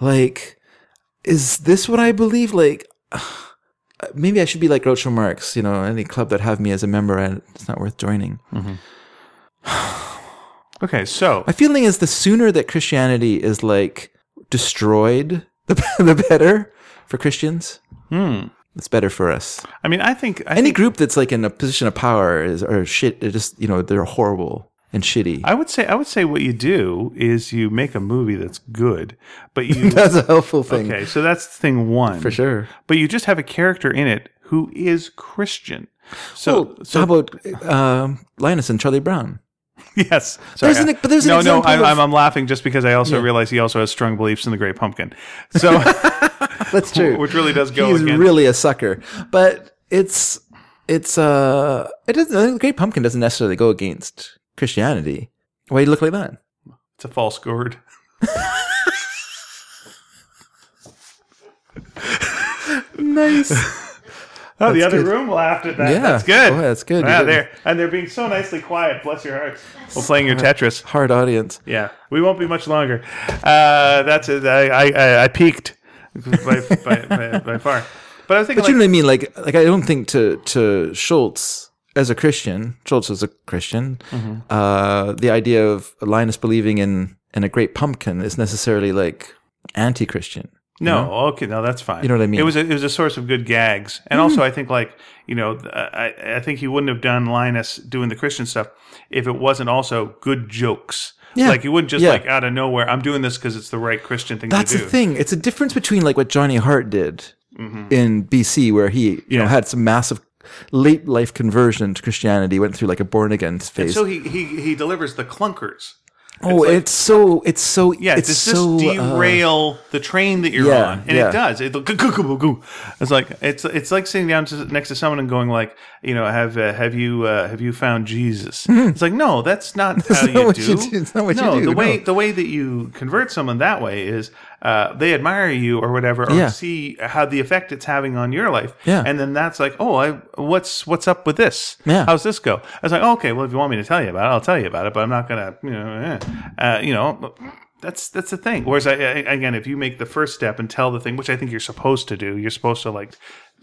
S1: like is this what I believe? Like. [SIGHS] Maybe I should be like Groucho Marx, you know, any club that have me as a member, and it's not worth joining.
S2: Okay, so
S1: My feeling is the sooner that Christianity is like destroyed, the, [LAUGHS] the better for Christians. It's better for us.
S2: I mean, I think Hmm. I,
S1: Any
S2: think,
S1: group that's like in a position of power is or shit. They're just you know they're horrible and shitty.
S2: I would say I would say what you do is you make a movie that's good, but
S1: [LAUGHS] [LAUGHS]
S2: you
S1: that's a helpful thing
S2: okay. So that's thing one
S1: for sure.
S2: But you just have a character in it who is Christian. So
S1: Well,
S2: so
S1: how about um, Linus and Charlie Brown?
S2: [LAUGHS] Yes.
S1: There's an- but there's an
S2: no, no.
S1: example
S2: I,
S1: of-
S2: I'm, I'm laughing just because I also realize he also has strong beliefs in the Great Pumpkin. So,
S1: That's [LAUGHS] true.
S2: [LAUGHS] which really does go
S1: He's
S2: against.
S1: really a sucker, but it's it's uh it doesn't. The Great Pumpkin doesn't necessarily go against Christianity. Why you look like that?
S2: it's a false gourd.
S1: Nice.
S2: Oh, the other
S1: good.
S2: room laughed at that.
S1: Yeah.
S2: that's good.
S1: Boy, that's good.
S2: Yeah,
S1: You did-
S2: they're and they're being so nicely quiet. Bless your hearts. While playing your
S1: [LAUGHS]
S2: Tetris.
S1: Hard audience.
S2: Yeah, we won't be much longer. Uh, that's it. I, I- I I peaked. by, by, by, by far. But I think
S1: But
S2: like,
S1: you know what I mean? Like, like I don't think to to Schultz as a Christian, Schultz as a Christian,
S2: Mm-hmm.
S1: uh, the idea of Linus believing in in a great pumpkin is necessarily like anti-Christian.
S2: No, okay, no, that's fine.
S1: You know what I mean? Mm-hmm.
S2: It was a, it was a source of good gags, and also I think like you know, th- I I think he wouldn't have done Linus doing the Christian stuff if it wasn't also good jokes.
S1: Yeah.
S2: like you wouldn't just
S1: Yeah.
S2: like out of nowhere. I'm doing this because it's the right Christian thing
S1: That's
S2: to
S1: the
S2: do.
S1: thing. It's a difference between like what Johnny Hart did
S2: Mm-hmm.
S1: in BC, where he you know had some massive late life conversion to Christianity, went through like a born again phase.
S2: So he he he delivers the clunkers.
S1: oh, it's, so it's so
S2: Yeah,
S1: it's
S2: does this
S1: so uh,
S2: derail the train that you're
S1: yeah,
S2: on? And
S1: yeah.
S2: it does. It go- go- go- go- go. It's like it's it's like sitting down to, next to someone and going like, you know, have uh, have you uh, have you found
S1: [LAUGHS]
S2: Jesus? It's like no, that's not how
S1: not
S2: you
S1: what
S2: do.
S1: you do. It's not what you
S2: no,
S1: do,
S2: the way
S1: no.
S2: the way that you convert someone that way is uh, they admire you or whatever, or
S1: Yeah.
S2: see how the effect it's having on your life.
S1: Yeah.
S2: and then that's like, oh, I what's what's up with this?
S1: Yeah.
S2: how's this go? I was like, oh, okay, well, if you want me to tell you about it, I'll tell you about it, but I'm not gonna, you know, eh. uh, you know. That's that's the thing. Whereas, I, I, again, if you make the first step and tell the thing, which I think you're supposed to do, you're supposed to like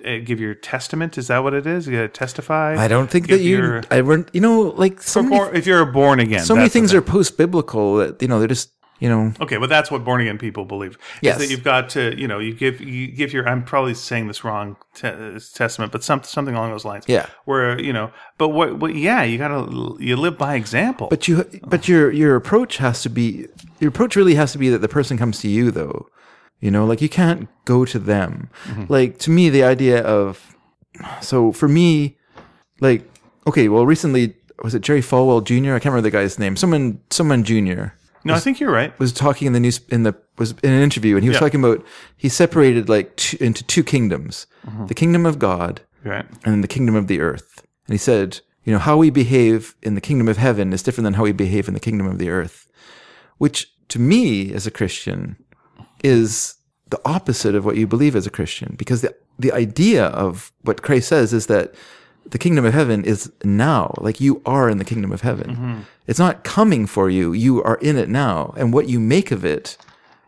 S2: eh, give your testament. Is that what it is? You gotta testify.
S1: I don't think
S2: Give
S1: that you
S2: your-
S1: I weren't you know like so many,
S2: Or if you're a born again,
S1: so many
S2: that's the
S1: things
S2: thing.
S1: are post biblical that you know they're just you know
S2: Okay, but that's what born again people believe.
S1: Yes.
S2: is that you've got to, you know, you give you give your. I'm probably saying this wrong te- testament, but some, something along those lines.
S1: Yeah.
S2: where you know, but what, what? Yeah, you gotta you live by example.
S1: But you, but your your approach has to be your approach really has to be that the person comes to you though, you know, like you can't go to them. Like to me, the idea of so for me, like okay, well, recently was it Jerry Falwell Jr. I can't remember the guy's name. Someone, someone Jr.
S2: no, I think you're right.
S1: was talking in the news in the was in an interview, and he was
S2: Yeah.
S1: talking about he separated like two, into two kingdoms: the kingdom of God
S2: You're right.
S1: and in the kingdom of the earth. And he said, you know, how we behave in the kingdom of heaven is different than how we behave in the kingdom of the earth, which to me as a Christian is the opposite of what you believe as a Christian, because the, the idea of what Christ says is that the kingdom of heaven is now, like you are in the kingdom of heaven.
S2: Mm-hmm.
S1: It's not coming for you. You are in it now. And what you make of it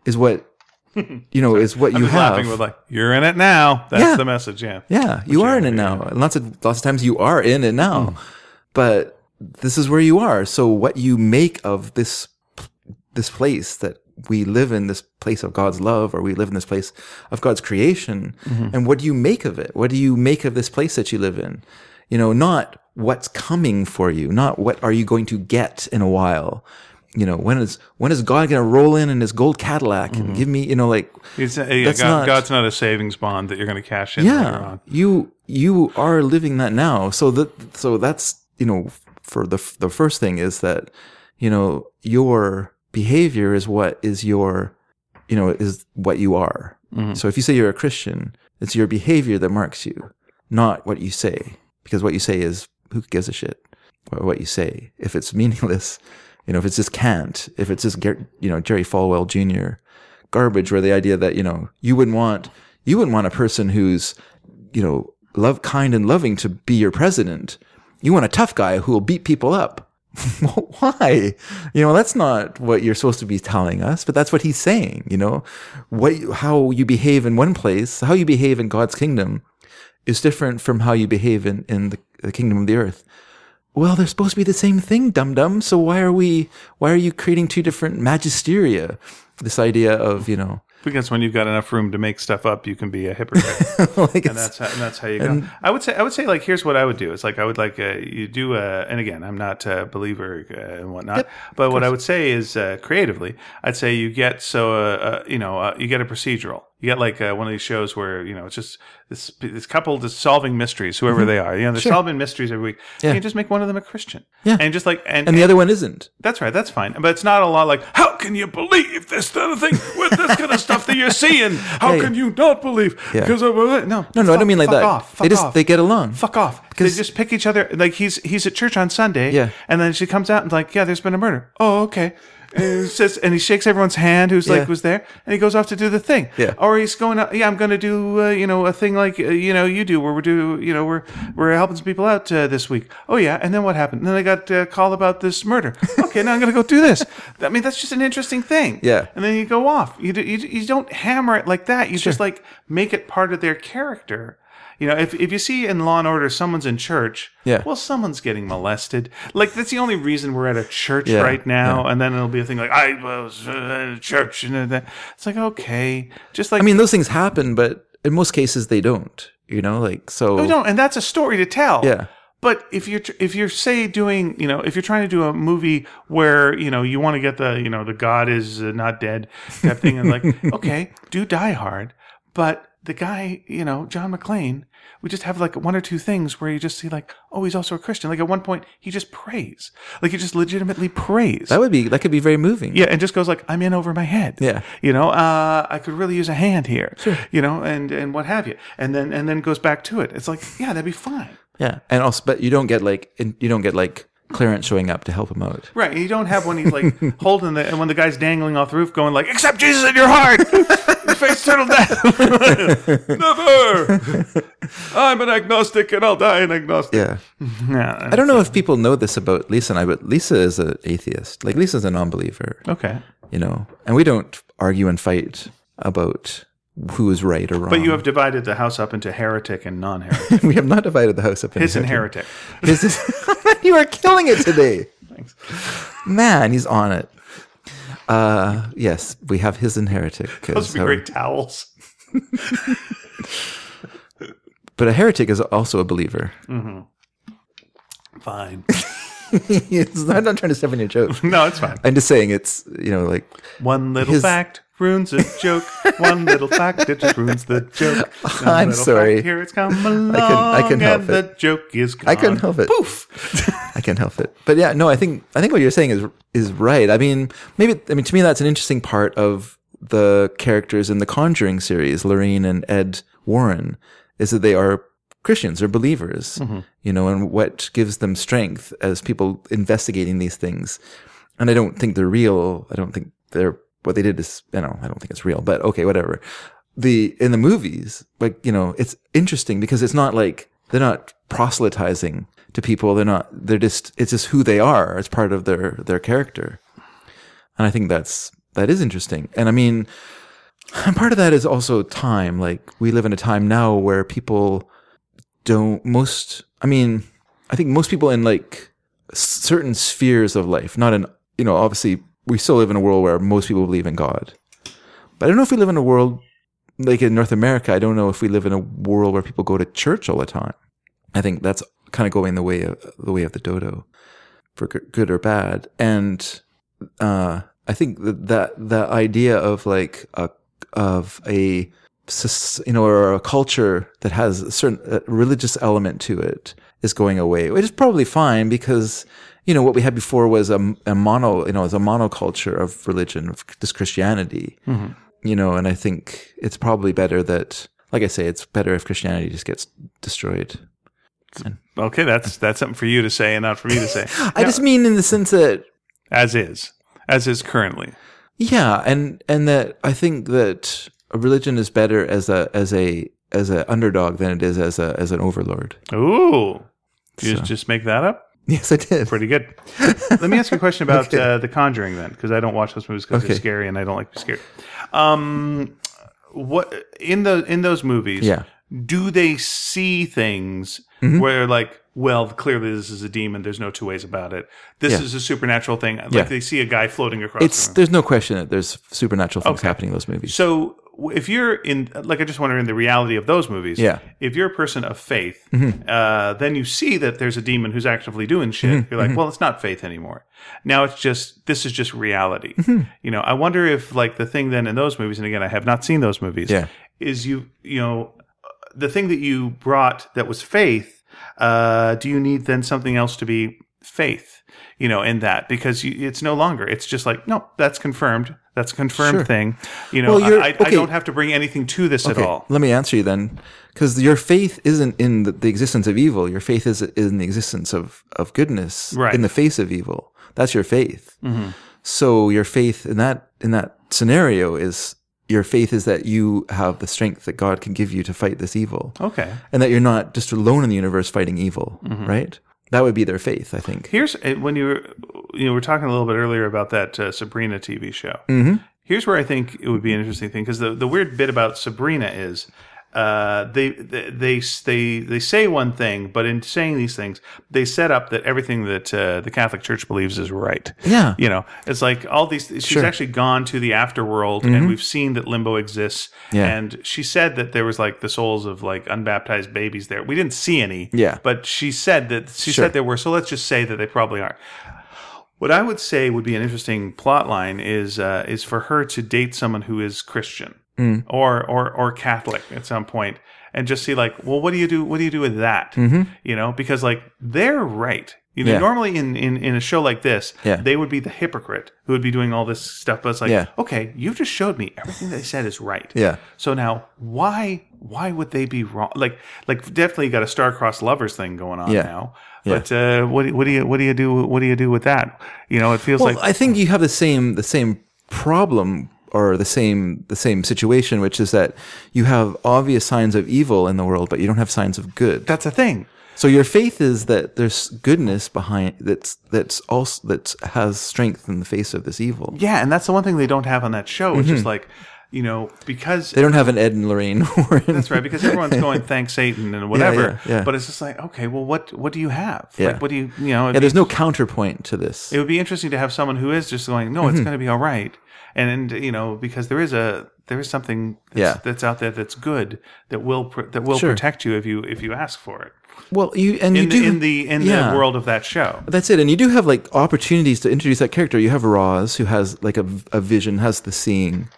S1: is
S2: [LAUGHS]
S1: what, you know, is what you
S2: Just
S1: have.
S2: laughing with like you're in it now. That's
S1: Yeah.
S2: the message. Yeah.
S1: Yeah, you are in it now. And lots of lots of times you are in it now. But this is where you are. So what you make of this this place that we live in, this place of God's love, or we live in this place of God's creation, and what do you make of it? What do you make of this place that you live in? You know, not what's coming for you, not what are you going to get in a while. You know, when is when is God going to roll in in his gold Cadillac and give me, you know, like
S2: It's, uh, yeah,
S1: That's
S2: God,
S1: not-
S2: God's not a savings bond that you're going to cash in later
S1: yeah
S2: on.
S1: you you are living that now so that so that's you know for the the first thing is that you know your behavior is what is your you know is what you are
S2: Mm-hmm.
S1: so if you say you're a christian it's your behavior that marks you not what you say because what you say is who gives a shit what, what you say if it's [LAUGHS] meaningless you know if it's just cant if it's just Ger- you know jerry falwell jr garbage where the idea that you know you wouldn't want you wouldn't want a person who's you know love kind and loving to be your president you want a tough guy who will beat people up [LAUGHS] why you know that's not what you're supposed to be telling us but that's what he's saying you know what you- how you behave in one place how you behave in god's kingdom is different from how you behave in, in the, the kingdom of the earth well, they're supposed to be the same thing, dum dum. So why are we? Why are you creating two different magisteria? This idea of you know,
S2: Because when you've got enough room to make stuff up, you can be a hypocrite.
S1: [LAUGHS] like it's,
S2: and that's how, and that's how you go. I would say I would say like here's what I would do. It's like I would like uh, you do uh, and again I'm not a believer uh, and whatnot. but what I would say is uh, creatively, I'd say you get so uh, uh, you know uh, you get a procedural. You get like uh, one of these shows where you know it's just this this couple just solving mysteries, whoever they are. You know they're solving mysteries every week.
S1: Mm-hmm. Yeah.
S2: You just make one of them a Christian.
S1: Yeah.
S2: and just like and,
S1: and the other one isn't.
S2: that's right. That's fine. But it's not a lot like, how can you believe this kind of thing with this kind of stuff that you're seeing? How
S1: Hey.
S2: can you not believe? Because of uh, no,
S1: No, no, I don't mean like
S2: fuck
S1: that.
S2: Off, fuck
S1: they just
S2: off.
S1: they get along.
S2: fuck off. They just pick each other. Like he's he's at church on Sunday.
S1: Yeah.
S2: And then she comes out and like, yeah, there's been a murder. Oh, okay. And he says, and he shakes everyone's hand who's
S1: Yeah.
S2: like was there, and he goes off to do the thing.
S1: Yeah.
S2: Or he's going, out, yeah, I'm going to do, uh, you know, a thing like uh, you know you do, where we do, you know, we're we're helping some people out uh, this week. Oh yeah, and then what happened? And then I got a call about this murder. [LAUGHS] Okay, now I'm going to go do this. I mean, that's just an interesting thing.
S1: Yeah.
S2: And then you go off. You do, you, you don't hammer it like that. You just like make it part of their character. You know, if, if you see in Law and Order someone's in church,
S1: Yeah.
S2: well, someone's getting molested. Like that's the only reason we're at a church
S1: Yeah,
S2: right now. And then it'll be a thing like I was uh, at a church, and then that. it's like okay, just like
S1: I mean, those things happen, but in most cases they don't. You know, like so.
S2: no, and that's a story to tell.
S1: Yeah.
S2: But if you're tr- if you're say doing you know if you're trying to do a movie where you know you want to get the you know the God is uh, not dead that
S1: [LAUGHS]
S2: thing and like okay do Die Hard but the guy you know John McClane we just have like one or two things where you just see like oh he's also a Christian like at one point he just prays like he just legitimately prays
S1: That would be that could be very moving.
S2: yeah and just goes like I'm in over my head
S1: Yeah.
S2: you know uh, I could really use a hand here you know and and what have you and then and then goes back to it it's like yeah that'd be fine.
S1: Yeah. And also, but you don't get like in- you don't get like Clarence showing up to help him out.
S2: Right. and You don't have when he's
S1: [LAUGHS]
S2: like holding the, and when the guy's dangling off the roof going like, accept Jesus in your
S1: [LAUGHS]
S2: heart. your face turtle death. Never. I'm an agnostic and I'll die an agnostic.
S1: Yeah.
S2: Yeah.
S1: I don't know if people know this about Lisa and I, but Lisa is an atheist. Like Lisa's a non-believer.
S2: uh, Okay.
S1: You know, and we don't argue and fight about who is right or wrong. [LAUGHS]
S2: But you have divided the house up into heretic and non-heretic.
S1: we have not divided the house up.
S2: His
S1: into
S2: and heretic.
S1: This is [LAUGHS] you are killing it today.
S2: Thanks.
S1: Man, he's on it. Uh, yes, we have his and
S2: [LAUGHS]
S1: heretic.
S2: Those would be great towels.
S1: But a heretic is also a believer.
S2: Mm. Fine.
S1: [LAUGHS] It's not- I'm not trying to step on your joke.
S2: No, it's fine.
S1: I'm just saying it's you know like
S2: One little
S1: His-
S2: fact ruins a joke. One little fact it just ruins the
S1: [LAUGHS]
S2: joke. One
S1: I'm
S2: little
S1: sorry.
S2: fact, here it's come along.
S1: I can help
S2: and The joke is gone.
S1: I couldn't help it.
S2: Poof.
S1: [LAUGHS] I can't help it. But yeah, no, I think I think what you're saying is is right. I mean, maybe I mean to me that's an interesting part of the characters in the Conjuring series, Lorraine and Ed Warren, is that they are Christians or believers,
S2: Mm-hmm.
S1: you know, and what gives them strength as people investigating these things. And I don't think they're real. I don't think they're what they did is you know I don't think it's real. But okay, whatever. The in the movies, like you know, it's interesting because it's not like they're not proselytizing to people. They're not. They're just. It's just who they are. It's part of their their character, and I think that's that is interesting. And I mean, and part of that is also time. Like we live in a time now where people don't most. I mean, I think most people in like certain spheres of life, not in you know, obviously we still live in a world where most people believe in God, but I don't know if we live in a world like in North America. I don't know if we live in a world where people go to church all the time. I think that's kind of going the way of the way of the dodo, for g- good or bad. And uh, I think that that the idea of like a of a sus- you know or a culture that has a certain uh, religious element to it is going away. Which is probably fine because you know what we had before was a, a mono you know it was a monoculture of religion of just Christianity. You know, and I think it's probably better that, like I say, it's better if Christianity just gets destroyed.
S2: Okay, that's that's something for you to say and not for me
S1: [LAUGHS]
S2: to say.
S1: I just mean in the sense that
S2: As is. As is currently.
S1: yeah, and and that I think that a religion is better as a as a as an underdog than it is as a as an overlord. [LAUGHS]
S2: Ooh. Did you just make that up?
S1: Yes, I did.
S2: Pretty good.
S1: [LAUGHS]
S2: Let me ask you a question about uh, The Conjuring then, because I don't watch those movies because
S1: Okay.
S2: they're scary and I don't like to be scared. Um, what in the in those movies?
S1: Yeah. Mm-hmm.
S2: do they see things where like well clearly this is a demon there's no two ways about it this
S1: Yeah.
S2: is a supernatural thing like
S1: Yeah.
S2: they see a guy floating across
S1: It's
S2: the room.
S1: there's no question that there's supernatural things happening in those movies.
S2: so w- if you're in like i just wonder in the reality of those movies
S1: Yeah. Mm-hmm.
S2: if you're a person of faith uh, then you see that there's a demon who's actively doing shit
S1: Mm-hmm.
S2: you're like well it's not faith anymore now it's just this is just reality
S1: Mm-hmm.
S2: you know i wonder if like the thing then in those movies and again i have not seen those movies
S1: Yeah.
S2: is you you know uh, the thing that you brought that was faith uh, do you need then something else to be faith you know in that because you, it's no longer it's just like no that's confirmed that's a confirmed
S1: Sure.
S2: thing you know
S1: Well, you're-
S2: I, I, I
S1: okay.
S2: don't have to bring anything to this at all
S1: Let me answer you then, because your faith isn't in the, the existence of evil. Your faith is in the existence of of goodness
S2: Right.
S1: in the face of evil. That's your faith. So your faith in that in that scenario is your faith is that you have the strength that God can give you to fight this evil,
S2: Okay.
S1: and that you're not just alone in the universe fighting evil, right? That would be their faith, I think.
S2: Here's uh, when you were, you know, we are talking a little bit earlier about that uh, Sabrina TV show.
S1: Mm-hmm.
S2: Here's where I think it would be an interesting thing because the, the weird bit about Sabrina is uh, they, they they they they say one thing, but in saying these things, they set up that everything that uh, the Catholic Church believes is right.
S1: Yeah.
S2: you know, it's like all these. She's actually gone to the afterworld, and we've seen that limbo exists.
S1: Mm-hmm. Yeah.
S2: and she said that there was like the souls of like unbaptized babies there. We didn't see any.
S1: Yeah.
S2: but she said that she
S1: Sure.
S2: said there were. So let's just say that they probably aren't. What I would say would be an interesting plot line is uh, is for her to date someone who is Christian
S1: Mm.
S2: or, or or Catholic at some point, and just see like, well, what do you do? What do you do with that? You know, because like they're right. You know,
S1: Mm-hmm. Yeah.
S2: normally in, in in a show like this,
S1: Yeah.
S2: they would be the hypocrite who would be doing all this stuff. But it's like,
S1: Yeah.
S2: okay, you've just showed me everything they said is right.
S1: Yeah.
S2: So now, why why would they be wrong? Like like definitely got a star-crossed lovers thing going on
S1: Yeah.
S2: now. But uh, what do- what do you what do you do what do you do with that? You know, it feels
S1: Well,
S2: like
S1: I think you have the same the same problem or the same the same situation, which is that you have obvious signs of evil in the world, but you don't have signs of good.
S2: that's a thing.
S1: So your faith is that there's goodness behind that's that's also that has strength in the face of this evil.
S2: Yeah, and that's the one thing they don't have on that show. It's
S1: Mm-hmm.
S2: just like you know because
S1: They don't have an Ed and Lorraine [LAUGHS] Warren.
S2: That's right, because everyone's
S1: [LAUGHS]
S2: going thanks Satan and whatever.
S1: yeah, yeah.
S2: But it's just like, okay, well, what what do you have?
S1: Yeah.
S2: Like, what do you you know?
S1: Yeah, there's no counterpoint to this.
S2: it would be interesting to have someone who is just going, no, it's
S1: Mm-hmm.
S2: going to be all right, and, and you know, because there is a there is something that's,
S1: Yeah.
S2: that's out there that's good that will pr- that will protect you if you if you ask for it
S1: Well, you and you
S2: in the,
S1: do
S2: in the in
S1: yeah.
S2: the world of that show.
S1: That's it, and you do have like opportunities to introduce that character. You have Roz, who has like a, a vision, has the seeing,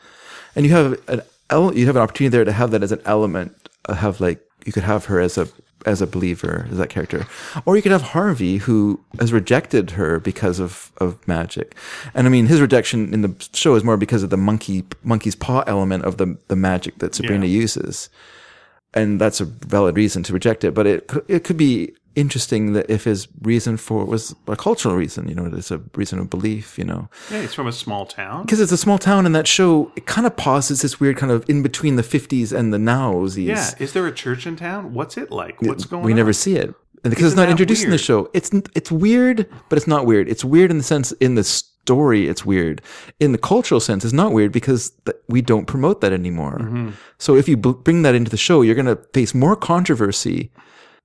S1: and you have an ele- you have an opportunity there to have that as an element. uh, Have like you could have her as a as a believer as that character, or you could have Harvey, who has rejected her because of of magic, and I mean his rejection in the show is more because of the monkey monkey's paw element of the the magic that Sabrina uses and that's a valid reason to reject it. But it c- it could be interesting that if his reason for it was a cultural reason, you know, it's a reason of belief, you know,
S2: Yeah, it's from a small town.
S1: because it's a small town, and that show it kind of pauses this weird kind of in between the fifties and the nowsies.
S2: Yeah, is there a church in town? What's it like? What's going?
S1: we
S2: on?
S1: never see it And because it's not
S2: that
S1: introduced in the
S2: weird?
S1: show. It's n- it's weird, but it's not weird. It's weird in the sense in the story, it's weird. In the cultural sense, it's not weird because th- we don't promote that anymore.
S2: Mm-hmm.
S1: So if you b- bring that into the show, you're going to face more controversy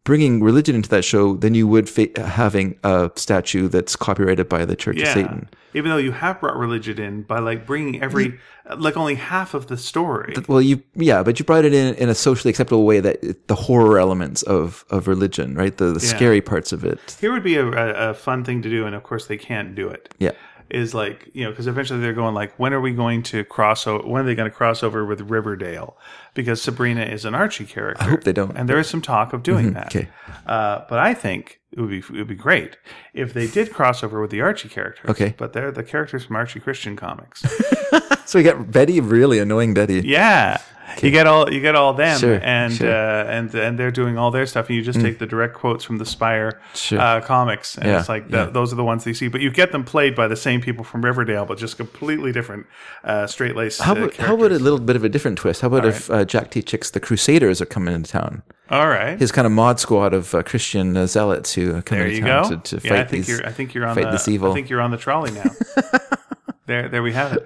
S1: bringing religion into that show than you would fa- having a statue that's copyrighted by the Church of Satan.
S2: Even though you have brought religion in by like bringing every, uh, like only half of the story.
S1: Well, you yeah, but you brought it in in a socially acceptable way that it, the horror elements of of religion, right? The, the scary parts of it.
S2: Here would be a, a, a fun thing to do, and of course they can't do it.
S1: Yeah.
S2: Is like you know because eventually they're going like when are we going to cross over? When are they going to cross over with Riverdale? Because Sabrina is an Archie character. I
S1: hope they don't.
S2: And there is some talk of doing that.
S1: okay.
S2: Uh, but I think it would be it would be great if they did cross over with the Archie characters.
S1: Okay.
S2: But they're the characters from Archie Christian comics.
S1: So we got Betty, really annoying Betty.
S2: Yeah. You get all you get all them
S1: Sure,
S2: and
S1: sure. Mm.
S2: Uh, and and they're doing all their stuff and you just take the direct quotes from the Spire
S1: Sure.
S2: uh, comics and
S1: Yeah,
S2: it's like the, those are the ones they see but you get them played by the same people from Riverdale but just completely different uh, straight laced
S1: How
S2: uh,
S1: about,
S2: characters.
S1: how about a little bit of a different twist? How about if uh, Jack T. Chicks, the Crusaders, are coming into town?
S2: all right
S1: His kind of mod squad of uh, Christian uh, zealots who are coming
S2: there
S1: into
S2: you
S1: town
S2: go
S1: to, to
S2: yeah I
S1: fight
S2: think
S1: these.
S2: you're I think you're on
S1: fight
S2: the
S1: this evil.
S2: I think you're on the
S1: [LAUGHS]
S2: trolley now there there we have it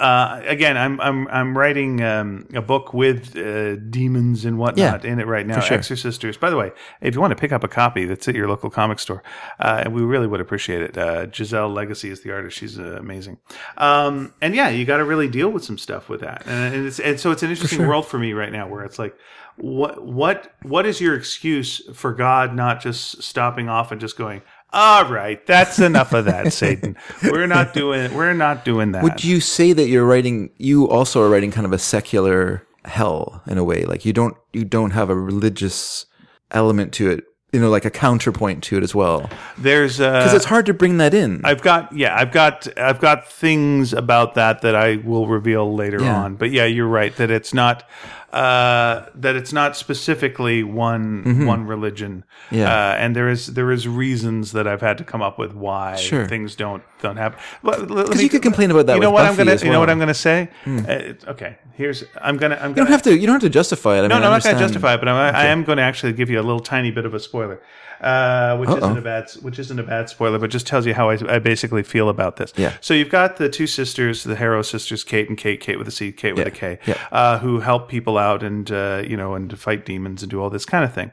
S2: uh, again I'm I'm I'm writing um, a book with uh, demons and whatnot in it right now
S1: sure.
S2: Exorcisters. By the way, if you want to pick up a copy, that's at your local comic store, uh, and we really would appreciate it. Uh, Giselle Legacy is the artist; she's uh, amazing. Um, and yeah, you got to really deal with some stuff with that, and, and, it's, and so it's an interesting world for me right now, where it's like, what what what is your excuse for God not just stopping off and just going? All right, that's enough of
S1: [LAUGHS]
S2: that, Satan. We're not doing. We're not doing that.
S1: Would you say that you're writing? You also are writing kind of a secular hell in a way. Like you don't you don't have a religious element to it. You know, like a counterpoint to it as well.
S2: There's uh,
S1: Because it's hard to bring that in.
S2: I've got yeah, I've got I've got things about that that I will reveal later
S1: Yeah.
S2: on. But yeah, you're right that it's not uh, that it's not specifically one one religion.
S1: Mm-hmm. Yeah.
S2: Uh, and there is there is reasons that I've had to come up with why
S1: Sure.
S2: things don't don't happen. Because
S1: Because you could complain about that.
S2: You know
S1: with
S2: what I'm
S1: Buffy
S2: gonna.
S1: as
S2: You know what
S1: well. Hmm.
S2: I'm gonna say. Uh, it- okay, here's I'm gonna. I'm
S1: You
S2: gonna
S1: don't have to. You don't have to justify it. I
S2: no,
S1: mean,
S2: no,
S1: I
S2: I'm not going to
S1: understand-
S2: justify it, but I'm, I am going to actually give you a little tiny bit of a spoiler, uh, which isn't a bad, which isn't a bad spoiler, but just tells you how I, I basically feel about this.
S1: Yeah.
S2: So you've got the two sisters, the Harrow sisters, Kate and Kate, Kate with a C, Kate with a K,
S1: Yeah.
S2: uh, who help people out and uh, you know and fight demons and do all this kind of thing.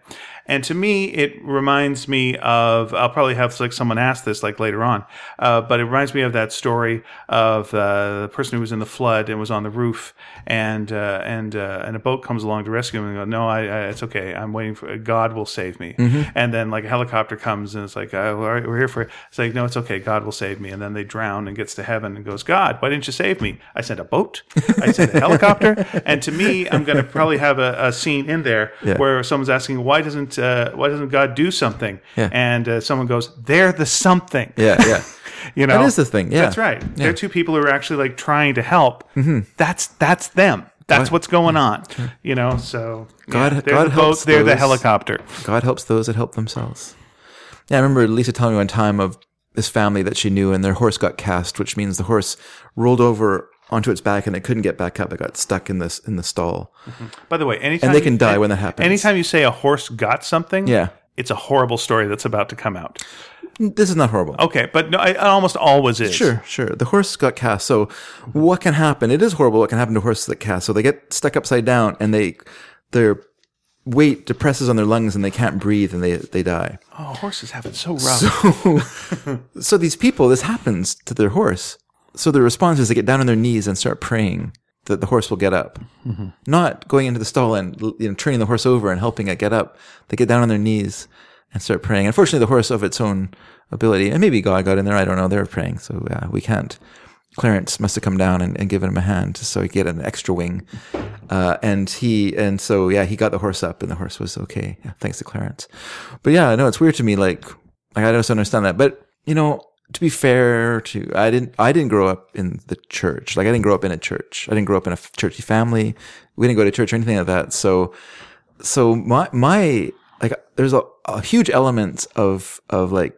S2: And to me, it reminds me of I'll probably have like someone ask this like later on, uh, but it reminds me of that story of uh, the person who was in the flood and was on the roof, and uh, and uh, and a boat comes along to rescue him and go, no, I, I it's okay, I'm waiting for God will save me. And then like a helicopter comes and it's like, uh, all right, we're here for it. It's like, no, it's okay, God will save me. And then they drown and gets to heaven and goes, God, why didn't you save me? I sent a boat, I
S1: [LAUGHS]
S2: sent a helicopter, and to me, I'm going to probably have a, a scene in there where someone's asking, why doesn't uh, why doesn't God do something?
S1: Yeah.
S2: And uh, someone goes, they're the something.
S1: Yeah,
S2: [LAUGHS]
S1: yeah.
S2: You know,
S1: That is the thing, yeah. Mm-hmm.
S2: that's right. They're two people who are actually like trying to help. That's that's them. That's what's going on. You know, so yeah,
S1: God-
S2: they're
S1: God
S2: the boat,
S1: helps
S2: they're the
S1: those-
S2: helicopter.
S1: God helps those that help themselves. Yeah, I remember Lisa telling me one time of this family that she knew, and their horse got cast, which means the horse rolled over onto its back and it couldn't get back up. It got stuck in this in the stall.
S2: By the way, anytime
S1: they can
S2: you-
S1: die when that happens.
S2: Anytime you say a horse got something,
S1: Yeah.
S2: it's a horrible story that's about to come out.
S1: This is not horrible.
S2: Okay, but no, it almost always is.
S1: Sure, sure. The horse got cast. So, what can happen? It is horrible. What can happen to horses that cast? So they get stuck upside down, and they their weight depresses on their lungs, and they can't breathe, and they they die.
S2: Oh, horses have it so rough.
S1: So [LAUGHS] these people, this happens to their horse. So their response is they get down on their knees and start praying that the horse will get up, not going into the stall and you know, turning the horse over and helping it get up. They get down on their knees and start praying. Unfortunately, the horse of its own ability, and maybe God got in there. I don't know. They were praying, so uh, we can't. Clarence must have come down and, and given him a hand so he get an extra wing, uh, and he and so yeah he got the horse up and the horse was okay yeah, thanks to Clarence, but yeah no it's weird to me like like I just don't understand that. But you know, to be fair, to I didn't I didn't grow up in the church. Like I didn't grow up in a church. I didn't grow up in a f- churchy family. We didn't go to church or anything like that. So so my my like there's a, a huge element of of like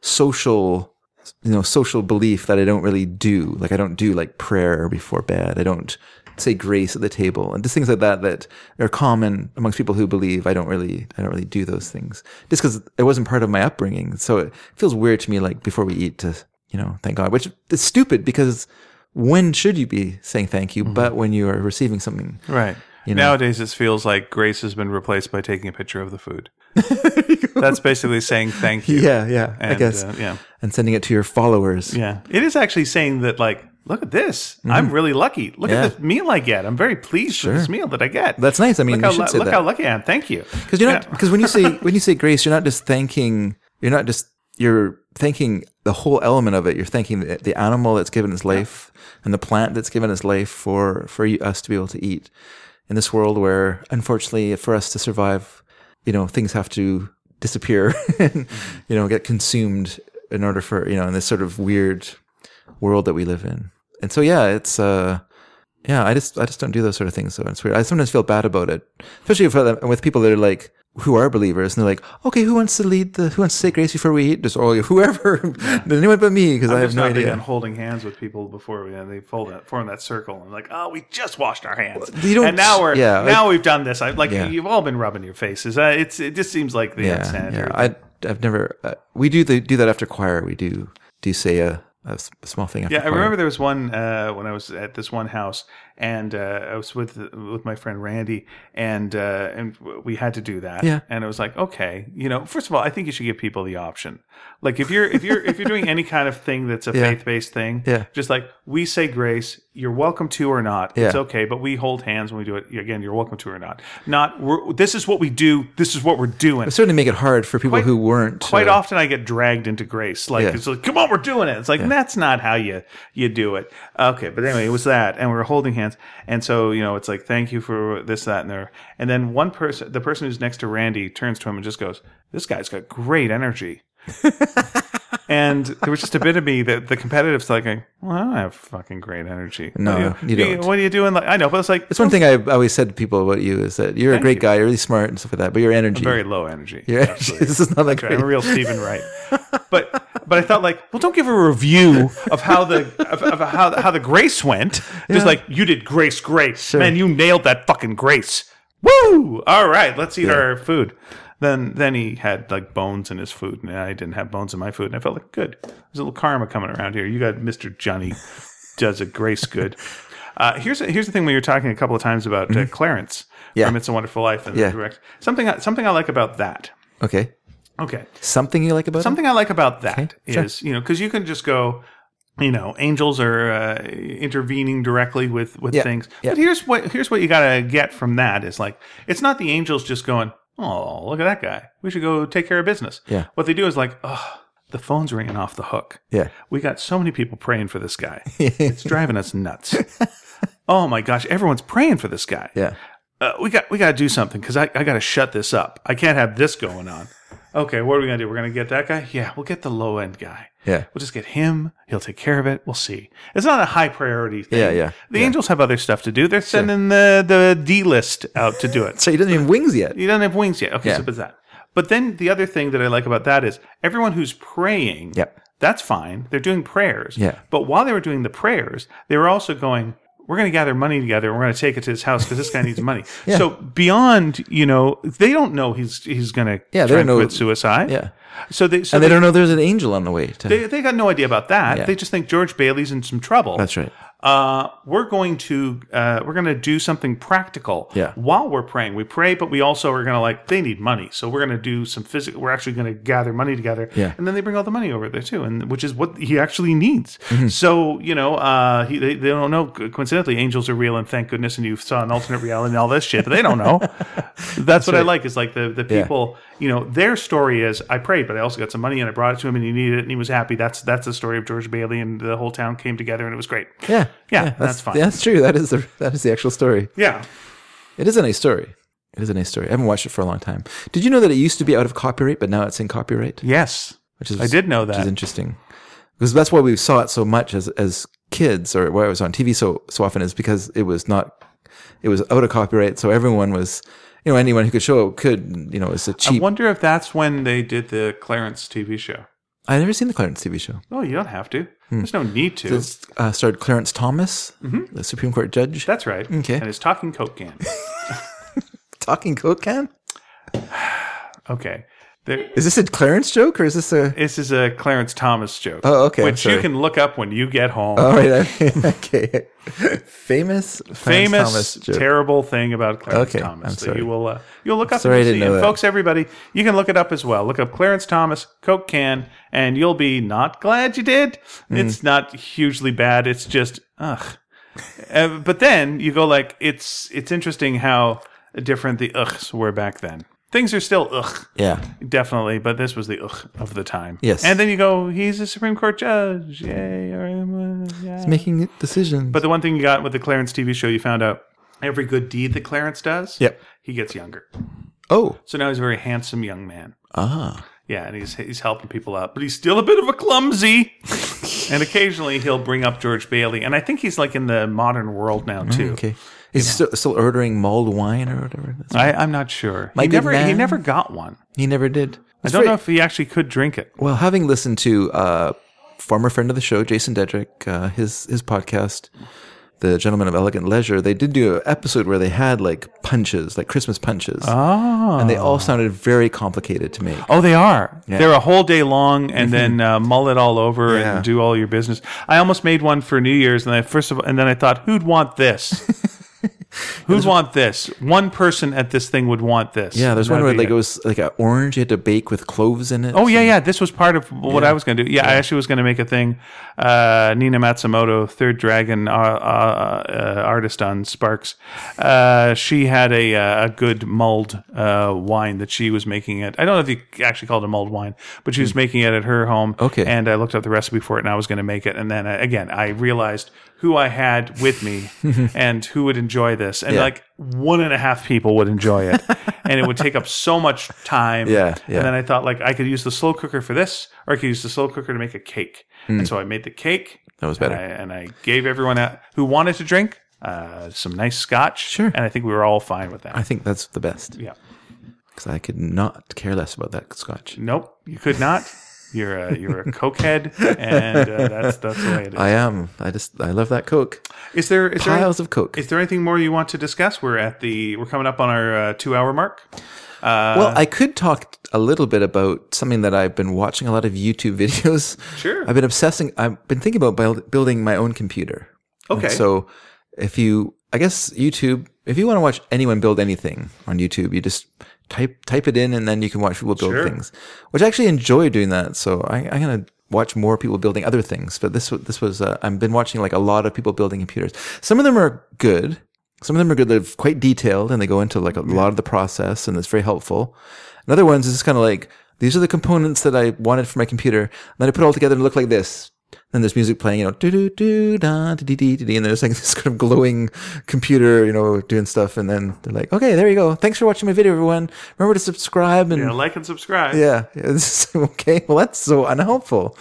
S1: social you know social belief that I don't really do. Like I don't do like prayer before bed. I don't say grace at the table and just things like that that are common amongst people who believe I don't really I don't really do those things just because it wasn't part of my upbringing. So it feels weird to me like before we eat to you know thank God, which is stupid because when should you be saying thank you?
S2: Mm-hmm.
S1: But when you are receiving something,
S2: Right. Nowadays, it feels like grace has been replaced by taking a picture of the food. [LAUGHS] That's basically saying thank you.
S1: yeah, yeah, [LAUGHS] I
S2: And,
S1: guess,
S2: uh, yeah.
S1: and sending it to your followers.
S2: Yeah. It is actually saying that, like, look at this. I'm really lucky. Look
S1: Mm-hmm. Yeah.
S2: at this meal I get. I'm very pleased with this meal that I get.
S1: That's nice. I mean,
S2: look
S1: you
S2: how,
S1: should
S2: lu-
S1: say
S2: look
S1: that.
S2: how lucky I am. Thank you.
S1: because you're not because when you say when you say grace you're not just thanking you're not just you're thanking the whole element of it you're thanking the, the animal that's given its life and the plant that's given its life for for you, us to be able to eat in this world where unfortunately for us to survive you know things have to disappear [LAUGHS] and you know get consumed in order for you know in this sort of weird world that we live in and so yeah it's uh yeah, I just I just don't do those sort of things. So it's weird. I sometimes feel bad about it, especially if, uh, with people that are like who are believers and they're like, okay, who wants to lead the who wants to say grace before we eat? Just oh, whoever, [LAUGHS] anyone but me because I have
S2: There's
S1: no
S2: not big
S1: idea.
S2: on holding hands with people before we, and they fold that, form that circle. And like, oh, we just washed our hands.
S1: you don't-
S2: and now we're
S1: yeah,
S2: now we've done this. I like
S1: Yeah.
S2: you've all been rubbing your faces. Uh, it's it just seems like the
S1: Yeah,
S2: standard.
S1: yeah. I I've never uh, we do the, do that after choir. We do do say a, a s- small thing after.
S2: Yeah, I
S1: choir.
S2: remember there was one uh, when I was at this one house, and uh, I was with with my friend Randy, and uh, and w- we had to do that.
S1: Yeah.
S2: and it was like, okay, you know, first of all, I think you should give people the option. Like if you're if you're if you're doing any kind of thing that's a faith based thing,
S1: [LAUGHS] Yeah.
S2: just like we say grace, you're welcome to or not. It's
S1: Yeah.
S2: okay, but we hold hands when we do it. Again, you're welcome to or not. Not we're, this is what we do. This is what we're doing
S1: certainly make it hard for people who weren't
S2: quite
S1: uh,
S2: often I get dragged into grace. Like
S1: Yeah.
S2: it's like, come on, we're doing it. It's like that's not how you you do it. Okay, but anyway, it was that, and we were holding hands, and so you know, it's like thank you for this, that, and there. And then one person,
S1: [LAUGHS]
S2: the person who's next to Randy, turns to him and just goes, "This guy's got great energy." And there was just a bit of me that the competitive's like, well, I don't have fucking great energy.
S1: No,
S2: What do
S1: you don't.
S2: What are you doing? Like, I know, but it's like
S1: That's one thing I always said to people about you is that you're a great guy, you're really smart and stuff like that, but your energy,
S2: very low energy.
S1: [LAUGHS] your energy this is not that
S2: I'm
S1: great.
S2: a real Stephen Wright. But but I thought like, well, don't give a review of how the of, of how how the grace went. Just like you did grace great, man. You nailed that fucking grace. Woo! All right, let's eat our food. Then then he had like bones in his food, and I didn't have bones in my food, and I felt like good. There's a little karma coming around here. You got Mister Johnny does a grace good. Uh, here's here's the thing we were talking a couple of times about uh, Clarence
S1: Mm-hmm. Yeah.
S2: from It's a Wonderful Life and
S1: Yeah.
S2: the direct something I- something I like about that.
S1: Okay.
S2: Okay,
S1: Something you like about
S2: Something I like about that is,
S1: sure.
S2: you know, because you can just go, you know, angels are uh, intervening directly with with
S1: Yeah,
S2: things.
S1: yeah.
S2: But here's what here's what you gotta get from that is like it's not the angels just going, oh look at that guy, we should go take care of business.
S1: Yeah.
S2: What they do is like, oh, the phone's ringing off the hook.
S1: it?
S2: We got so many people praying for this
S1: [LAUGHS]
S2: guy.
S1: Yeah.
S2: It's driving
S1: [LAUGHS]
S2: us nuts. oh my gosh, everyone's praying for this guy
S1: yeah.
S2: uh, we got we got to do something because I, I got to shut this up. I can't have this going on. Okay, what are we gonna do? We're gonna get that guy. Yeah, we'll get the low end guy.
S1: Yeah.
S2: We'll just get him. He'll take care of it. We'll see. It's not a high priority thing.
S1: Yeah, yeah,
S2: The angels have other stuff to do. They're sending the the D list out to do it.
S1: So he doesn't even
S2: [LAUGHS]
S1: have wings yet.
S2: He doesn't have wings yet. Okay,
S1: Yeah.
S2: so but that. But then the other thing that I like about that is everyone who's praying.
S1: Yep.
S2: That's fine. They're doing prayers.
S1: Yeah.
S2: But while they were doing the prayers, they were also going. We're going to gather money together. and We're going to take it to his house because this guy needs
S1: [LAUGHS]
S2: money. So beyond, you know, they don't know he's he's going to
S1: Yeah, they
S2: try
S1: don't
S2: and
S1: know-
S2: commit suicide.
S1: Yeah.
S2: So they so
S1: And
S2: they,
S1: they don't know there's an angel on the way. To,
S2: they, they got no idea about that.
S1: Yeah.
S2: They just think George Bailey's in some trouble.
S1: that's right.
S2: Uh, we're going to uh, we're going to do something practical.
S1: Yeah.
S2: While we're praying, we pray, but we also are going to like they need money, so we're going to do some physical. We're actually going to gather money together.
S1: Yeah.
S2: And then they bring all the money over there too, and which is what he actually needs.
S1: Mm-hmm.
S2: So you know, uh, he, they, they don't know. Coincidentally, angels are real, and thank goodness, and you saw an alternate reality and all this shit, but they
S1: [LAUGHS]
S2: don't know. That's, what I like is like the the people. You know, their story is I prayed, but I also got some money and I brought it to him, and he needed it, and he was happy. That's that's the story of George Bailey, and the whole town came together, and it was great.
S1: Yeah.
S2: Yeah, that's fine.
S1: Yeah, that's true. That is the that is the actual story.
S2: Yeah.
S1: It is a nice story. It is a nice story. I haven't watched it for a long time. Did you know that it used to be out of copyright, but now it's in copyright?
S2: Yes.
S1: Which is
S2: I did know
S1: which is
S2: that.
S1: interesting because that's why we saw it so much as as kids or why it was on TV so so often is because it was not it was out of copyright so everyone was you know anyone who could show it could you know it's a
S2: I
S1: cheap
S2: wonder if that's when they did the Clarence TV show.
S1: I've never seen the Clarence TV show
S2: Oh, you don't have to.
S1: Hmm.
S2: There's no need to.
S1: it's uh, starred Clarence Thomas
S2: Mm-hmm.
S1: the Supreme Court judge
S2: that's right.
S1: Okay.
S2: And it's talking Coke can.
S1: talking coke can
S2: okay. There,
S1: is this a Clarence joke or is this a
S2: this is a Clarence Thomas joke.
S1: Oh, okay, I'm
S2: Which you
S1: sorry. Oh,
S2: can look up when you get home.
S1: all right I- [LAUGHS] okay famous Clarence Thomas
S2: Famous
S1: joke.
S2: terrible thing about Clarence
S1: Okay,
S2: Thomas
S1: I'm
S2: that
S1: sorry.
S2: you will uh, you'll look up
S1: sorry
S2: and
S1: I
S2: you'll
S1: didn't
S2: see.
S1: know
S2: And
S1: that.
S2: folks, everybody, you can look it up as well. Look up Clarence Thomas Coke can, and you'll be not glad you did.
S1: Hmm.
S2: It's not hugely bad. It's just ugh. Uh, but then you go like it's it's interesting how different the ughs were back then. Things are still ugh,
S1: yeah
S2: definitely, but this was the ugh of the time.
S1: Yes.
S2: And then you go, he's a Supreme Court judge, yay! Or, uh, yeah.
S1: making decisions
S2: But the one thing you got with the Clarence TV show, you found out every good deed that Clarence does,
S1: Yep.
S2: he gets younger.
S1: oh
S2: So now he's a very handsome young man.
S1: ah
S2: Yeah, and he's he's helping people out, but he's still a bit of a
S1: [LAUGHS]
S2: clumsy. and occasionally he'll bring up George Bailey, and I think he's like in the modern world now too.
S1: Mm, Okay. He's still, still ordering mulled wine or whatever. That's
S2: I, I'm not sure. he
S1: good
S2: never he
S1: man.
S2: never got one.
S1: he never did.
S2: I don't know if he actually could drink it.
S1: Well, having listened to uh, former friend of the show, Jason Dedrick, uh, his his podcast, The Gentleman of Elegant Leisure, they did do an episode where they had like punches, like Christmas punches,
S2: Oh,
S1: and they all sounded very complicated to me.
S2: oh, they are. They're a whole day long, and then uh, mull it all over
S1: Mm-hmm. Yeah.
S2: and do all your business. I almost made one for New Year's, and I first of all, and then I thought, who'd
S1: [LAUGHS]
S2: want this? Who'd want this? One person at this thing would want this.
S1: Yeah, there's
S2: And
S1: one
S2: that'd
S1: where
S2: be
S1: like
S2: it.
S1: it was like an orange you had to bake with cloves in it.
S2: Oh yeah, yeah. This was part of what I was going to do. Yeah, I actually was going to make a thing. Uh, Nina Matsumoto, Third Dragon uh, uh, uh, artist on Sparks, uh, she had a uh, a good mulled uh, wine that she was making it. I don't know if you actually called it mulled wine, but she was making it at her home.
S1: Okay.
S2: And I looked up the recipe for it, and I was going to make it. And then uh, again, I realized who I had with me and who would enjoy this, and
S1: Yeah.
S2: like one and a half people would enjoy it, and it would take up so much time.
S1: Yeah, yeah.
S2: And then I thought like I could use the slow cooker for this, or I could use the slow cooker to make a cake. And so I made the cake.
S1: That was
S2: and
S1: Hmm. better.
S2: I, and I gave everyone out who wanted to drink uh, some nice scotch.
S1: Sure.
S2: And I think we were all fine with that.
S1: I think that's the best
S2: yeah.
S1: because I could not care less about that scotch.
S2: Nope, you could not. You're a you're a
S1: [LAUGHS]
S2: cokehead, and uh, that's that's the way it is.
S1: I am. I just I love that Coke.
S2: is there is there
S1: Piles of Coke.
S2: is there anything more you want to discuss? We're at the we're coming up on our uh, two hour mark. Uh,
S1: Well, I could talk a little bit about something that I've been watching a lot of YouTube [LAUGHS] videos.
S2: Sure.
S1: I've been obsessing. I've been thinking about build, building my own computer. And
S2: Okay.
S1: so if you, I guess YouTube, if you want to watch anyone build anything on YouTube, you just type type it in, and then you can watch people build
S2: Sure.
S1: things. Which I actually enjoy doing that. So I, I'm gonna watch more people building other things. But this was- this was uh, I've been watching like a lot of people building computers. Some of them are good. Some of them are good. They're quite detailed, and they go into like a lot of the process, and it's very helpful. And other ones is just kind of like these are the components that I wanted for my computer. And then I put it all together and look like this. Then there's music playing, you know, do do do da dee dee dee, and there's like [LAUGHS] this kind of glowing computer, you know, doing stuff. And then they're like, okay, there you go. Thanks for watching my video, everyone. Remember to subscribe and
S2: Yeah, like and subscribe.
S1: yeah, [LAUGHS] it's okay. Well, that's so unhelpful.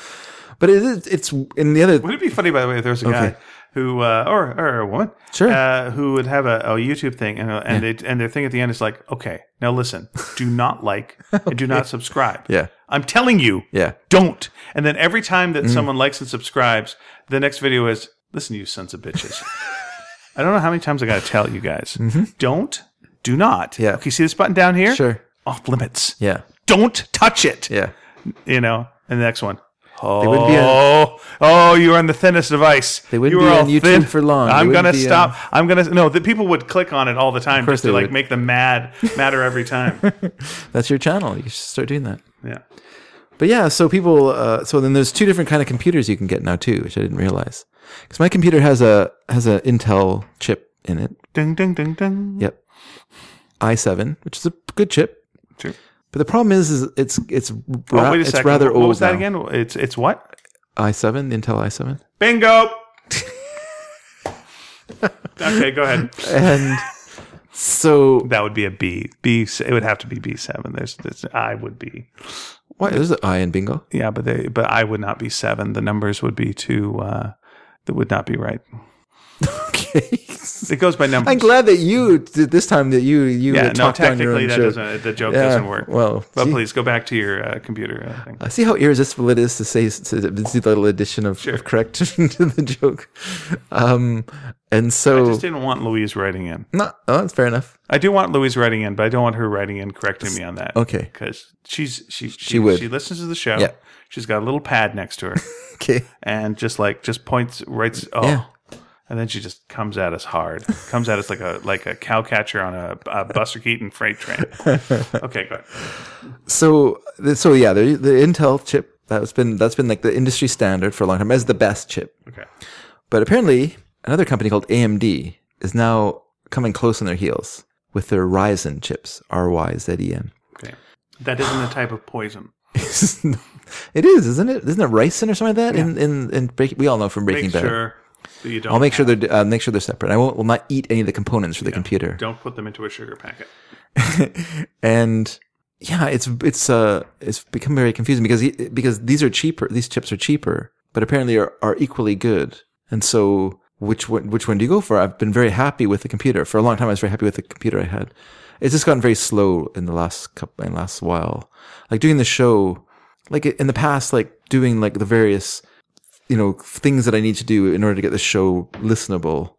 S1: But it is. It's in the other.
S2: Would it be funny, by the way, if there was a guy who uh, or or a woman,
S1: Sure.
S2: uh, who would have a, a YouTube thing, and and they and their thing at the end is like, okay, now listen, do not like and
S1: [LAUGHS]
S2: do not subscribe.
S1: Yeah.
S2: I'm telling you.
S1: Yeah. Mm.
S2: don't. And then every time that someone likes and subscribes, the next video is, listen, you sons
S1: [LAUGHS]
S2: of bitches. I don't know how many times I got to tell you guys. Don't, do not.
S1: Mm-hmm. Yeah.
S2: Okay, see this button down here?
S1: Sure.
S2: Off limits.
S1: Yeah.
S2: Don't touch it.
S1: Yeah.
S2: You know, and the next one.
S1: wouldn't be
S2: Oh, oh, you are on the thinnest of ice. They
S1: wouldn't be on YouTube for long. They
S2: I'm
S1: wouldn't
S2: gonna
S1: be
S2: stop. I'm gonna no. The people would click on it all the time just
S1: they
S2: to like
S1: would.
S2: make
S1: [LAUGHS]
S2: them mad, madder every time.
S1: That's your channel. You should start doing that.
S2: yeah.
S1: But yeah, so people, uh, so then there's two different kind of computers you can get now too, which I didn't realize. Because my computer has a has an Intel chip in it.
S2: Ding ding ding ding.
S1: Yep, i7, which is a good chip.
S2: True.
S1: But the problem is, is it's it's
S2: Oh,
S1: ra-
S2: wait a
S1: it's
S2: second.
S1: rather
S2: what
S1: old.
S2: was that
S1: now.
S2: again? It's it's what?
S1: i7, the Intel i7, [LAUGHS]
S2: Bingo. okay, go ahead.
S1: and so
S2: That would be a B. B. It would have to be B seven. There's, there's I would be.
S1: what? There's an i in bingo. [LAUGHS]
S2: Yeah, but they but I would not be seven. The numbers would be too. Uh, that would not be right.
S1: Okay.
S2: It goes by numbers.
S1: I'm glad that you did this time that you you
S2: yeah, no.
S1: talked down your
S2: Technically,
S1: own
S2: that
S1: joke.
S2: doesn't. The joke
S1: Yeah,
S2: doesn't work.
S1: Well,
S2: but
S1: see,
S2: please go back to your uh, computer. I think.
S1: I see how irresistible it is to say s- to- this little addition of, of correction [LAUGHS] to the joke. Um, and
S2: I
S1: so
S2: just didn't want Louise writing in.
S1: no, oh, that's fair enough.
S2: I do want Louise writing in, but I don't want her writing in correcting me on that.
S1: Okay.
S2: Because she's she she,
S1: would.
S2: she listens to the show.
S1: Yeah.
S2: She's got a little pad next
S1: [LAUGHS]
S2: to her
S1: Okay,
S2: and just like just points writes oh and then she just comes at us hard. Comes at us like a like a cow catcher on a, a Buster Keaton freight train. Okay, good.
S1: so th- so yeah, the, the Intel chip that's been that's been like the industry standard for a long time as the best chip.
S2: Okay.
S1: But apparently, another company called AMD is now coming close on their heels with their Ryzen chips, R Y Z E N.
S2: Okay. That isn't a type of poison.
S1: it is, isn't it? Isn't it ricin or something like that? In in in break, we all know from Breaking
S2: Make
S1: Bad.
S2: sure that you don't
S1: I'll make sure they're uh, make sure they're separate. I won't will not eat any of the components for the computer.
S2: don't put them into a sugar packet.
S1: [LAUGHS] And yeah, it's it's uh it's become very confusing because he- because these are cheaper. These chips are cheaper, but apparently are are equally good. And so which one which one do you go for? I've been very happy with the computer for a long time. I was very happy with the computer I had. It's just gotten very slow in the last couple in the last while. Like doing the show, like in the past, like doing like the various you know things that I need to do in order to get the show listenable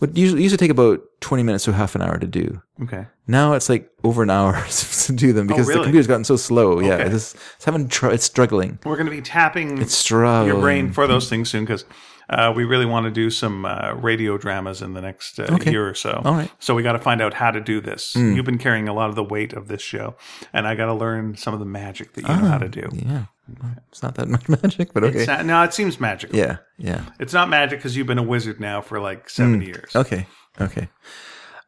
S1: would usually usually take about twenty minutes to half an hour to do.
S2: Okay.
S1: Now it's like over an hour [LAUGHS] to do them because the
S2: Oh, really?
S1: computer's gotten so slow. Yeah,
S2: Okay.
S1: it's, it's having tr- it's struggling.
S2: We're going to be tapping
S1: It's struggling.
S2: your brain for those things soon because uh, we really want to do some uh, radio dramas in the next uh, year or so.
S1: All right. Hmm.
S2: So we got to find out how to do this. You've been carrying a lot of the weight of this show, and I got to learn some of the magic that you know how to do.
S1: Yeah, Well, it's not that [LAUGHS] much magic, but Ah, okay.
S2: It's not, no, it seems magical.
S1: yeah, yeah.
S2: It's not magic because you've been a wizard now for like
S1: Hmm.
S2: seven years.
S1: Okay, okay.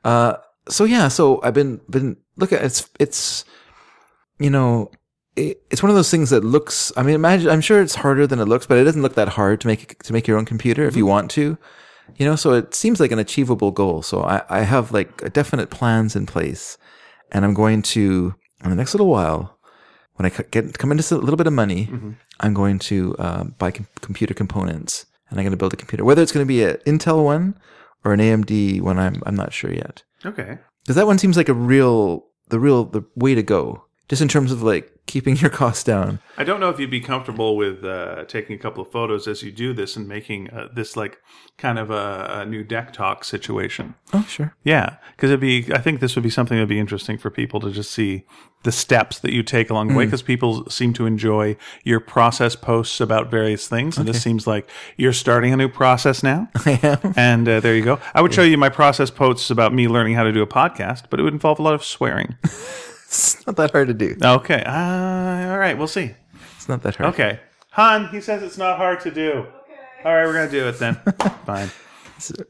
S1: Uh, so yeah, so I've been been look at it's it's you know it, it's one of those things that looks. I mean, imagine I'm sure it's harder than it looks, but it doesn't look that hard to make to make your own computer if you want to. You know, so it seems like an achievable goal. So I, I have like definite plans in place, and I'm going to in the next little while, when I c- get come into a little bit of money, I'm going to uh, buy com- computer components, and I'm going to build a computer. Whether it's going to be an Intel one or an AMD one, I'm I'm not sure yet
S2: Okay.
S1: because that one seems like a real the real the way to go just in terms of like keeping [LAUGHS] your costs down
S2: I don't know if you'd be comfortable with uh, taking a couple of photos as you do this and making uh, this like kind of a, a new deck talk situation.
S1: oh sure
S2: Yeah, because it'd be. I think this would be something that'd be interesting for people to just see the steps that you take along the
S1: Mm.
S2: way. Because people seem to enjoy your process posts about various things, and this seems like you're starting a new process now.
S1: [LAUGHS] i am
S2: and uh, there you go. I would show you my process posts about me learning how to do a podcast, but it would involve a lot of
S1: [LAUGHS]
S2: swearing.
S1: it's not that hard to do
S2: okay, uh, all right, we'll see.
S1: it's not that hard
S2: Okay, Han, he says it's not hard to do. All right, we're gonna do it then.
S1: [LAUGHS]
S2: Fine.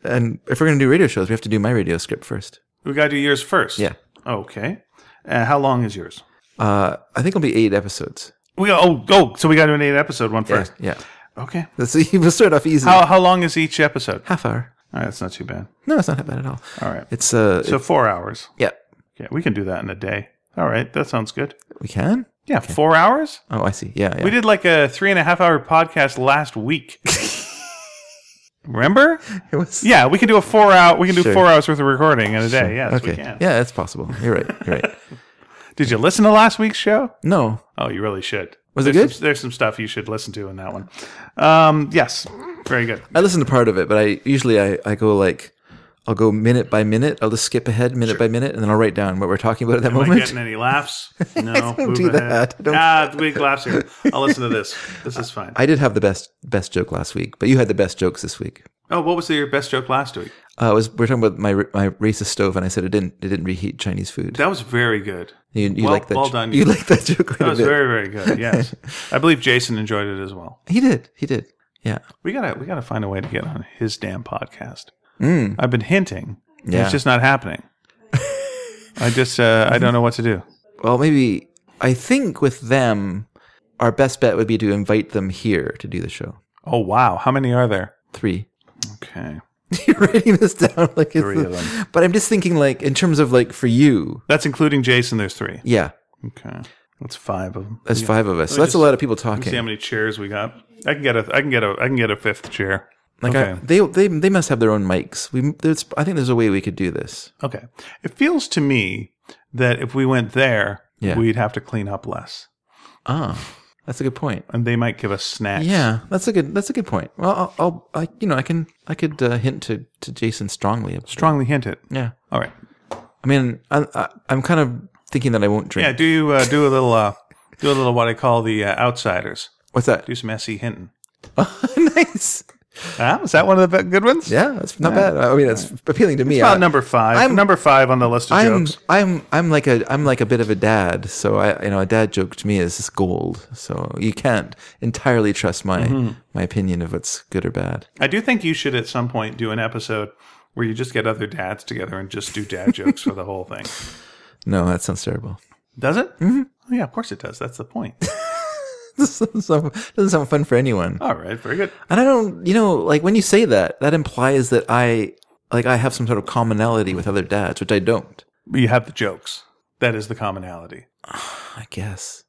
S1: and if we're going to do radio shows we have to do my radio script first
S2: We gotta do yours first.
S1: Yeah.
S2: Okay. Uh, how long is yours?
S1: uh, i think it'll be eight episodes
S2: We oh oh so we got to do an eight episode one first.
S1: yeah [LAUGHS]
S2: Okay.
S1: so you will start off easy
S2: How how long is each episode?
S1: half hour
S2: All right, that's not too bad.
S1: no it's not that bad at all
S2: All right.
S1: it's uh
S2: so four hours.
S1: yeah
S2: Yeah, we can do that in a day. All right, that sounds good.
S1: we can
S2: Yeah, four hours.
S1: oh i see yeah, yeah.
S2: We did like a three and a half hour podcast last
S1: [LAUGHS]
S2: week. Remember?
S1: it was
S2: Yeah, we can do a four hour. We can do
S1: Sure.
S2: four hours worth of recording in a day. Yes,
S1: okay
S2: we can.
S1: yeah it's possible you're right you're right
S2: [LAUGHS] Did you listen to last week's show?
S1: no
S2: Oh, you really should.
S1: Was it
S2: There's
S1: good?
S2: Some, there's some stuff you should listen to in that one. Um, yes, very good.
S1: I listen to part of it, but I usually I, I go like I'll go minute by minute. I'll just skip ahead minute by minute, and then I'll write down what we're talking about at that
S2: Am I
S1: moment.
S2: getting
S1: [LAUGHS]
S2: any laughs? No, move
S1: do
S2: ahead.
S1: that. I don't-
S2: Ah, big laughs here. I'll listen to this. This is fine.
S1: I did have the best best joke last week, but you had the best jokes this week.
S2: Oh, what was your best joke last week?
S1: Uh, it was we are talking about my my racist stove, and I said it didn't it didn't reheat Chinese food.
S2: That was very good.
S1: You, you
S2: well-
S1: like that?
S2: well
S1: jo-
S2: done.
S1: You like that joke quite
S2: That
S1: a
S2: was
S1: bit.
S2: very, very
S1: [LAUGHS]
S2: good. Yes, I believe Jason enjoyed it as well.
S1: he did. He did. Yeah.
S2: We gotta, we gotta find a way to get on his damn podcast. I've been hinting.
S1: Mm. Yeah.
S2: It's just
S1: [LAUGHS]
S2: not happening. I just, uh, I don't know what to do.
S1: Well, maybe I think with them, our best bet would be to invite them here to do the show.
S2: Oh wow, how many are there?
S1: Three. [LAUGHS]
S2: Okay,
S1: You're writing this down like it's
S2: Three
S1: the-
S2: of them.
S1: But I'm just thinking like in terms of like for you.
S2: that's including Jason. There's three.
S1: Yeah.
S2: Okay, that's five of them.
S1: That's five of us. So
S2: me
S1: that's a
S2: just-
S1: lot of people
S2: See how
S1: talking.
S2: many chairs we got. I can get a, I can get a, I can get a fifth chair.
S1: Like I,
S2: okay,
S1: they, they they must have their own mics. We there's I think there's a way we could do this.
S2: okay. It feels to me that if we went there,
S1: Yeah.
S2: we'd have to clean up less,
S1: Ah, that's a good point.
S2: and they might give us snacks.
S1: Yeah, that's a good that's a good point. Well, I'll, I'll I you know I can I could uh, hint to to Jason strongly. ab-
S2: strongly hint it.
S1: Yeah,
S2: All right.
S1: I mean I, I I'm kind of thinking that I won't drink.
S2: Yeah, do you uh, do a little uh, do a little what I call the uh, outsiders?
S1: What's that?
S2: Do some SE hinting.
S1: [LAUGHS] nice.
S2: Ah, is that one of the be- good ones?
S1: Yeah, that's not bad. I mean, that's appealing to me.
S2: About
S1: I-
S2: number 5
S1: I'm-
S2: number five on the list of
S1: I'm
S2: jokes.
S1: I'm I'm like a I'm like a bit of a dad, so I you know a dad joke to me is just gold. So you can't entirely trust my
S2: Mm-hmm.
S1: my opinion of what's good or bad.
S2: I do think you should at some point do an episode where you just get other dads together and just do dad jokes for the whole thing.
S1: No, that sounds terrible. [LAUGHS]
S2: Does it? Mm-hmm. Oh, yeah, of course it does. That's the point. [LAUGHS]
S1: This doesn't sound, doesn't sound fun for anyone.
S2: All right, very good.
S1: And I don't, you know, like when you say that, that implies that I like I have some sort of commonality with other dads, which I don't.
S2: You have the jokes. That is the commonality.
S1: I guess.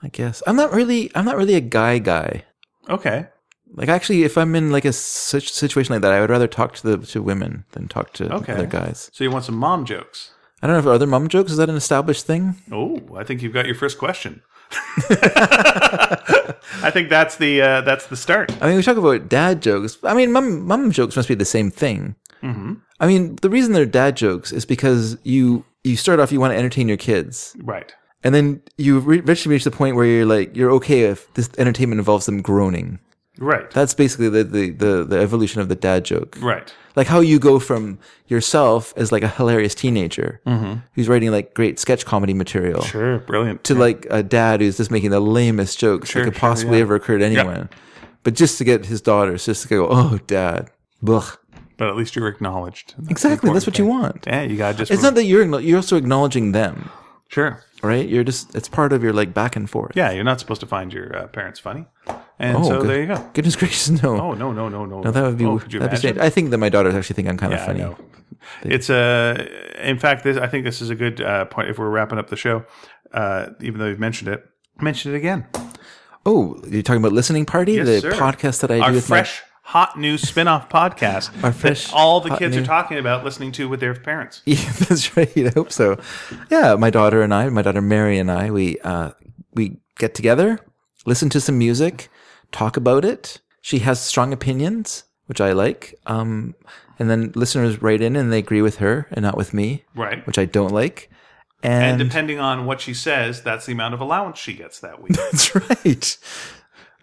S1: I guess I'm not really I'm not really a guy guy.
S2: Okay.
S1: Like actually, if I'm in like a such situation like that, I would rather talk to the to women than talk to
S2: Okay.
S1: other guys.
S2: So you want some mom jokes?
S1: I don't know if are there mom jokes is that an established thing?
S2: Oh, I think you've got your first question. [LAUGHS] I think that's the uh, that's the start.
S1: I mean, we talk about dad jokes. I mean, mom mom jokes must be the same thing.
S2: Mhm.
S1: I mean, the reason they're dad jokes is because you you start off you want to entertain your kids,
S2: Right.
S1: and then you re- eventually reach the point where you're like you're okay if this entertainment involves them groaning.
S2: Right.
S1: That's basically the the the, the evolution of the dad joke.
S2: right.
S1: like how you go from yourself as like a hilarious teenager who's writing like great sketch comedy material
S2: Sure. Brilliant.
S1: to like a dad who's just making the lamest jokes
S2: Sure,
S1: that could
S2: sure,
S1: possibly ever occur to anyone, but just to get his daughters just to go, oh, dad, blech.
S2: but at least you're acknowledged. That's the
S1: Exactly, that's
S2: important
S1: what you
S2: thing.
S1: want.
S2: Yeah, you got to just.
S1: It's not that you're acknow- you're also acknowledging them,
S2: sure.
S1: right? You're just it's part of your like back and forth.
S2: Yeah, you're not supposed to find your uh, parents funny, And so
S1: Oh, good-
S2: there you go.
S1: Goodness [LAUGHS] gracious, no.
S2: Oh no no no no!
S1: No, that would be.
S2: Oh, could you
S1: that'd be
S2: imagine?
S1: strange. I think that my daughters actually think I'm kind of
S2: Yeah, I
S1: funny.
S2: know. It's a. In fact, this I think this is a good uh, point. If we're wrapping up the show, uh, even though you've mentioned it, mention it again.
S1: Oh, you're talking about listening party, the
S2: sir.
S1: podcast that I
S2: Our
S1: do with
S2: fresh, hot new spin-off podcast
S1: [LAUGHS] Our fresh,
S2: that all the
S1: hot
S2: kids are
S1: new-
S2: talking about, listening to with their parents.
S1: my. [LAUGHS] Yeah, that's right. I hope so. Yeah, my daughter and I, my daughter Mary and I, we uh, we get together, listen to some music, talk about it. She has strong opinions, which I like. Um, and then listeners write in and they agree with her and not with me,
S2: Right.
S1: which I don't like.
S2: And
S1: And,
S2: [LAUGHS] depending on what she says, that's the amount of allowance she gets that
S1: [LAUGHS]
S2: week.
S1: that's right.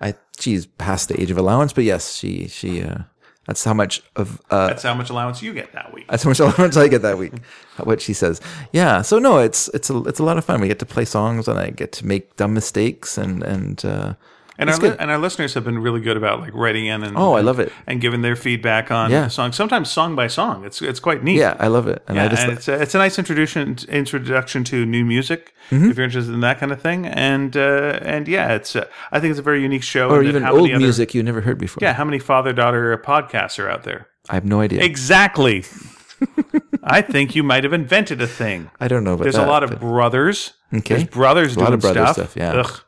S1: I she's past the age of allowance, but yes, she she. Uh, that's how much of uh,
S2: that's how much allowance you get that week.
S1: [LAUGHS] That's how much allowance I get that week. What she says. Yeah. So no, it's it's a it's a lot of fun. We get to play songs, and I get to make dumb mistakes, and and uh,
S2: And our,
S1: it's
S2: li-
S1: good.
S2: and our listeners have been really good about like writing in and
S1: Oh, I love it.
S2: and giving their feedback on
S1: Yeah.
S2: the song. Sometimes song by song. It's it's quite neat.
S1: yeah, I love it. And I
S2: Yeah,
S1: just
S2: and it's a, it's a nice introduction introduction to new music
S1: Mm-hmm.
S2: if you're interested in that kind of thing. And uh, and yeah, it's a, I think it's a very unique show.
S1: or
S2: and that
S1: even
S2: how many
S1: old
S2: other-
S1: music you never heard before.
S2: yeah, how many father daughter podcasts are out there?
S1: I have no idea. [LAUGHS]
S2: Exactly. I think you might have invented a thing.
S1: I don't know. About
S2: There's
S1: that,
S2: a lot of
S1: but-
S2: brothers.
S1: Okay.
S2: There's brothers
S1: lot
S2: doing
S1: of brother
S2: stuff.
S1: stuff, yeah.
S2: Ugh,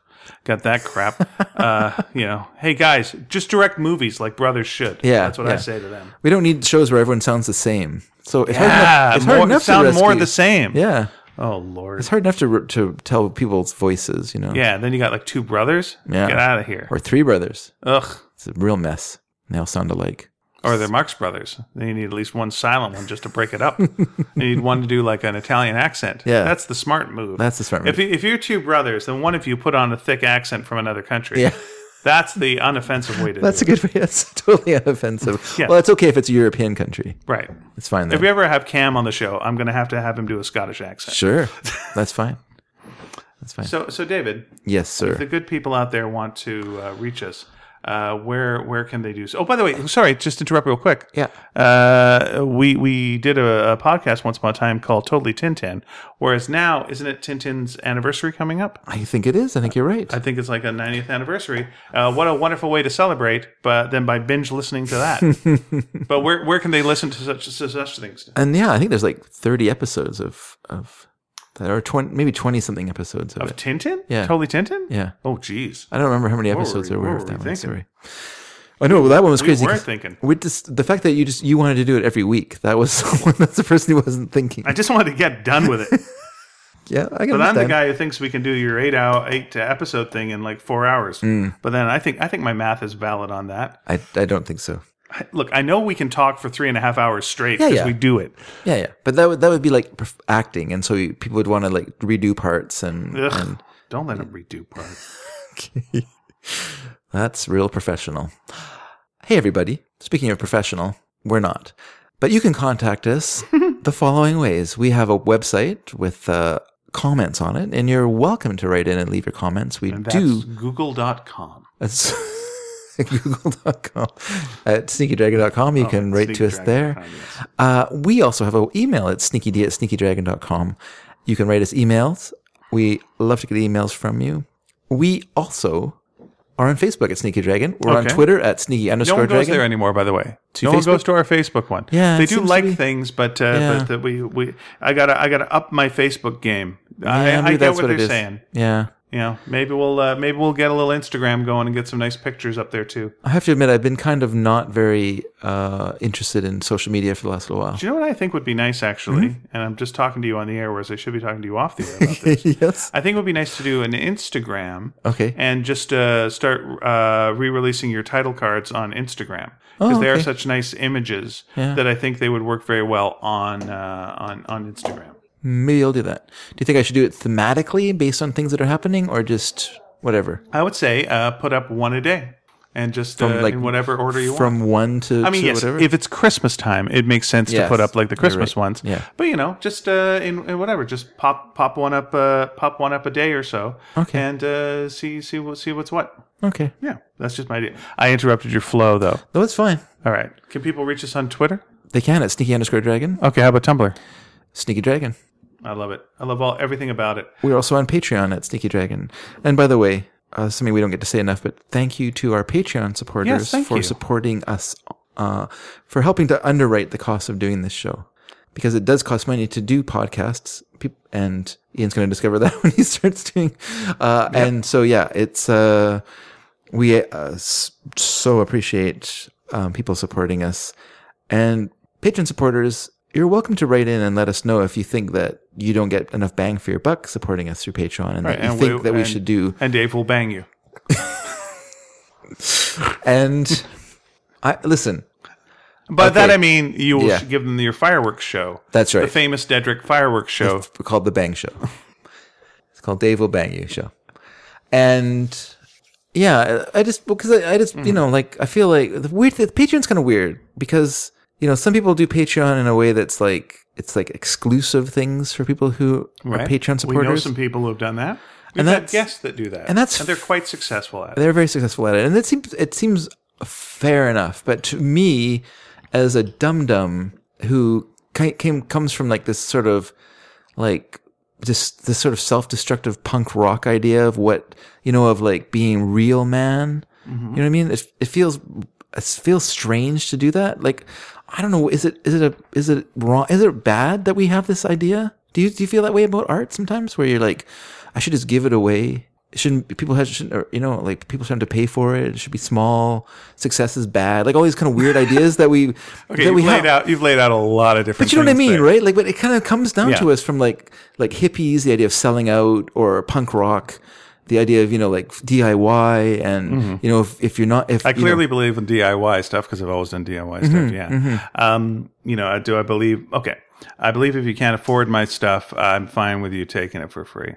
S2: got
S1: [LAUGHS]
S2: that crap. uh, you know, hey guys, just direct movies like brothers should.
S1: Yeah,
S2: that's what I
S1: yeah.
S2: say to them.
S1: we don't need shows where everyone sounds the same. So it's hard
S2: Ah,
S1: enough. It's hard
S2: more,
S1: enough
S2: sound
S1: to
S2: more
S1: rescue-
S2: the same.
S1: Yeah,
S2: Oh lord.
S1: it's hard enough to re- to tell people's voices. You know.
S2: Yeah, then you got like two brothers.
S1: Yeah.
S2: Get out of here.
S1: Or three brothers.
S2: Ugh.
S1: It's a real mess. They all sound alike.
S2: Or they're Marx brothers. Then you need at least one silent one just to break it
S1: [LAUGHS]
S2: up. you need one to do like an Italian accent.
S1: Yeah.
S2: That's the smart move.
S1: That's the smart move.
S2: If, you, if you're two brothers, then one of you put on a thick accent from another country.
S1: Yeah.
S2: [LAUGHS] That's the unoffensive way to
S1: That's a
S2: do
S1: good way. That's [LAUGHS] totally unoffensive.
S2: Yeah.
S1: Well, it's okay if it's a European country.
S2: it. Right.
S1: It's fine. Then.
S2: If we ever have Cam on the show, I'm going to have to have him do a Scottish accent. [LAUGHS]
S1: sure, that's fine. That's fine.
S2: So, so David,
S1: yes, sir.
S2: the good people out there want to uh, reach us. Uh, where where can they do so? Oh, by the way, sorry, just to interrupt real quick.
S1: Yeah.
S2: uh, we we did a, a podcast once upon a time called Totally Tintin. Whereas now, isn't it Tintin's anniversary coming up?
S1: I think it is. I think you're right.
S2: I think it's like a 90th anniversary. Uh, what a wonderful way to celebrate! But then by binge listening to
S1: [LAUGHS]
S2: that. but where where can they listen to such to such things?
S1: and yeah, I think there's like 30 episodes of of that are 20, maybe 20 something episodes of,
S2: Of
S1: it.
S2: Tintin?
S1: Yeah.
S2: Totally Tintin.
S1: Yeah,
S2: Oh, geez.
S1: I don't remember how many
S2: were
S1: episodes
S2: we-
S1: there were
S2: what
S1: of
S2: were
S1: that
S2: we
S1: one.
S2: thinking?
S1: Sorry. I know. Well, that one was
S2: We
S1: crazy.
S2: were
S1: 'cause
S2: thinking.
S1: With this, the fact that you just you wanted to do it every week, that was [LAUGHS] someone, that's the person who wasn't thinking.
S2: I just wanted to get done with
S1: [LAUGHS]
S2: it.
S1: yeah, I can
S2: But I'm
S1: understand.
S2: the guy who thinks we can do your eight hour eight episode thing in like four hours.
S1: Mm.
S2: But then I think I think my math is valid on that.
S1: I I don't think so.
S2: I- Look, I know we can talk for three and a half hours straight
S1: Yeah,
S2: because
S1: yeah.
S2: we do it.
S1: Yeah, yeah, but that would that would be like perf- acting, and so you, people would want to like redo parts, and,
S2: Ugh,
S1: and
S2: don't let them redo parts.
S1: [LAUGHS] that's real professional. Hey, everybody! Speaking of professional, we're not, but you can contact
S2: [LAUGHS]
S1: us the following ways. We have a website with uh, comments on it, and you're welcome to write in and leave your comments. We
S2: And that's
S1: do
S2: Google.com.
S1: [LAUGHS] that's google.com at sneakydragon.com.
S2: Oh,
S1: You can write to us there.
S2: sneakydragon.com, yes.
S1: Uh, we also have an email at sneakyd at sneakydragon.com. You can write us emails. We love to get emails from you. We also are on Facebook at Sneaky Dragon. We're on
S2: Okay.
S1: Twitter at sneaky
S2: No
S1: underscore
S2: one goes
S1: dragon.
S2: there anymore, by the way. no one
S1: Facebook?
S2: goes to our Facebook one.
S1: Yeah,
S2: they
S1: it
S2: do
S1: seems to
S2: like
S1: be-
S2: things, but uh,
S1: Yeah.
S2: but that we, we I gotta I gotta up my Facebook game. I,
S1: Yeah,
S2: I
S1: maybe
S2: get
S1: that's
S2: what,
S1: what it
S2: they're
S1: is.
S2: saying.
S1: Yeah.
S2: You know, maybe we'll uh, maybe we'll get a little Instagram going and get some nice pictures up there too.
S1: I have to admit, I've been kind of not very uh, interested in social media for the last
S2: [LAUGHS]
S1: little while.
S2: Do you know what I think would be nice, actually?
S1: Mm-hmm.
S2: And I'm just talking to you on the air, whereas I should be talking to you off the air about this.
S1: yes.
S2: I think it would be nice to do an Instagram
S1: Okay.
S2: and just uh, start uh, re-releasing your title cards on Instagram because they are
S1: Oh, okay.
S2: such nice images
S1: Yeah.
S2: that I think they would work very well on uh, on on Instagram.
S1: Maybe I'll do that. Do you think I should do it thematically based on things that are happening or just whatever?
S2: I would say uh, put up one a day and just uh,
S1: like,
S2: in whatever order you want.
S1: From one to,
S2: I mean,
S1: to
S2: yes,
S1: whatever?
S2: if it's Christmas time, it makes sense to
S1: Yes,
S2: put up like the
S1: you're right.
S2: Christmas ones.
S1: Yeah.
S2: But you know, just uh, in, in whatever, just pop pop one up, uh, pop one up a day or so,
S1: Okay.
S2: and uh, see see what see what's what.
S1: okay.
S2: Yeah, that's just my idea. I interrupted your flow though.
S1: No, it's fine.
S2: All right, can people reach us on Twitter?
S1: They can at sneaky underscore dragon.
S2: Okay, how about Tumblr?
S1: Sneaky Dragon.
S2: I love it. I love all everything about it.
S1: We're also on Patreon at Sneaky Dragon. And by the way, uh, something we don't get to say enough, but thank you to our Patreon
S2: Yes,
S1: supporters
S2: thank
S1: for
S2: you.
S1: supporting us, uh, for helping to underwrite the cost of doing this show. Because it does cost money to do podcasts, peop- and Ian's going to discover [LAUGHS] that when he starts doing. Uh, And so, yeah, it's uh, we uh, s- so appreciate um, people supporting us, and patron supporters. You're welcome to write in and let us know if you think that you don't get enough bang for your buck supporting us through Patreon, and that you
S2: and
S1: think that we
S2: and-
S1: should do
S2: And Dave will bang you.
S1: And [LAUGHS] I listen.
S2: By that
S1: Okay.
S2: I mean you will
S1: Yeah.
S2: sh give them your fireworks show.
S1: That's
S2: The
S1: right.
S2: famous Dedrick fireworks show.
S1: It's called the Bang Show. [LAUGHS] It's called Dave will Bang You Show. And yeah, I I just because I, I just
S2: Mm-hmm.
S1: you know like I feel like the weird the Patreon's kind of weird because you know some people do Patreon in a way that's like it's like exclusive things for people who are
S2: right?
S1: Patreon supporters.
S2: We know some people who have done that. We've
S1: And
S2: had
S1: that's-
S2: guests that do that.
S1: and that's-
S2: they're quite successful at it.
S1: they're very successful at it, and it seems it seems fair enough. But to me, as a dum dum who ki- came comes from like this sort of like just this sort of self destructive punk rock idea of what you know of like being real man. You know what I mean? It, it feels it feels strange to do that. Like I don't know. Is it is it a is it wrong? Is it bad that we have this idea? Do you do you feel that way about art sometimes? Where you're like, I should just give it away. It shouldn't people have shouldn't, or, you know like people shouldn't have to pay for it. It should be small. Success is bad. Like all these kind of weird [LAUGHS] ideas that we
S2: Okay,
S1: that
S2: you've
S1: we
S2: laid
S1: have.
S2: out you've laid out a lot of different.
S1: But you know what I
S2: things
S1: mean,
S2: there.
S1: right? Like, but it kind of comes down
S2: Yeah.
S1: to us from like like hippies, the idea of selling out, or punk rock, the idea of you know like DIY, and you know if, if you're not if
S2: Mm-hmm. I
S1: you know- Mm-hmm,
S2: clearly believe in DIY stuff because I've always done DIY stuff. Yeah. Um, you know, I- do I believe? Okay, I believe if you can't afford my stuff, I'm fine with you taking it for free.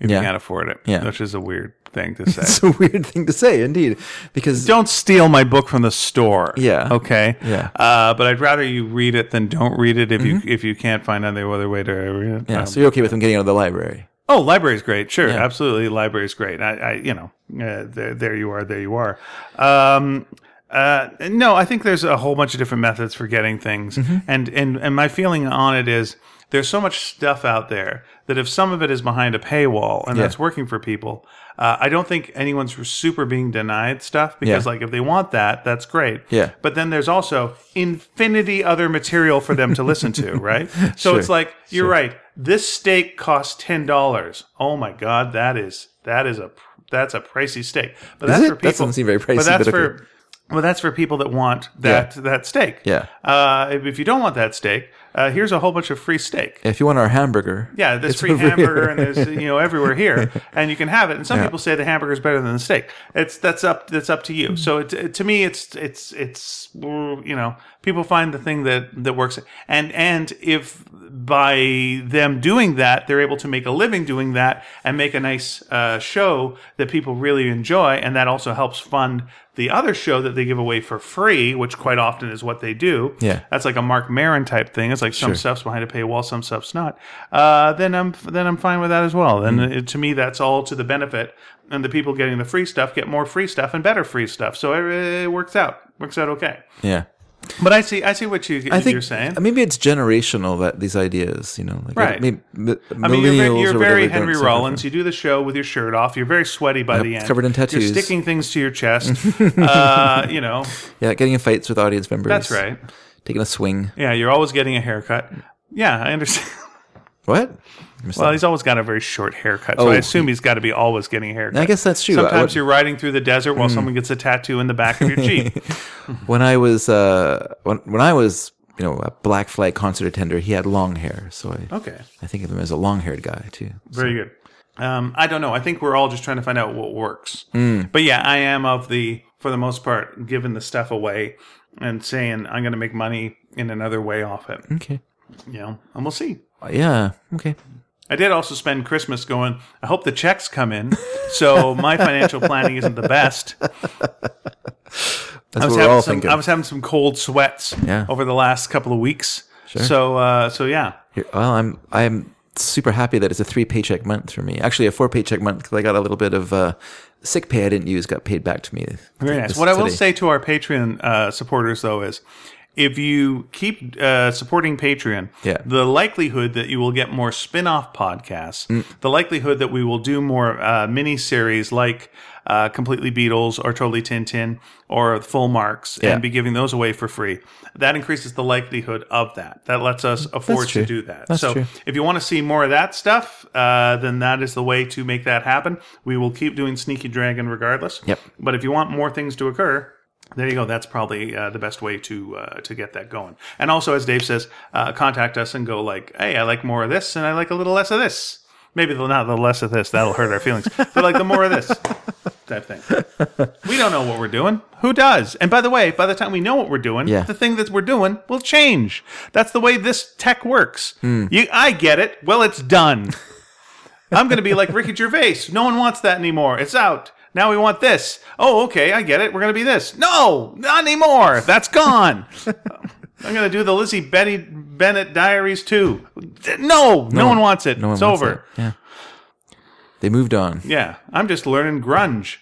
S2: If
S1: Yeah.
S2: you can't afford it,
S1: Yeah.
S2: which is a weird thing
S1: [LAUGHS]
S2: to
S1: [LAUGHS]
S2: say.
S1: it's a weird thing to say, indeed, because
S2: don't steal my book from the store.
S1: Yeah.
S2: Okay.
S1: Yeah. Mm-hmm.
S2: Uh, but I'd rather you read it than don't read it if you if you can't find any other way to read it.
S1: yeah,
S2: Um,
S1: so you're okay with them getting out of the library.
S2: Oh, library's great. Sure, absolutely, library's great. I, I you know, uh, there, there you are, there you are. Um, uh, no, I think there's a whole bunch of different methods for getting things,
S1: Mm-hmm.
S2: and and and my feeling on it is there's so much stuff out there that if some of it is behind a paywall and that's working for people, uh, I don't think anyone's super being denied stuff because
S1: Yeah.
S2: like if they want that, that's great.
S1: Yeah.
S2: But then there's also infinity other material for them to listen
S1: [LAUGHS]
S2: to, right? So it's like you're right. This steak costs ten dollars. Oh my god, that is that is a that's a pricey steak. But that's
S1: it?
S2: for
S1: That
S2: people.
S1: doesn't seem very pricey,
S2: But that's
S1: but
S2: for
S1: okay.
S2: well, that's for people that want that that steak.
S1: Yeah.
S2: Uh, if, if you don't want that steak, uh, here's a whole bunch of free steak.
S1: If you want our hamburger,
S2: Yeah, there's
S1: it's
S2: free
S1: over here.
S2: hamburger and there's you know everywhere
S1: [LAUGHS]
S2: here, and you can have it. And some people say the hamburger is better than the steak. It's that's up that's up to
S1: Mm-hmm.
S2: you. So it, it- to me, it's it's it's you know people find the thing that that works, and and if by them doing that they're able to make a living doing that and make a nice uh, show that people really enjoy, and that also helps fund the other show that they give away for free, which quite often is what they do
S1: Yeah.
S2: that's like a Mark Marin type thing. It's like some stuff's behind a paywall, some stuff's not. Uh, then I'm then I'm fine with that as well. Then
S1: Mm.
S2: it, to me, that's all to the benefit, and the people getting the free stuff get more free stuff and better free stuff. So it, it works out, works out okay.
S1: yeah.
S2: But I see, I see what you
S1: I think
S2: you're saying.
S1: maybe it's generational that these ideas, you know, like
S2: Right.
S1: Maybe, m-
S2: I mean, you're very,
S1: millennials
S2: you're
S1: or whatever
S2: very
S1: don't
S2: Henry
S1: suffer from-
S2: Rollins. You do the show with your shirt off. You're very sweaty by the end.
S1: covered in tattoos.
S2: You're sticking things to
S1: [LAUGHS]
S2: your chest. uh, you know,
S1: Yeah, getting in fights with audience members.
S2: that's right.
S1: Taking a swing.
S2: Yeah, you're always getting a haircut. Yeah, I understand.
S1: What? I missed
S2: Well,
S1: that.
S2: he's always got a very short haircut, so
S1: Oh,
S2: I assume he's got to be always getting a haircut.
S1: I guess that's true. I Hmm.
S2: Sometimes
S1: would-
S2: you're riding through the desert while someone gets a tattoo in the back of
S1: [LAUGHS]
S2: your cheek.
S1: when I was uh, when when I was you know a Black Flag concert attender, he had long hair, so I
S2: okay,
S1: I think of him as a long haired guy too.
S2: very good. Um, I don't know. I think we're all just trying to find out what works.
S1: Hmm.
S2: But yeah, I am of the, for the most part, giving the stuff away and saying I'm going to make money in another way off it.
S1: Okay,
S2: You know, and we'll see.
S1: yeah, okay,
S2: I did also spend Christmas going. I hope the checks come in,
S1: [LAUGHS]
S2: so my financial planning isn't the best.
S1: that's
S2: I
S1: what
S2: was having
S1: we're all
S2: some,
S1: thinking.
S2: I was having some cold sweats
S1: Yeah.
S2: over the last couple of weeks. So uh, so yeah.
S1: Here- well, I'm I'm super happy that it's a three paycheck month for me. Actually, a four paycheck month because I got a little bit of uh, sick pay I didn't use got paid back to me.
S2: Very nice. What I will say to our Patreon uh, supporters though is if you keep uh, supporting Patreon,
S1: Yeah.
S2: the likelihood that you will get more spin off podcasts,
S1: Mm.
S2: the likelihood that we will do more uh, mini series like uh, Completely Beatles or Totally Tintin or Full Marks
S1: Yeah.
S2: and be giving those away for free, that increases the likelihood of that. That lets us afford to
S1: true.
S2: do that.
S1: That's
S2: so
S1: true.
S2: if you want to see more of that stuff, uh, then that is the way to make that happen. We will keep doing Sneaky Dragon regardless.
S1: Yep.
S2: But if you want more things to occur, there you go. That's probably uh, the best way to uh, to get that going. And also, as Dave says, uh, contact us and go like, "Hey, I like more of this, and I like a little less of this." Maybe the, not the less of this. That'll hurt our feelings. but like the more of this type thing. [LAUGHS] We don't know what we're doing. Who does? And by the way, by the time we know what we're doing,
S1: Yeah.
S2: the thing that we're doing will change. That's the way this tech works.
S1: Hmm.
S2: You, I get it. Well, it's done. [LAUGHS] I'm going to be like Ricky Gervais. No one wants that anymore. It's out. Now we want this. Oh, okay. I get it. We're going to be this. No, not anymore. That's gone. [LAUGHS] I'm going to do the Lizzie Betty Bennett Diaries too. No, no, one, wants it.
S1: No one
S2: it's
S1: wants
S2: over.
S1: that. Yeah. They moved on.
S2: Yeah, I'm just learning [LAUGHS] grunge.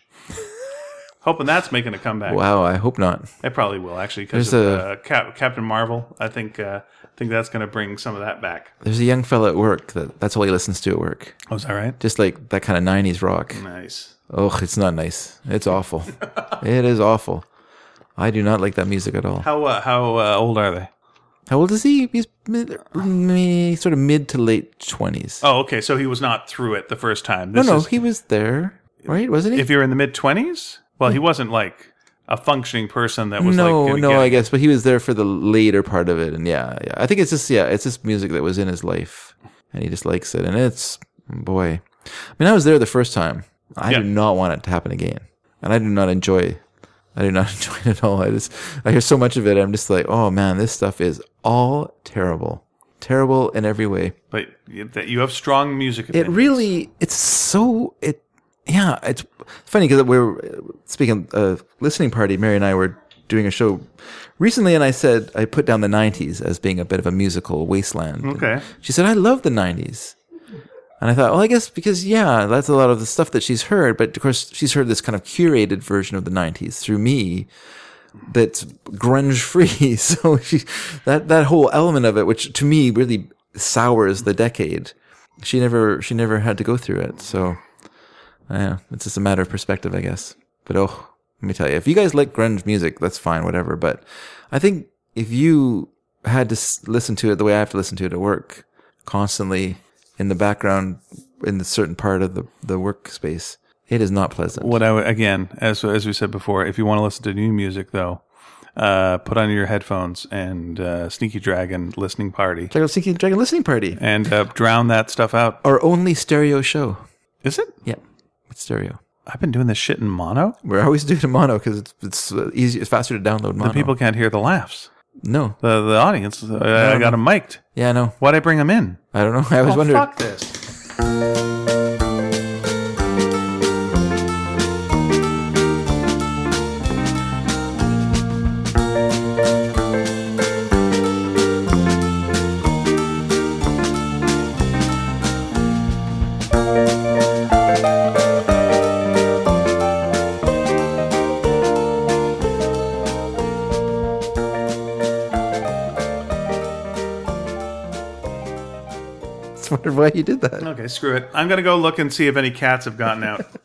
S2: Hoping that's making a comeback.
S1: Wow, I hope not.
S2: It probably will actually because
S1: There's
S2: of
S1: a-
S2: uh, Cap- Captain Marvel. I think uh, I think that's going to bring some of that back.
S1: There's a young fella at work that that's all he listens to at work.
S2: Oh, is that right?
S1: Just like that kind of 90s rock.
S2: Nice.
S1: Oh, it's not nice. It's awful. it is awful. I do not like that music at all.
S2: How uh, how uh, old are they?
S1: How old is he? He's mid, mid, sort of mid to late 20s.
S2: Oh, okay. So he was not through it the first time.
S1: no,
S2: This
S1: no,
S2: is-
S1: he was there, right? Wasn't he?
S2: if you're in the mid twenties, well, he wasn't like a functioning person that was
S1: Hmm. no,
S2: like gonna
S1: no,
S2: get-
S1: I guess, but he was there for the later part of it, and yeah, yeah. I think it's just yeah, it's just music that was in his life, and he just likes it, and it's boy. I mean, I was there the first time. I
S2: Yeah.
S1: do not want it to happen again, and I do not enjoy. I do not [LAUGHS] enjoy it at all. I just I hear so much of it. I'm just like, oh man, this stuff is all terrible, terrible in every way.
S2: but you- that you have strong music.
S1: It
S2: opinion.
S1: really, it's so it, yeah. It's funny because we were uh, speaking of listening party. Mary and I were doing a show recently, and I said I put down the '90s as being a bit of a musical wasteland.
S2: Okay.
S1: She said I love the '90s, and I thought, well, I guess because yeah, that's a lot of the stuff that she's heard. But of course, she's heard this kind of curated version of the '90s through me that's grunge free. [LAUGHS] So she, that that whole element of it, which to me really sours the decade. She never she never had to go through it. So yeah, it's just a matter of perspective, I guess. But oh, let me tell you, if you guys like grunge music, that's fine, whatever. But I think if you had to s- listen to it the way I have to listen to it at work, constantly in the background, in the certain part of the the workspace, it is not pleasant.
S2: What I would- again, as as we said before, if you want to listen to new music though, uh, put on your headphones and uh, Sneaky Dragon listening party
S1: Check out Sneaky Dragon Listening Party,
S2: and uh, drown that stuff out.
S1: our only stereo show.
S2: Is it?
S1: Yeah, it's stereo.
S2: I've been doing this shit in mono.
S1: We're always [LAUGHS] doing it mono because it's it's uh, easy, it's faster to download mono.
S2: People can't hear the laughs.
S1: no,
S2: The the audience. Uh, I got them mic'd.
S1: yeah, no,
S2: Why'd I bring them in?
S1: I don't know. [LAUGHS] I always wondered.
S2: Oh, Fuck this.
S1: I wondered why you did that. [LAUGHS]
S2: Okay, screw it. I'm gonna go look and see if any cats have gotten out.